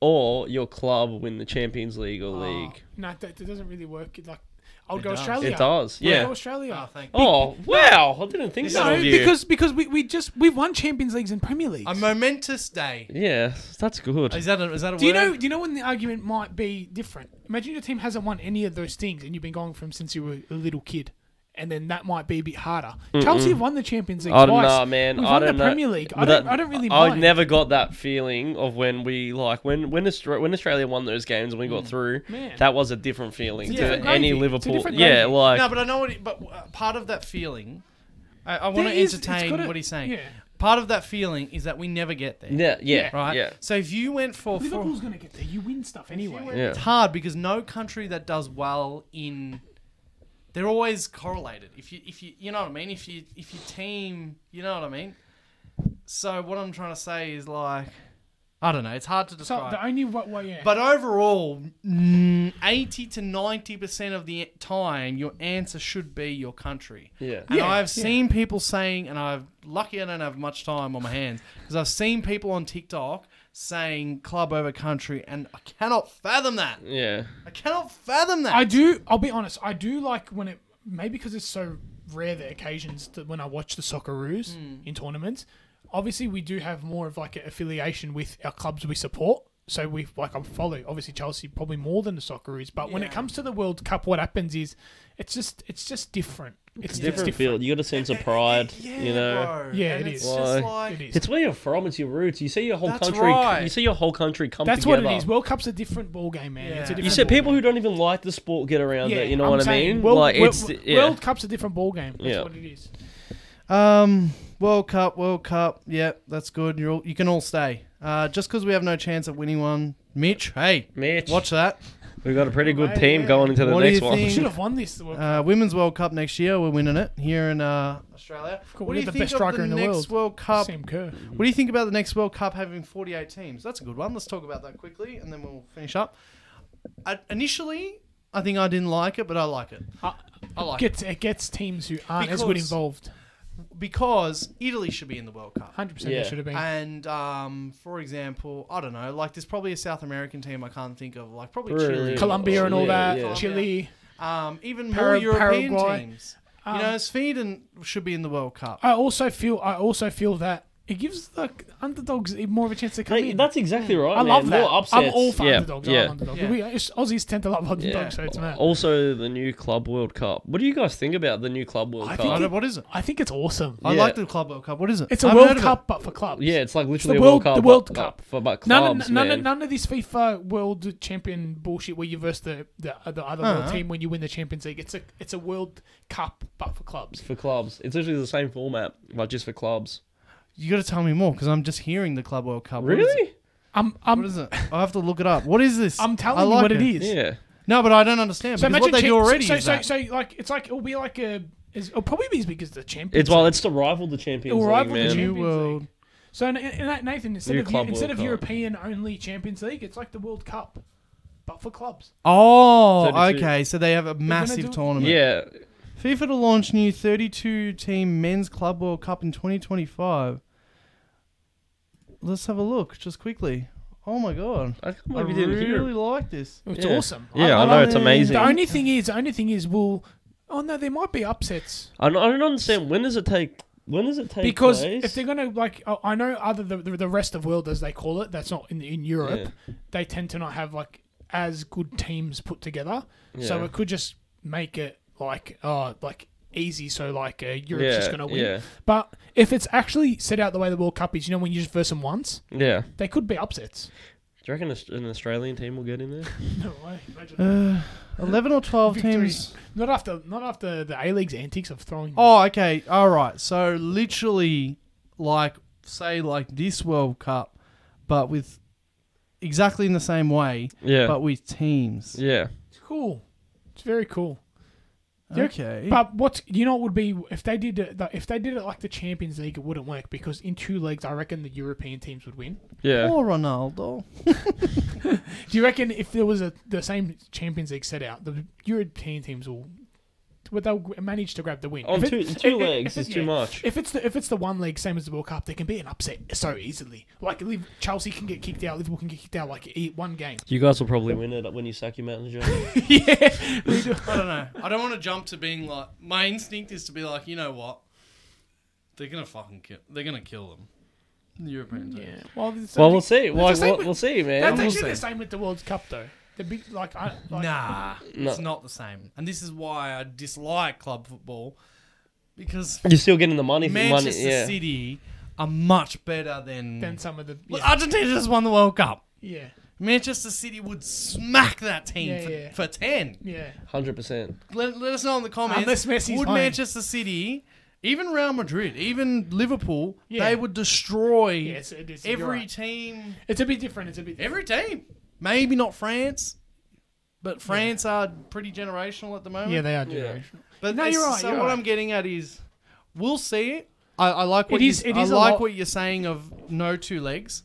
Speaker 2: or your club win the Champions League or
Speaker 3: Oh.
Speaker 2: league?
Speaker 3: No, that, that doesn't really work. It, Like, I would
Speaker 1: It
Speaker 3: go
Speaker 1: does.
Speaker 3: Australia.
Speaker 2: It does.
Speaker 3: I'd
Speaker 2: Yeah.
Speaker 3: go Australia.
Speaker 1: Oh, thank you.
Speaker 2: Oh, wow. I didn't think that
Speaker 3: No,
Speaker 2: of you.
Speaker 3: because because we, we just we've won Champions Leagues and Premier Leagues.
Speaker 1: A momentous day.
Speaker 2: yeah, that's good.
Speaker 1: Is that a, is that a
Speaker 3: do you
Speaker 1: word?
Speaker 3: know? Do you know when the argument might be different? Imagine your team hasn't won any of those things, and you've been going from since you were a little kid, and then that might be a bit harder. Chelsea have won the Champions League
Speaker 2: I don't
Speaker 3: twice.
Speaker 2: know, man.
Speaker 3: We've
Speaker 2: I
Speaker 3: won
Speaker 2: don't
Speaker 3: the
Speaker 2: know.
Speaker 3: Premier League. I
Speaker 2: But
Speaker 3: don't.
Speaker 2: that-
Speaker 3: I don't really
Speaker 2: I
Speaker 3: mind.
Speaker 2: never got that feeling of when we like when when Australia, when Australia won those games and we got through.
Speaker 3: Mm. Man.
Speaker 2: That was a different feeling
Speaker 3: It's a
Speaker 2: to
Speaker 3: different
Speaker 2: any
Speaker 3: gravy. It's a
Speaker 2: Liverpool.
Speaker 3: different
Speaker 2: Yeah,
Speaker 3: gravy.
Speaker 2: like
Speaker 1: No, but I know what. He, but uh, part of that feeling, I, I want to
Speaker 3: There is- it's
Speaker 1: entertain
Speaker 3: gotta-
Speaker 1: what he's saying.
Speaker 3: yeah.
Speaker 1: Part of that feeling is that we never get there.
Speaker 2: yeah, yeah,
Speaker 3: Yeah.
Speaker 1: Right.
Speaker 2: yeah.
Speaker 1: So if you went for, for
Speaker 3: Liverpool's gonna get there. You win stuff anyway.
Speaker 1: went-
Speaker 2: Yeah.
Speaker 1: it's hard because no country that does well in they're always correlated. If you if you you know what I mean. If you if your team, you know what I mean. So what I'm trying to say is like, I don't know. It's hard to
Speaker 3: so
Speaker 1: describe.
Speaker 3: the only way, well, yeah.
Speaker 1: But overall, mm, 80 to 90% of the time, your answer should be your country.
Speaker 2: Yeah.
Speaker 1: And
Speaker 3: Yeah,
Speaker 1: I've
Speaker 3: yeah.
Speaker 1: seen people saying, and I'm lucky I don't have much time on my hands, because I've seen people on TikTok saying club over country, and I cannot fathom that.
Speaker 2: yeah.
Speaker 1: I cannot fathom that.
Speaker 3: I do. I'll be honest. I do like when it maybe because it's so rare the occasions that when I watch the Socceroos
Speaker 1: Hmm.
Speaker 3: in tournaments. Obviously, we do have more of like an affiliation with our clubs we support. So we like I follow obviously Chelsea probably more than the Socceroos. But when it
Speaker 1: Yeah.
Speaker 3: comes to the World Cup, what happens is it's just it's just different. It's
Speaker 2: different,
Speaker 3: different.
Speaker 2: feel. You got a sense of pride,
Speaker 1: yeah,
Speaker 2: you know.
Speaker 1: bro.
Speaker 3: Yeah,
Speaker 1: and
Speaker 3: it
Speaker 1: it's
Speaker 3: is.
Speaker 1: Just
Speaker 2: Like-
Speaker 1: like,
Speaker 3: It is.
Speaker 2: It's where you're from. It's your roots. You see your whole
Speaker 1: That's
Speaker 2: country.
Speaker 1: right.
Speaker 2: You see your whole country come
Speaker 3: That's
Speaker 2: together.
Speaker 3: what it is. World Cup's a different ball game, man. It's a
Speaker 1: Yeah.
Speaker 3: different
Speaker 2: You see people
Speaker 3: ballgame.
Speaker 2: who don't even like the sport get around
Speaker 3: Yeah,
Speaker 2: it. You know
Speaker 3: I'm
Speaker 2: what I
Speaker 3: saying,
Speaker 2: mean?
Speaker 3: World,
Speaker 2: like
Speaker 3: World-
Speaker 2: it's yeah.
Speaker 3: World Cup's a different ball game. That's
Speaker 2: Yeah.
Speaker 3: what it is.
Speaker 1: Um, World Cup, World Cup. Yeah, that's good. You're all, you can all stay. Uh, just because we have no chance at winning one, Mitch. Hey,
Speaker 2: Mitch,
Speaker 1: watch that.
Speaker 2: we got a pretty good
Speaker 3: Right,
Speaker 2: team
Speaker 3: yeah.
Speaker 2: going into the
Speaker 1: What do
Speaker 2: next
Speaker 1: you
Speaker 2: one.
Speaker 1: think?
Speaker 3: Should have won this. World
Speaker 1: Uh, Women's World Cup next year. We're winning it here in uh, Australia.
Speaker 3: Cool,
Speaker 1: What do
Speaker 3: we
Speaker 1: you
Speaker 3: got the
Speaker 1: think
Speaker 3: best
Speaker 1: of
Speaker 3: striker
Speaker 1: the
Speaker 3: in the
Speaker 1: next
Speaker 3: world.
Speaker 1: World
Speaker 2: Uh,
Speaker 1: Cup?
Speaker 3: Sam Kerr.
Speaker 1: What do you think about the next World Cup having 48 teams? That's a good one. Let's talk about that quickly, and then we'll finish up. I, initially, I think I didn't like it, but I like it.
Speaker 3: I,
Speaker 1: I like
Speaker 3: gets, it gets teams who aren't as good
Speaker 1: Because-
Speaker 3: involved.
Speaker 1: because Italy should be in the World Cup.
Speaker 3: 100%
Speaker 2: Yeah.
Speaker 3: they should have been.
Speaker 1: And um, for example, I don't know, like there's probably a South American team I can't think of, like probably
Speaker 2: Really?
Speaker 1: Chile,
Speaker 3: Colombia and all
Speaker 2: Yeah,
Speaker 3: that,
Speaker 2: yeah.
Speaker 3: Chile.
Speaker 1: um, even
Speaker 3: Para-
Speaker 1: more European
Speaker 3: Paraguay.
Speaker 1: teams. you know, Sweden should be in the World Cup.
Speaker 3: Um, I also feel I also feel that it gives the underdogs e, more of a chance to come
Speaker 2: Hey,
Speaker 3: in.
Speaker 2: that's exactly right.
Speaker 3: I
Speaker 2: man.
Speaker 3: love that.
Speaker 2: More upsets.
Speaker 3: I'm all for
Speaker 2: yeah.
Speaker 3: underdogs. I
Speaker 2: Yeah.
Speaker 3: love underdogs.
Speaker 1: Yeah.
Speaker 3: We, it's- Aussies tend to love underdogs,
Speaker 2: Yeah.
Speaker 3: so it's mad.
Speaker 2: Also, the new Club World Cup. What do you guys think about the new Club World
Speaker 3: I
Speaker 2: Cup?
Speaker 3: think
Speaker 1: I don't, what is it?
Speaker 3: I think it's awesome.
Speaker 1: I
Speaker 2: Yeah.
Speaker 1: like the Club World Cup. What is it?
Speaker 3: It's a
Speaker 1: I haven't heard
Speaker 3: World
Speaker 1: of
Speaker 3: Cup, but for clubs.
Speaker 2: yeah, it's like literally
Speaker 3: the
Speaker 2: a World
Speaker 3: World-
Speaker 2: Cup.
Speaker 3: the World
Speaker 2: but-
Speaker 3: Cup.
Speaker 2: but for but
Speaker 3: None,
Speaker 2: clubs,
Speaker 3: of, none,
Speaker 2: man.
Speaker 3: of, none of these FIFA World Champion bullshit where you verse the the, uh, the other
Speaker 1: Uh-huh.
Speaker 3: world team when you win the Champions League. It's a it's a World Cup, but for clubs.
Speaker 2: for clubs. It's literally the same format, like just for clubs.
Speaker 1: it. You got to tell me more because I'm just hearing the Club World Cup. What is it?
Speaker 2: Really?
Speaker 3: I'm
Speaker 1: What
Speaker 3: I'm
Speaker 1: is it? I have to look it up. What is this?
Speaker 3: I'm
Speaker 1: I
Speaker 3: telling you
Speaker 1: like
Speaker 3: what it is.
Speaker 2: Yeah.
Speaker 1: No, but I don't understand
Speaker 3: So
Speaker 1: because what
Speaker 3: imagine
Speaker 1: they do
Speaker 3: cha-
Speaker 1: already
Speaker 3: So
Speaker 1: is
Speaker 3: so,
Speaker 1: that.
Speaker 3: so like it's like it'll be like a is- it'll probably be as big as the Champions.
Speaker 2: It's well, it's to rival the Champions
Speaker 3: It'll rival
Speaker 2: League,
Speaker 3: the
Speaker 2: man.
Speaker 3: Champions
Speaker 1: New
Speaker 3: League.
Speaker 1: World.
Speaker 3: So in, in that, Nathan, instead
Speaker 2: New
Speaker 3: of
Speaker 2: Club
Speaker 3: instead
Speaker 2: World
Speaker 3: of
Speaker 2: Cup.
Speaker 3: European only Champions League, it's like the World Cup, but for clubs.
Speaker 1: Oh,
Speaker 2: 32.
Speaker 1: okay. So they have a
Speaker 3: do
Speaker 1: massive
Speaker 3: it.
Speaker 1: tournament.
Speaker 2: Yeah,
Speaker 1: FIFA to launch new 32 team men's club world cup in 2025. Let's have a look just quickly. Oh my god.
Speaker 2: I can't
Speaker 1: I
Speaker 2: believe you
Speaker 1: really
Speaker 2: didn't hear. it.
Speaker 1: like this.
Speaker 3: It's
Speaker 2: Yeah.
Speaker 3: awesome.
Speaker 2: Yeah, I, know
Speaker 3: love
Speaker 2: it's
Speaker 3: it.
Speaker 2: amazing.
Speaker 3: The only thing is, the only thing is, we'll. Oh no, there might be upsets.
Speaker 2: I don't, I don't understand. When does it take? When does it take?
Speaker 3: because
Speaker 2: place?
Speaker 3: if they're gonna like, oh, I- I know other the, the the rest of world as they call it, that's not in in Europe. They tend to not have like as good teams put together, so
Speaker 2: Yeah.
Speaker 3: it could just make it like uh like easy so like uh, Europe's
Speaker 2: yeah,
Speaker 3: just gonna win.
Speaker 2: yeah,
Speaker 3: But if it's actually set out the way the World Cup is, you know, when you just verse them once,
Speaker 2: yeah. Do
Speaker 3: they could be upsets.
Speaker 2: you reckon Aus- an Australian team will get in there?
Speaker 3: No way. Imagine.
Speaker 1: Uh, Eleven or twelve
Speaker 3: Victory.
Speaker 1: teams.
Speaker 3: Not after not after the A League's antics of throwing.
Speaker 1: Oh, okay. All right. So literally, like say like this World Cup, but with exactly in the same way,
Speaker 2: Yeah,
Speaker 1: but with teams.
Speaker 2: yeah.
Speaker 3: it's cool. It's very cool. Yeah.
Speaker 1: Okay.
Speaker 3: But what you know what would be if they did it, if they did it like the Champions League, it wouldn't work because in two legs, I reckon the European teams would win.
Speaker 2: Yeah.
Speaker 1: Or Ronaldo.
Speaker 3: Do you reckon if there was a the same Champions League set out, the European teams will would they'll g- manage to grab the win?
Speaker 2: On
Speaker 3: If
Speaker 2: Oh, two,
Speaker 3: it-
Speaker 2: two
Speaker 3: if it-
Speaker 2: legs
Speaker 3: if
Speaker 2: is
Speaker 3: it-
Speaker 2: too
Speaker 3: yeah.
Speaker 2: much.
Speaker 3: If it's the if it's the one league same as the World Cup, there can be an upset so easily. Like Liv- Chelsea can get kicked out, Liverpool can get kicked out like e- one game.
Speaker 2: You guys will probably win it when you sack your manager.
Speaker 3: yeah, we do.
Speaker 1: I don't know. I don't want to jump to being like. My instinct is to be like, you know what? They're gonna fucking kill. They're gonna kill them. The European team.
Speaker 3: yeah. Well, it's-
Speaker 2: well, we'll see. Well,
Speaker 3: the same
Speaker 2: we'll,
Speaker 3: with-
Speaker 2: we'll see, man.
Speaker 3: That's
Speaker 2: We'll
Speaker 3: actually the
Speaker 2: see.
Speaker 3: same with the World Cup though. The big like, I, like
Speaker 1: Nah,
Speaker 2: No.
Speaker 1: it's not the same. And this is why I dislike club football because
Speaker 2: You're still getting the money. for the money.
Speaker 1: Manchester
Speaker 2: Yeah.
Speaker 1: City are much better than.
Speaker 3: Then some of the yeah,
Speaker 1: Look, Argentina just won the World Cup.
Speaker 3: yeah,
Speaker 1: Manchester City would smack that team
Speaker 3: Yeah,
Speaker 1: for,
Speaker 3: yeah.
Speaker 1: for 10.
Speaker 3: yeah.
Speaker 2: Hundred percent.
Speaker 1: Let, let us know in the comments.
Speaker 3: Unless Messi's
Speaker 1: would
Speaker 3: playing.
Speaker 1: Manchester City, even Real Madrid, even Liverpool,
Speaker 3: Yeah.
Speaker 1: they would destroy
Speaker 3: Yes, it is. You're
Speaker 1: every
Speaker 3: right.
Speaker 1: team.
Speaker 3: it's a bit different. It's a bit.
Speaker 1: Every team. Maybe not France, but France are pretty generational at the moment.
Speaker 3: yeah, they are
Speaker 2: Yeah.
Speaker 3: generational.
Speaker 1: But
Speaker 3: No,
Speaker 1: this-
Speaker 3: you're right,
Speaker 1: So
Speaker 3: you're
Speaker 1: what
Speaker 3: right.
Speaker 1: I'm getting at is, we'll see it. I, I like what
Speaker 3: It
Speaker 1: you,
Speaker 3: is- it
Speaker 1: I
Speaker 3: is a
Speaker 1: like
Speaker 3: lot-
Speaker 1: what you're saying of no two legs,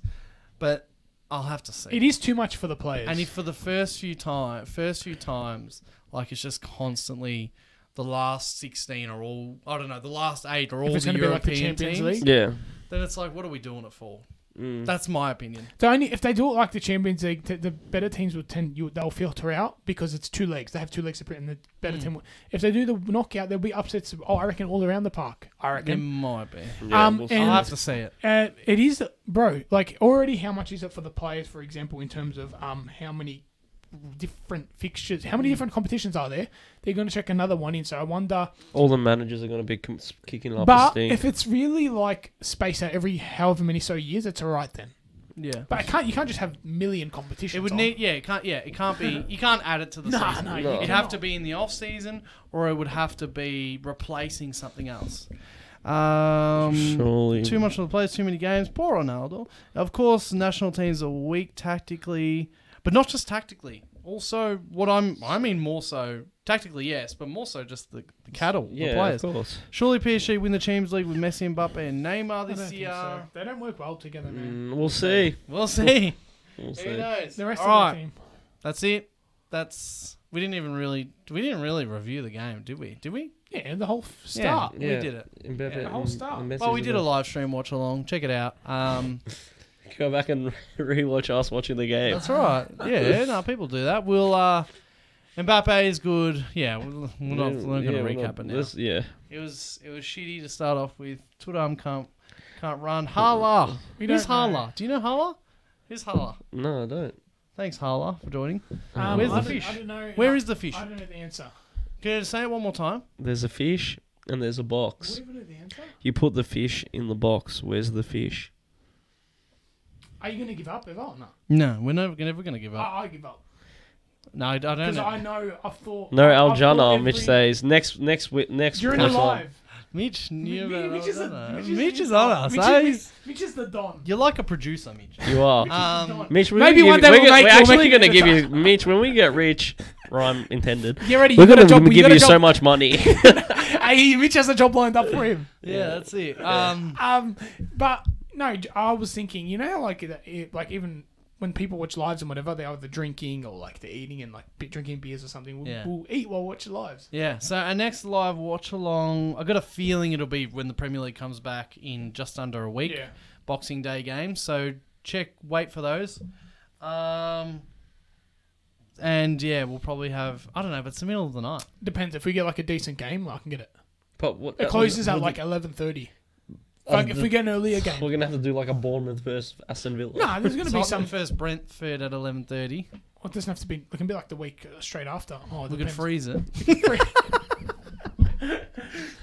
Speaker 1: but I'll have to see.
Speaker 3: It is too much for the players.
Speaker 1: And if for the first few time, first few times, like it's just constantly the last sixteen are all I don't know, the last eight are all
Speaker 3: it's
Speaker 1: the
Speaker 3: gonna be
Speaker 1: European
Speaker 3: like the Champions
Speaker 1: teams.
Speaker 3: League? Mm.
Speaker 2: Yeah.
Speaker 1: Then it's like, what are we doing it for? That's my opinion.
Speaker 3: the only if they do it like the Champions League, t- the better teams will tend you they'll filter out because it's two legs. They have two legs separate, and the better
Speaker 1: Hmm.
Speaker 3: team. Will, if they do the knockout, there'll be upsets. Oh, I reckon all around the park. I
Speaker 1: It
Speaker 3: reckon.
Speaker 1: might be.
Speaker 2: Yeah,
Speaker 3: Um,
Speaker 2: we'll
Speaker 3: and-
Speaker 1: I'll have
Speaker 2: see.
Speaker 1: to see it.
Speaker 3: Uh, it is, bro. Like already, how much is it for the players? For example, in terms of um, how many different fixtures, how many
Speaker 1: Hmm.
Speaker 3: different competitions are there? They're going to check another one in. So I wonder.
Speaker 2: All the managers are going to be com- kicking up a
Speaker 3: but
Speaker 2: stink.
Speaker 3: if it's really like spaced out every however many so years, it's all right then.
Speaker 1: Yeah.
Speaker 3: But I can't. You can't just have million competitions.
Speaker 1: It would
Speaker 3: on.
Speaker 1: need yeah, it can't yeah, it can't be you can't add it to the
Speaker 3: No,
Speaker 1: season.
Speaker 3: no,
Speaker 2: No.
Speaker 3: you
Speaker 1: It'd have
Speaker 3: cannot.
Speaker 1: to be in the off season or it would have to be replacing something else. Um
Speaker 2: Surely.
Speaker 1: Too much on the players, too many games. Poor Ronaldo. Of course, national teams are weak tactically, but not just tactically. Also, what I'm I mean more so tactically, yes, but more so just the, the cattle, the
Speaker 2: yeah, of
Speaker 1: players.
Speaker 2: course.
Speaker 1: Surely PSG win the Champions League with Messi, Mbappe, and Neymar
Speaker 3: I don't
Speaker 1: this
Speaker 3: think
Speaker 1: year.
Speaker 3: so. They don't work well together, man.
Speaker 2: Mm, we'll see.
Speaker 1: We'll see.
Speaker 2: We'll see.
Speaker 1: Who knows?
Speaker 3: The rest
Speaker 1: All
Speaker 3: of
Speaker 1: right.
Speaker 3: the team.
Speaker 1: That's it. That's we didn't even really we didn't really review the game, did we? Did we?
Speaker 3: Yeah, the whole f- start.
Speaker 1: We did it.
Speaker 2: Mbappe
Speaker 3: Yeah, the whole
Speaker 2: and-
Speaker 3: start.
Speaker 2: mm, and Messi's
Speaker 1: Well, we did a
Speaker 2: about-
Speaker 1: live stream watch along. Check it out. Um,
Speaker 2: Go back and rewatch us watching the game.
Speaker 1: that's all right. Yeah, no, people do that. We'll. Uh, Mbappe is good. Yeah, we're, we're not, we're not going to
Speaker 2: Yeah, we're
Speaker 1: recap
Speaker 2: not-
Speaker 1: it now.
Speaker 2: this- yeah.
Speaker 1: It was it was shitty to start off with. Tudam can't can't run. Hala,
Speaker 3: We
Speaker 1: who's
Speaker 3: don't know.
Speaker 1: Hala? Do you know Hala? Who's Hala?
Speaker 2: No, I don't.
Speaker 1: Thanks, Hala, for joining.
Speaker 3: Um,
Speaker 1: Where's the
Speaker 3: I don't-
Speaker 1: fish?
Speaker 3: I don't know.
Speaker 1: Where
Speaker 3: I-
Speaker 1: is the fish?
Speaker 3: I don't know the answer.
Speaker 1: Can you say it one more time?
Speaker 2: There's a fish and there's a
Speaker 3: Do
Speaker 2: box.
Speaker 3: we even know the answer?
Speaker 2: You put the fish in the box. Where's the fish?
Speaker 3: Are you going to give up ever or not?
Speaker 1: No, we're never, never going to give up.
Speaker 3: I, I give up
Speaker 1: No, I I don't
Speaker 3: because
Speaker 1: know.
Speaker 3: I know I've thought.
Speaker 2: No,
Speaker 3: I've
Speaker 2: Al
Speaker 3: thought
Speaker 2: Jana,
Speaker 3: every-
Speaker 2: which says next next wi- next.
Speaker 3: During the
Speaker 2: person.
Speaker 3: live.
Speaker 1: Mitch knew
Speaker 3: Mi-
Speaker 1: about
Speaker 3: Mitch is
Speaker 1: I
Speaker 3: a-
Speaker 1: don't know.
Speaker 3: Mitch
Speaker 1: Mitch,
Speaker 3: is-
Speaker 1: is on us.
Speaker 3: Mitch
Speaker 1: eh?
Speaker 3: is-
Speaker 1: He's-
Speaker 3: Mitch is the don.
Speaker 1: You're like a producer, Mitch.
Speaker 2: You are.
Speaker 1: Um,
Speaker 2: Mitch, when
Speaker 3: Uh, Maybe
Speaker 2: we
Speaker 3: one
Speaker 2: give,
Speaker 3: day
Speaker 2: we're
Speaker 3: we'll
Speaker 2: gonna- we're
Speaker 3: make- we'll
Speaker 2: actually
Speaker 3: make it
Speaker 2: going to
Speaker 3: a
Speaker 2: give you, Mitch, when we get rich, rhyme intended.
Speaker 3: Get ready.
Speaker 2: We're
Speaker 3: you got
Speaker 2: going
Speaker 3: a job.
Speaker 2: to
Speaker 3: you
Speaker 2: give
Speaker 3: got a
Speaker 2: you so
Speaker 3: job.
Speaker 2: much money.
Speaker 3: Hey, Mitch has a job lined up for him.
Speaker 1: Yeah, that's it. Um,
Speaker 3: Um, but no, j- I was thinking, you know, how, like the- it- like even when people watch lives and whatever, they're either drinking or like they're eating and like be- drinking beers or something. We'll,
Speaker 1: Yeah.
Speaker 3: we'll eat while we watch lives.
Speaker 1: yeah. So our next live watch along, I got a feeling it'll be when the Premier League comes back in just under a week,
Speaker 3: Yeah.
Speaker 1: Boxing Day game. So check, wait for those. Um, and yeah, we'll probably have I don't know, but it's the middle of the night.
Speaker 3: Depends if we get like a decent game, I can get it.
Speaker 2: but what, uh,
Speaker 3: It closes at like eleven thirty. Fuck, if we get an earlier game.
Speaker 2: We're gonna have to do like a Bournemouth versus Aston Villa.
Speaker 3: Nah, there's going to be some.
Speaker 1: Tottenham first Brentford at eleven thirty.
Speaker 3: Well, it doesn't have to be. It can be like the week uh, straight after. Oh,
Speaker 1: We
Speaker 3: the
Speaker 1: can
Speaker 3: free.
Speaker 1: freeze it.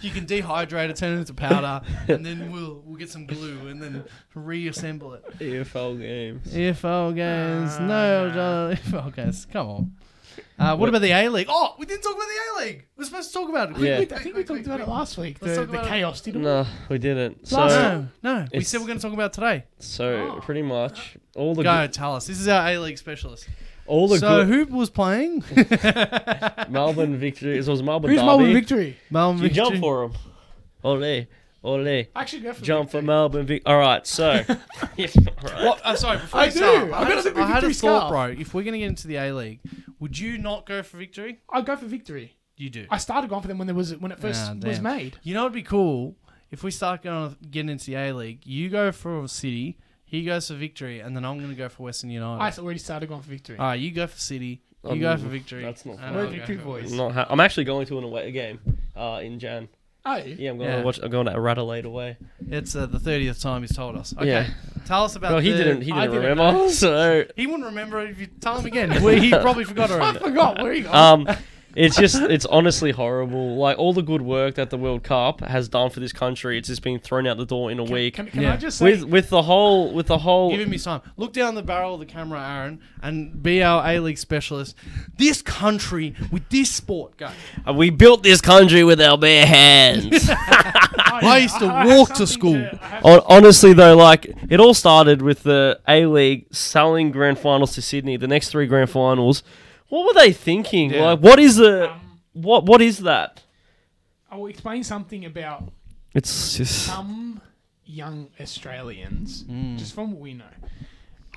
Speaker 1: You can dehydrate it, turn it into powder, and then we'll we'll get some glue and then reassemble it.
Speaker 2: EFL games.
Speaker 1: EFL games,
Speaker 3: Ah,
Speaker 1: no
Speaker 3: nah.
Speaker 1: uh, EFL games. Come on. Uh, what,
Speaker 2: What-
Speaker 1: about the A League? Oh, we didn't talk about the A League. We're supposed to talk about it. Quick,
Speaker 2: Yeah.
Speaker 1: quick,
Speaker 3: I
Speaker 1: quick,
Speaker 3: think we
Speaker 1: quick,
Speaker 3: talked
Speaker 1: quick,
Speaker 3: about it
Speaker 1: quick.
Speaker 3: last week.
Speaker 1: Let's
Speaker 3: The,
Speaker 1: talk
Speaker 3: the
Speaker 1: about it.
Speaker 3: chaos, didn't we?
Speaker 2: No, we didn't. So,
Speaker 3: Last time.
Speaker 1: No, no. We
Speaker 2: It's-
Speaker 1: said we're going to talk about it today.
Speaker 2: so
Speaker 3: Oh.
Speaker 2: pretty much all the
Speaker 1: Go
Speaker 2: good,
Speaker 1: tell us. This is our A League specialist.
Speaker 2: all the
Speaker 1: so
Speaker 2: good
Speaker 1: who was playing?
Speaker 2: Melbourne victories. It was Melbourne
Speaker 3: Who's
Speaker 2: derby.
Speaker 3: Melbourne victory?
Speaker 1: Melbourne
Speaker 2: You jump
Speaker 1: victory.
Speaker 2: for him. Ole, ole.
Speaker 3: Actually, go for
Speaker 2: Jump for
Speaker 3: victory.
Speaker 2: Melbourne. Vic- all right, so. Yes, all right.
Speaker 1: What? I'm sorry. Before
Speaker 3: I
Speaker 1: you start,
Speaker 3: do.
Speaker 1: I
Speaker 3: I've got
Speaker 1: had,
Speaker 3: a
Speaker 1: I had a
Speaker 3: victory
Speaker 1: thought,
Speaker 3: scarf.
Speaker 1: bro. If we're going to get into the A League, would you not go for victory?
Speaker 3: I'll go for victory.
Speaker 1: You do.
Speaker 3: I started going for them when there was when it first
Speaker 1: Ah,
Speaker 3: was
Speaker 1: damn.
Speaker 3: made.
Speaker 1: You know, it'd be cool if we start going getting into the A League. You go for City, he goes for Victory, and then I'm going to go for Western United.
Speaker 3: I already started going for victory.
Speaker 1: All right, you go for City, you
Speaker 2: Um,
Speaker 1: go for Victory.
Speaker 2: that's not
Speaker 1: and
Speaker 2: fair.
Speaker 1: I'll
Speaker 3: We're
Speaker 1: go
Speaker 3: victory
Speaker 1: for-
Speaker 3: boys.
Speaker 2: Not ha- I'm actually going to an away game uh, in Jan.
Speaker 3: Oh, yeah.
Speaker 2: Yeah, I'm going
Speaker 1: Yeah.
Speaker 2: to watch. I'm going to Radelaide away.
Speaker 1: It's uh, the thirtieth time he's told us. Okay,
Speaker 2: Yeah.
Speaker 1: tell us about.
Speaker 2: Well, he
Speaker 1: the-
Speaker 2: didn't. He
Speaker 3: I
Speaker 2: didn't
Speaker 3: didn't
Speaker 2: remember. So
Speaker 1: He wouldn't remember if you tell him again. well, he probably forgot
Speaker 3: I
Speaker 1: already.
Speaker 3: forgot where you go.
Speaker 2: um, it's just it's honestly horrible. Like all the good work that the World Cup has done for this country, it's just been thrown out the door in a
Speaker 3: Can,
Speaker 2: week.
Speaker 3: can, can
Speaker 1: Yeah.
Speaker 3: I just say
Speaker 2: with with the whole with the whole
Speaker 1: Giving me time. Look down the barrel of the camera, Aaron, and be our A League specialist. This country with this sport, go.
Speaker 2: uh, we built this country with our bare hands.
Speaker 3: I,
Speaker 1: I used to
Speaker 3: I have
Speaker 1: walk to
Speaker 3: something
Speaker 1: school.
Speaker 3: I have-
Speaker 2: Hon- Honestly though, like it all started with the A League selling grand finals to Sydney. The next three grand finals, what were they thinking?
Speaker 1: Yeah.
Speaker 2: Like what is the
Speaker 3: Um,
Speaker 2: what what is that?
Speaker 3: I will explain something about
Speaker 2: It's just
Speaker 3: some young Australians, just from what we know.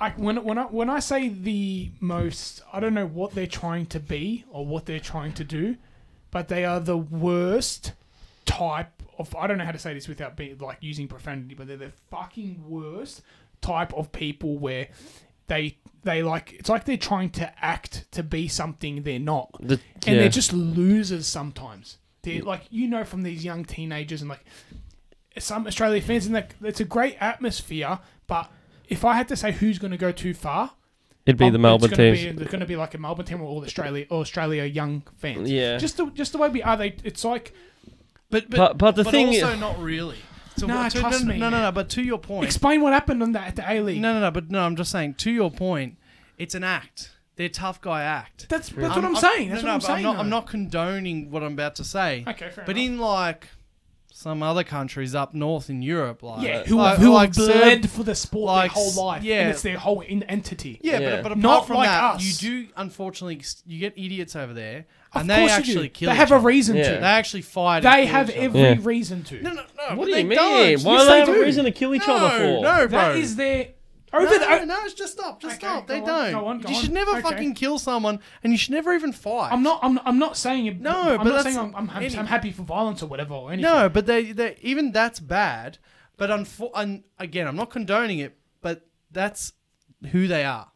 Speaker 3: Like when when I when I say the most, I don't know what they're trying to be or what they're trying to do, but they are the worst type of. I don't know how to say this without being like using profanity, but they're the fucking worst type of people where they they like it's like they're trying to act to be something they're not
Speaker 2: the, yeah.
Speaker 3: and they're just losers sometimes. They're like you know from these young teenagers and like some Australian fans, and like it's a great atmosphere. But if I had to say who's going to go too far,
Speaker 2: it'd be the Melbourne
Speaker 3: Oh, it's gonna
Speaker 2: teams.
Speaker 3: Be, it's going to be like a Melbourne team or all Australia or Australia young fans.
Speaker 2: Yeah.
Speaker 3: just the, just the way we are. They it's like
Speaker 1: But but,
Speaker 2: But- but the thing
Speaker 1: also
Speaker 2: is-
Speaker 1: not really. To,
Speaker 3: Nah,
Speaker 1: to-
Speaker 3: trust
Speaker 1: no,
Speaker 3: me,
Speaker 1: no, no,
Speaker 3: man.
Speaker 1: no. But to your point,
Speaker 3: explain what happened on that at the A League.
Speaker 1: no, no, no. But no, I'm just saying. To your point, it's an act. They're tough guy act.
Speaker 3: That's that's what I'm, saying. That's
Speaker 1: no,
Speaker 3: what
Speaker 1: no,
Speaker 3: I'm
Speaker 1: but
Speaker 3: saying.
Speaker 1: I'm not, I'm
Speaker 3: though.
Speaker 1: not condoning what I'm about to say.
Speaker 3: Okay, fair
Speaker 1: But
Speaker 3: enough.
Speaker 1: in like some other countries up north in Europe, like
Speaker 3: yeah, who
Speaker 1: like,
Speaker 3: have, who
Speaker 1: like
Speaker 3: have bled
Speaker 1: Serb-
Speaker 3: for the sport
Speaker 1: like
Speaker 3: their whole
Speaker 1: s-
Speaker 3: life.
Speaker 1: yeah.
Speaker 3: and it's their whole in- entity.
Speaker 1: Yeah,
Speaker 2: Yeah.
Speaker 1: But, but apart
Speaker 3: Not
Speaker 1: from
Speaker 3: like
Speaker 1: that,
Speaker 3: us.
Speaker 1: you do unfortunately you get idiots over there,
Speaker 3: Of
Speaker 1: and they
Speaker 3: course you do.
Speaker 1: actually kill.
Speaker 3: They
Speaker 1: each
Speaker 3: have a
Speaker 1: other.
Speaker 3: reason
Speaker 2: Yeah.
Speaker 3: to.
Speaker 1: They actually fight. and
Speaker 3: They
Speaker 1: kill
Speaker 3: have
Speaker 1: each other.
Speaker 3: every
Speaker 2: Yeah.
Speaker 3: reason to.
Speaker 1: No, no, no.
Speaker 2: What
Speaker 1: but
Speaker 2: do
Speaker 1: they
Speaker 2: you mean?
Speaker 1: don't.
Speaker 2: Why
Speaker 1: Yes,
Speaker 2: do they have
Speaker 1: do.
Speaker 2: a reason to kill each other
Speaker 1: No,
Speaker 2: for?
Speaker 1: no, bro.
Speaker 3: That is their over
Speaker 1: No,
Speaker 3: the
Speaker 1: no, no, it's just stop, just
Speaker 3: Okay,
Speaker 1: stop. They
Speaker 3: go on,
Speaker 1: don't.
Speaker 3: go on, go
Speaker 1: you should
Speaker 3: on.
Speaker 1: never
Speaker 3: Okay.
Speaker 1: fucking kill someone, and you should never even fight.
Speaker 3: I'm not. I'm. I'm not saying. It,
Speaker 1: No,
Speaker 3: I'm
Speaker 1: but
Speaker 3: not
Speaker 1: that's-
Speaker 3: saying I'm. I'm, ha-
Speaker 1: any-
Speaker 3: I'm happy for violence or whatever or anything.
Speaker 1: No, but they, they even that's bad. But unfor- un- again, I'm not condoning it, but that's who they are.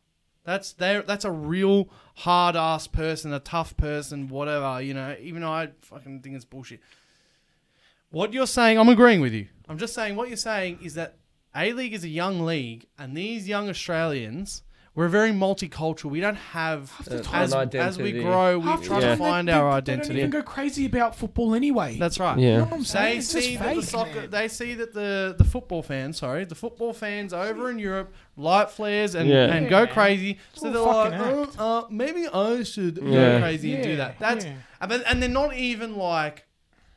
Speaker 1: That's they that's a real hard ass person, a tough person, whatever, you know, even though I fucking think it's bullshit. What you're saying, I'm agreeing with you. I'm just saying what you're saying is that A League is a young league and these young Australians we're very multicultural. We don't have
Speaker 3: the time-
Speaker 1: as,
Speaker 2: An
Speaker 1: as we
Speaker 2: identity.
Speaker 1: grow, we
Speaker 3: Half the
Speaker 1: try
Speaker 2: Yeah.
Speaker 1: to
Speaker 3: time
Speaker 1: find
Speaker 3: they,
Speaker 1: our
Speaker 3: they,
Speaker 1: identity.
Speaker 3: They don't even go crazy about football anyway.
Speaker 1: That's right.
Speaker 2: Yeah.
Speaker 3: You know what I'm saying?
Speaker 1: They
Speaker 3: It's
Speaker 1: see
Speaker 3: just
Speaker 1: that the
Speaker 3: fake,
Speaker 1: soccer,
Speaker 3: man.
Speaker 1: they see that the the football fans, sorry, the football fans over in Europe light flares and,
Speaker 2: Yeah.
Speaker 1: and
Speaker 3: Yeah,
Speaker 1: go
Speaker 3: man.
Speaker 1: crazy. so
Speaker 3: all
Speaker 1: they're
Speaker 3: fucking
Speaker 1: like, oh,
Speaker 3: act.
Speaker 1: uh, maybe I should
Speaker 2: Yeah.
Speaker 1: go crazy and do
Speaker 3: Yeah,
Speaker 1: that. That's
Speaker 3: yeah.
Speaker 1: and, then- and they're not even like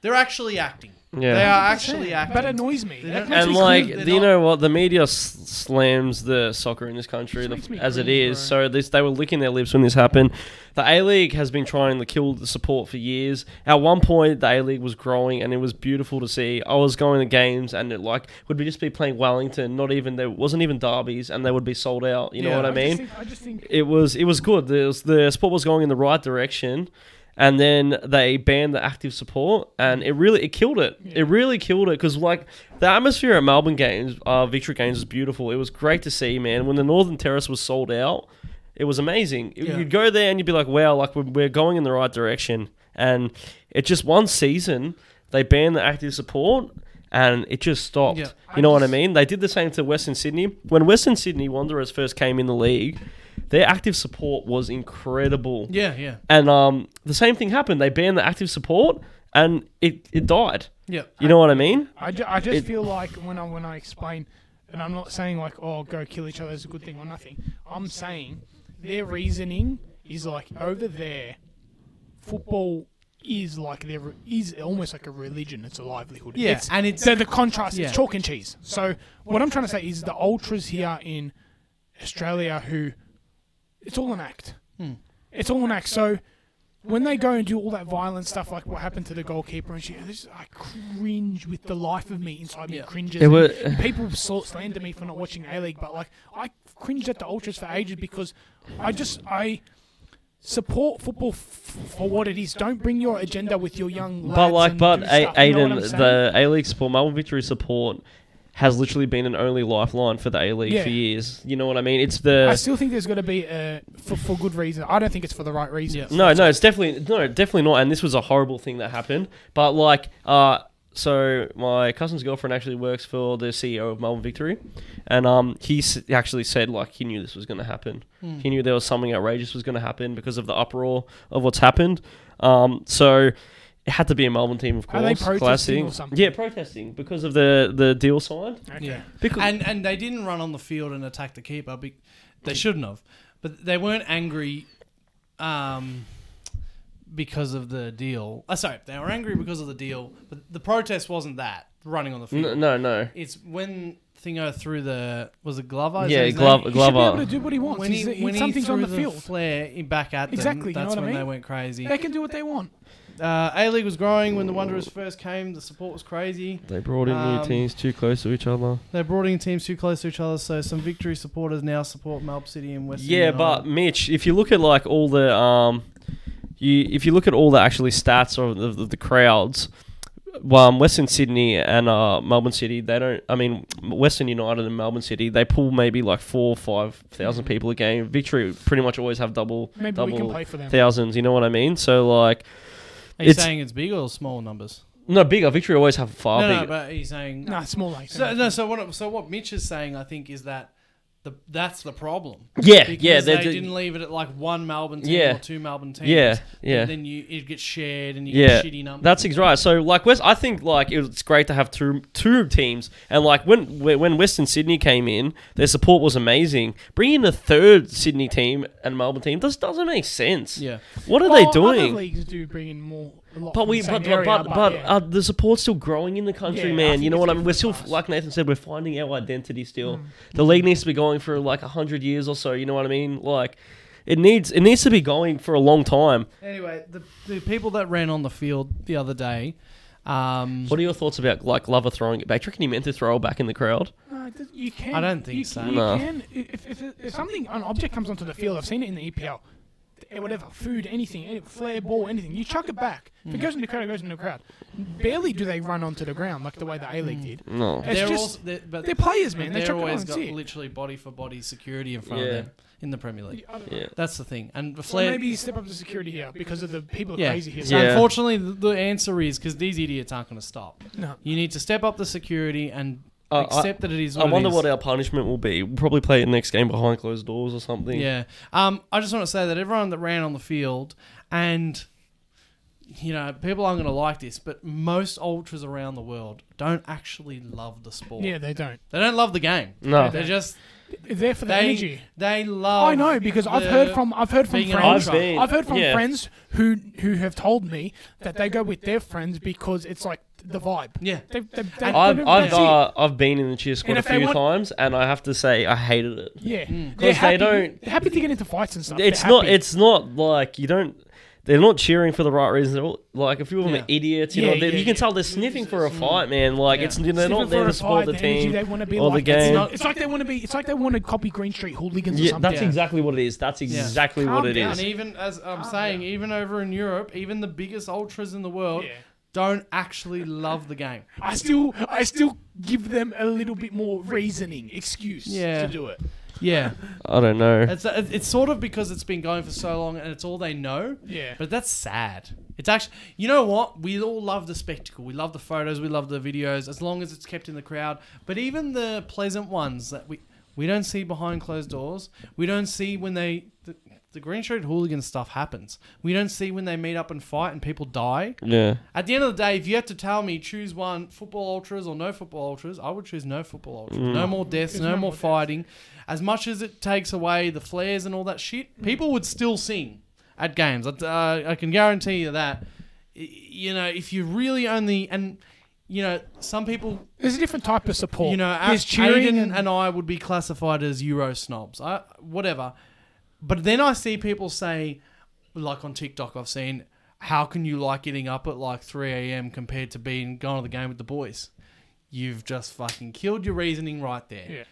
Speaker 1: they're actually acting.
Speaker 2: Yeah.
Speaker 1: They are actually
Speaker 3: Yeah,
Speaker 1: acting.
Speaker 3: That annoys me.
Speaker 1: They
Speaker 3: That
Speaker 1: don't-
Speaker 3: makes
Speaker 2: and
Speaker 3: me
Speaker 2: like,
Speaker 3: cringe.
Speaker 1: they're
Speaker 2: do you
Speaker 1: not-
Speaker 2: know what? The media s- slams the soccer in this country
Speaker 3: Just
Speaker 2: the,
Speaker 3: makes me
Speaker 2: as it
Speaker 3: cringe,
Speaker 2: is.
Speaker 3: bro.
Speaker 2: So this, they were licking their lips when this happened. The A League has been trying to kill the support for years. At one point, the A League was growing, and it was beautiful to see. I was going to games, and it like would be just be playing Wellington. Not even there wasn't even derbies, and they would be sold out. You
Speaker 1: Yeah.
Speaker 2: know what I
Speaker 1: I
Speaker 2: mean?
Speaker 3: just think- I just think.
Speaker 2: it was it was good. The, the sport was going in the right direction, and then they banned the active support, and it really it killed it. It really killed it because like the atmosphere at Melbourne games, uh, Victory games was beautiful. It was great to see, man. When the Northern Terrace was sold out, it was amazing. You-
Speaker 1: Yeah.
Speaker 2: You'd go there and you'd be like, wow, like we're, we're going in the right direction. And it just one season they banned the active support. and it just stopped.
Speaker 1: Yeah.
Speaker 2: You know what I
Speaker 3: just-
Speaker 2: mean? They did the same to Western Sydney. When Western Sydney Wanderers first came in the league, their active support was incredible.
Speaker 1: Yeah, yeah,
Speaker 2: And um, the same thing happened. They banned the active support, and it, it died.
Speaker 1: yeah.
Speaker 2: You know what I mean?
Speaker 3: I, ju- I just
Speaker 2: It-
Speaker 3: feel like when I when I explain, and I'm not saying like oh go kill each other is a good thing or nothing. I'm saying their reasoning is like over there, football is like their re- is almost like a religion. It's a livelihood.
Speaker 1: Yeah,
Speaker 3: It's-
Speaker 1: and it's-
Speaker 3: so the contrast
Speaker 1: yeah.
Speaker 3: is chalk and cheese. So what I'm trying to say is the ultras here in Australia who it's all an act. It's all an act. So when they go and do all that violent stuff, like what happened to the goalkeeper and shit, this, I cringe with the life of me inside me.
Speaker 1: Yeah.
Speaker 3: Cringes.
Speaker 2: It
Speaker 3: and
Speaker 2: was-
Speaker 3: people sort slander me for not watching A League, but like I cringed at the ultras for ages because I just I support football f- for what it is. Don't bring your agenda with your young. Lads
Speaker 2: But like,
Speaker 3: and
Speaker 2: but
Speaker 3: do
Speaker 2: A-
Speaker 3: stuff, you know what
Speaker 2: Aiden,
Speaker 3: I'm saying?
Speaker 2: the A League support, Melbourne Victory support, has literally been an only lifeline for the A League
Speaker 3: Yeah.
Speaker 2: for years. You know what I mean? It's
Speaker 3: I
Speaker 2: the
Speaker 3: still think there's got to be uh, for for good reason. I don't think it's for the right reason.
Speaker 1: Yeah.
Speaker 2: no, no. It's definitely no, definitely not. And this was a horrible thing that happened. But like, uh, so my cousin's girlfriend actually works for the CEO of Melbourne Victory, and um, he s- actually said like he knew this was going to happen.
Speaker 3: Hmm.
Speaker 2: He knew there was something outrageous was going to happen because of the uproar of what's happened. Um, so. It had to be a Melbourne team, of
Speaker 3: Are
Speaker 2: course.
Speaker 3: they protesting
Speaker 2: classic.
Speaker 3: or something?
Speaker 2: Yeah, protesting because of the the deal signed.
Speaker 3: Okay.
Speaker 1: Yeah.
Speaker 2: Because
Speaker 1: And and they didn't run on the field and attack the keeper. Be- they shouldn't have, but they weren't angry, um, because of the deal. Uh, sorry, they were angry because of the deal. But the protest wasn't that running on the
Speaker 3: Hmm.
Speaker 1: field.
Speaker 2: no, no, no.
Speaker 1: It's when Thingo threw the was it Glover? Is
Speaker 2: Yeah,
Speaker 1: that his
Speaker 2: Glov-
Speaker 1: name?
Speaker 3: He should be
Speaker 2: Glover.
Speaker 3: able to do what he wants.
Speaker 1: When
Speaker 3: He's-
Speaker 1: he,
Speaker 3: he-
Speaker 1: when he
Speaker 3: something's
Speaker 1: threw
Speaker 3: on the,
Speaker 1: the
Speaker 3: field.
Speaker 1: flare in- back at them,
Speaker 3: Exactly, you know
Speaker 1: that's
Speaker 3: what I
Speaker 1: when they
Speaker 3: mean?
Speaker 1: went crazy.
Speaker 3: They can do what they want.
Speaker 1: Uh, A League was growing when the Wanderers first came. The support was crazy.
Speaker 2: They brought in
Speaker 1: Um,
Speaker 2: new teams too close to each other.
Speaker 1: They brought in teams too close to each other, so some victory supporters now support Melb City and West.
Speaker 2: Yeah, but Mitch, if you look at like all the um, you if you look at all the actually stats of the, the, the crowds, well, um, Western Sydney and uh, Melbourne City, they don't. I mean, Western United and Melbourne City, they pull maybe like four or five thousand people a game. Victory pretty much always have double
Speaker 3: Mm-hmm. Maybe we can
Speaker 2: double
Speaker 3: play for them.
Speaker 2: thousands. You know what I mean? So like,
Speaker 1: are you
Speaker 2: it's-
Speaker 1: saying it's big or small numbers?
Speaker 2: no bigger. Victory always have far
Speaker 1: no, no,
Speaker 2: bigger.
Speaker 1: but he's saying
Speaker 3: Nah, small like
Speaker 1: So no, so what? So what Mitch is saying, I think, is that the that's the problem.
Speaker 2: yeah,
Speaker 1: Because
Speaker 2: yeah,
Speaker 1: they
Speaker 2: they're- they're-
Speaker 1: didn't leave it at like one Melbourne team
Speaker 2: Yeah.
Speaker 1: or two Melbourne teams.
Speaker 2: yeah, yeah.
Speaker 1: And then you it gets shared and you
Speaker 2: Yeah,
Speaker 1: get shitty numbers.
Speaker 2: that's ex- right. So like West, I think like it's great to have two two teams. And like when when Western Sydney came in, their support was amazing. Bringing a third Sydney team and Melbourne team just doesn't make sense.
Speaker 1: yeah.
Speaker 2: what are they doing?
Speaker 3: Other leagues do bring in more. A lot
Speaker 2: But
Speaker 3: from
Speaker 2: we,
Speaker 3: the same
Speaker 2: but, but,
Speaker 3: area,
Speaker 2: but, but
Speaker 3: yeah.
Speaker 2: uh, the support's still growing in the country,
Speaker 3: Yeah, I
Speaker 2: man.
Speaker 3: think
Speaker 2: You know
Speaker 3: it's
Speaker 2: what I mean? We're still,
Speaker 3: different for us. Mm.
Speaker 2: like Nathan said, we're finding our identity still. The league needs to be going for like hundred years or so. You know what I mean? Like, it needs it needs to be going for a long time.
Speaker 1: Anyway, the, the people that ran on the field the other day, um,
Speaker 2: What are your thoughts about like Glover throwing it back? Do you reckon he meant to throw it back in the crowd?
Speaker 3: No, it does- you can.
Speaker 1: I don't think
Speaker 3: you,
Speaker 1: so.
Speaker 3: You
Speaker 2: No.
Speaker 3: can. If, if, if something, an object comes onto the field, I've seen it in the EPL. eh, Whatever, food, anything, eh, flare ball, anything, you chuck it back. If
Speaker 2: Mm.
Speaker 3: it goes in the crowd, it goes in the crowd. Barely do they run onto the ground like the way the A
Speaker 2: Mm.
Speaker 3: League did.
Speaker 2: No.
Speaker 3: It's
Speaker 1: they're
Speaker 3: just-
Speaker 1: also, they're, but
Speaker 3: They're players, man. They
Speaker 1: They're
Speaker 3: chuck it on
Speaker 1: always
Speaker 3: and
Speaker 1: got
Speaker 3: see it.
Speaker 1: literally body for body security in front
Speaker 2: Yeah.
Speaker 1: of them in the Premier League.
Speaker 3: I don't know.
Speaker 2: Yeah.
Speaker 1: That's the thing. And the
Speaker 3: So
Speaker 1: Flair.
Speaker 3: maybe step up the security here because of the people are
Speaker 1: yeah.
Speaker 3: crazy here.
Speaker 1: So
Speaker 2: Yeah.
Speaker 1: unfortunately, the, the answer is because these idiots aren't going to stop.
Speaker 3: No.
Speaker 1: You need to step up the security and
Speaker 2: Uh, I-
Speaker 1: accept that it is.
Speaker 2: I
Speaker 1: What it
Speaker 2: wonder
Speaker 1: is.
Speaker 2: what our punishment will be. We'll probably play the next game behind closed doors or something.
Speaker 1: Yeah. Um, I just want to say that everyone that ran on the field and you know, people aren't gonna like this, but most ultras around the world don't actually love the sport.
Speaker 3: Yeah, they don't.
Speaker 1: They don't love the game.
Speaker 2: No.
Speaker 1: They just
Speaker 3: They're there for the
Speaker 1: they
Speaker 3: energy.
Speaker 1: they love
Speaker 3: I know because I've
Speaker 1: the-
Speaker 3: heard from I've heard from
Speaker 1: being an
Speaker 3: friends.
Speaker 1: ultra. I've
Speaker 2: been-
Speaker 3: I've heard from
Speaker 2: yeah.
Speaker 3: friends who who have told me that they go with their friends because it's like the vibe.
Speaker 1: Yeah.
Speaker 3: They, they, they,
Speaker 2: I've
Speaker 3: they-
Speaker 2: I've,
Speaker 3: that's it.
Speaker 2: uh, I've been in the cheer squad
Speaker 3: And
Speaker 2: a
Speaker 3: if they
Speaker 2: few
Speaker 3: want-
Speaker 2: times, and I have to say I hated it.
Speaker 3: yeah,
Speaker 1: Mm.
Speaker 2: 'Cause they
Speaker 3: They're happy-
Speaker 2: don't-
Speaker 3: They're happy to get into fights and stuff.
Speaker 2: It's
Speaker 3: They're
Speaker 2: not.
Speaker 3: happy.
Speaker 2: It's not like you don't. They're not cheering for the right reasons. They're all, like a few of them
Speaker 1: Yeah.
Speaker 2: are idiots. You
Speaker 3: Yeah,
Speaker 2: know, they-
Speaker 3: yeah,
Speaker 2: you can
Speaker 3: yeah.
Speaker 2: tell they're sniffing for a fight, man. Like
Speaker 1: Yeah.
Speaker 2: it's they're
Speaker 3: Sniffing
Speaker 2: not
Speaker 3: for
Speaker 2: there to
Speaker 3: a
Speaker 2: support
Speaker 3: vibe,
Speaker 2: the
Speaker 3: energy
Speaker 2: team.
Speaker 3: They want to be
Speaker 2: or the
Speaker 3: like
Speaker 2: game.
Speaker 3: It's, not, it's like they want to be. It's like they want to copy Green Street hooligans or
Speaker 2: Yeah,
Speaker 3: something.
Speaker 2: that's
Speaker 1: Yeah.
Speaker 2: exactly what it is. That's exactly
Speaker 3: Calm
Speaker 2: what it
Speaker 3: down.
Speaker 2: is.
Speaker 1: And even as I'm
Speaker 3: Oh,
Speaker 1: saying, even over in Europe, even the biggest ultras in the world
Speaker 3: Yeah.
Speaker 1: don't actually love the game.
Speaker 3: I still I still give them a little bit more reasoning excuse
Speaker 1: Yeah.
Speaker 3: to do it.
Speaker 1: Yeah,
Speaker 2: I don't know.
Speaker 1: it's it's sort of because it's been going for so long and it's all they know.
Speaker 3: Yeah.
Speaker 1: But that's sad. It's actually, you know what? We all love the spectacle. We love the photos. We love the videos. As long as it's kept in the crowd. But even the pleasant ones that we we don't see behind closed doors. We don't see when they the, the Green Street hooligan stuff happens. We don't see when they meet up and fight and people die.
Speaker 2: Yeah.
Speaker 1: At the end of the day, if you had to tell me choose one football ultras or no football ultras, I would choose no football ultras. No more deaths,
Speaker 3: There's
Speaker 1: no,
Speaker 3: no
Speaker 1: more
Speaker 3: more deaths.
Speaker 1: fighting. As much as it takes away the flares and all that shit, people would still sing at games. I, uh, I can guarantee you that. Y- You know, if you really only and you know some people,
Speaker 3: There's a different type of support.
Speaker 1: you know, A-
Speaker 3: there's cheering
Speaker 1: Aiden
Speaker 3: and,
Speaker 1: and I would be classified as Euro snobs. I whatever. But then I see people say, like on TikTok, I've seen, how can you like getting up at like 3 a.m. compared to being going to the game with the boys? You've just fucking killed your reasoning right there.
Speaker 3: Yeah.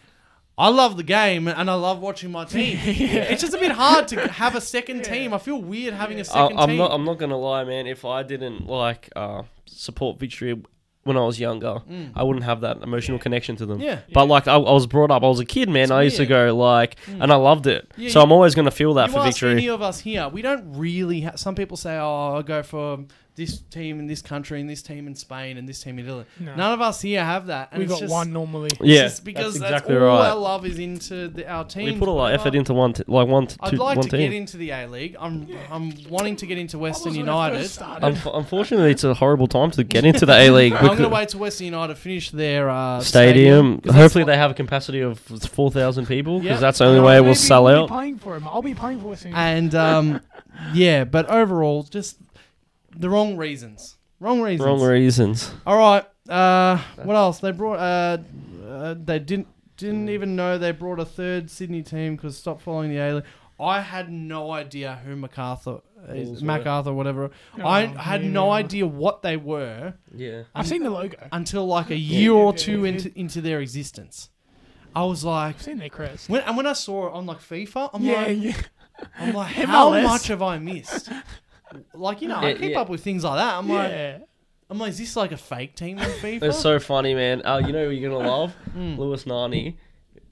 Speaker 1: I love the game and I love watching my team. It's just a bit hard to have a second team. I feel weird having a
Speaker 2: I,
Speaker 1: 2nd
Speaker 2: I'm
Speaker 1: team.
Speaker 2: not. I'm not gonna lie, man. If I didn't like uh, support Victory when I was younger, I wouldn't have that emotional connection to them.
Speaker 1: Mm. Yeah.
Speaker 2: But like, I, I was brought up. I was a kid, man. I used to
Speaker 1: weird. Mm.
Speaker 2: go like, and I loved it.
Speaker 1: Yeah,
Speaker 2: so
Speaker 1: you-
Speaker 2: I'm always gonna feel that
Speaker 1: you
Speaker 2: for
Speaker 1: ask any
Speaker 2: Victory.
Speaker 1: of us here, we don't really. Ha- some people say, "Oh, I'll go for this team in this country, and this team in Spain, and this team in Italy."
Speaker 3: No.
Speaker 1: None of us here have that. And
Speaker 3: we
Speaker 1: it's
Speaker 3: got
Speaker 1: just,
Speaker 3: one normally.
Speaker 1: it's
Speaker 2: Yeah,
Speaker 1: just because
Speaker 2: that's
Speaker 1: that's,
Speaker 2: exactly
Speaker 1: all
Speaker 2: right.
Speaker 1: our love is into the, our team.
Speaker 2: We put a lot of effort into one, t- like one, t-
Speaker 1: I'd
Speaker 2: two,
Speaker 1: like
Speaker 2: one
Speaker 1: to
Speaker 2: team.
Speaker 1: get into the A League. I'm I'm wanting to get into Western
Speaker 3: When I first
Speaker 1: United.
Speaker 3: started,
Speaker 2: Unf- unfortunately, it's a horrible time to get into the A League.
Speaker 1: I'm going to wait till Western United finish their uh,
Speaker 2: stadium.
Speaker 1: 'cause that's
Speaker 2: Hopefully,
Speaker 1: what-
Speaker 2: they have a capacity of four thousand people because
Speaker 1: Yeah.
Speaker 2: that's the only
Speaker 3: Uh,
Speaker 2: way it
Speaker 3: maybe
Speaker 2: will sell
Speaker 3: we'll
Speaker 2: out.
Speaker 3: Be paying for him. I'll be paying for him.
Speaker 1: And um, yeah, but overall, just the wrong reasons. Wrong reasons.
Speaker 2: Wrong reasons.
Speaker 1: All right. Uh, what else? They brought. Uh, uh, they didn't didn't even know they brought a third Sydney team because stop following the A League. I had no idea who MacArthur
Speaker 2: Bulls
Speaker 1: is.
Speaker 2: were.
Speaker 1: MacArthur, whatever.
Speaker 3: Oh,
Speaker 1: I had
Speaker 3: me
Speaker 1: no
Speaker 3: neither.
Speaker 1: idea what they were
Speaker 2: Yeah.
Speaker 3: I've seen the logo.
Speaker 1: until like a year or
Speaker 3: yeah,
Speaker 1: two
Speaker 3: yeah.
Speaker 1: into into their existence. I was like,
Speaker 3: I've seen their crest.
Speaker 1: when, and when I saw it on like FIFA, I'm
Speaker 3: yeah,
Speaker 1: like,
Speaker 3: yeah.
Speaker 1: I'm like, how
Speaker 3: MLS.
Speaker 1: much have I missed? Like you know, I
Speaker 2: Yeah,
Speaker 1: keep
Speaker 2: yeah.
Speaker 1: up with things like that. I'm like,
Speaker 3: yeah.
Speaker 1: I'm like, is this like a fake team on FIFA?
Speaker 2: It's so funny, man. Uh, you know who you're gonna love? Lewis Nani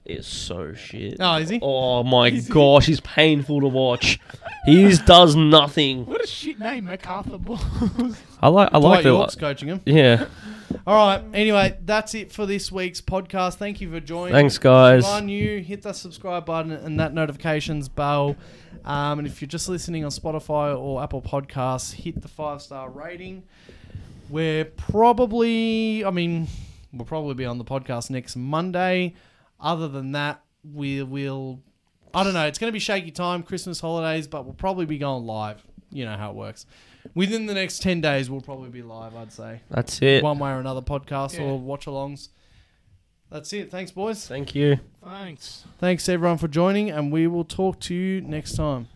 Speaker 2: is so shit.
Speaker 1: Hmm. oh, is he?
Speaker 2: Oh my gosh, he's painful to watch. He just does nothing.
Speaker 3: What a shit name, MacArthur Bulls.
Speaker 2: I like. I like
Speaker 1: Dwight
Speaker 2: the.
Speaker 1: York's coaching him.
Speaker 2: yeah.
Speaker 1: All right. Anyway, that's it for this week's podcast. Thank you for joining.
Speaker 2: Thanks, guys.
Speaker 1: If you are new, hit that subscribe button and that notifications bell. Um, and if you're just listening on Spotify or Apple Podcasts, hit the five star rating. We're probably, I mean, we'll probably be on the podcast next Monday. Other than that, we will, I don't know, it's going to be shaky time, Christmas holidays, but we'll probably be going live. You know how it works. Within the next 10 days, we'll probably be live, I'd say
Speaker 2: That's it.
Speaker 1: one way or another podcast
Speaker 3: Yeah.
Speaker 1: or watch alongs. That's it. Thanks, boys.
Speaker 2: Thank you.
Speaker 3: Thanks.
Speaker 1: Thanks, everyone, for joining, and we will talk to you next time.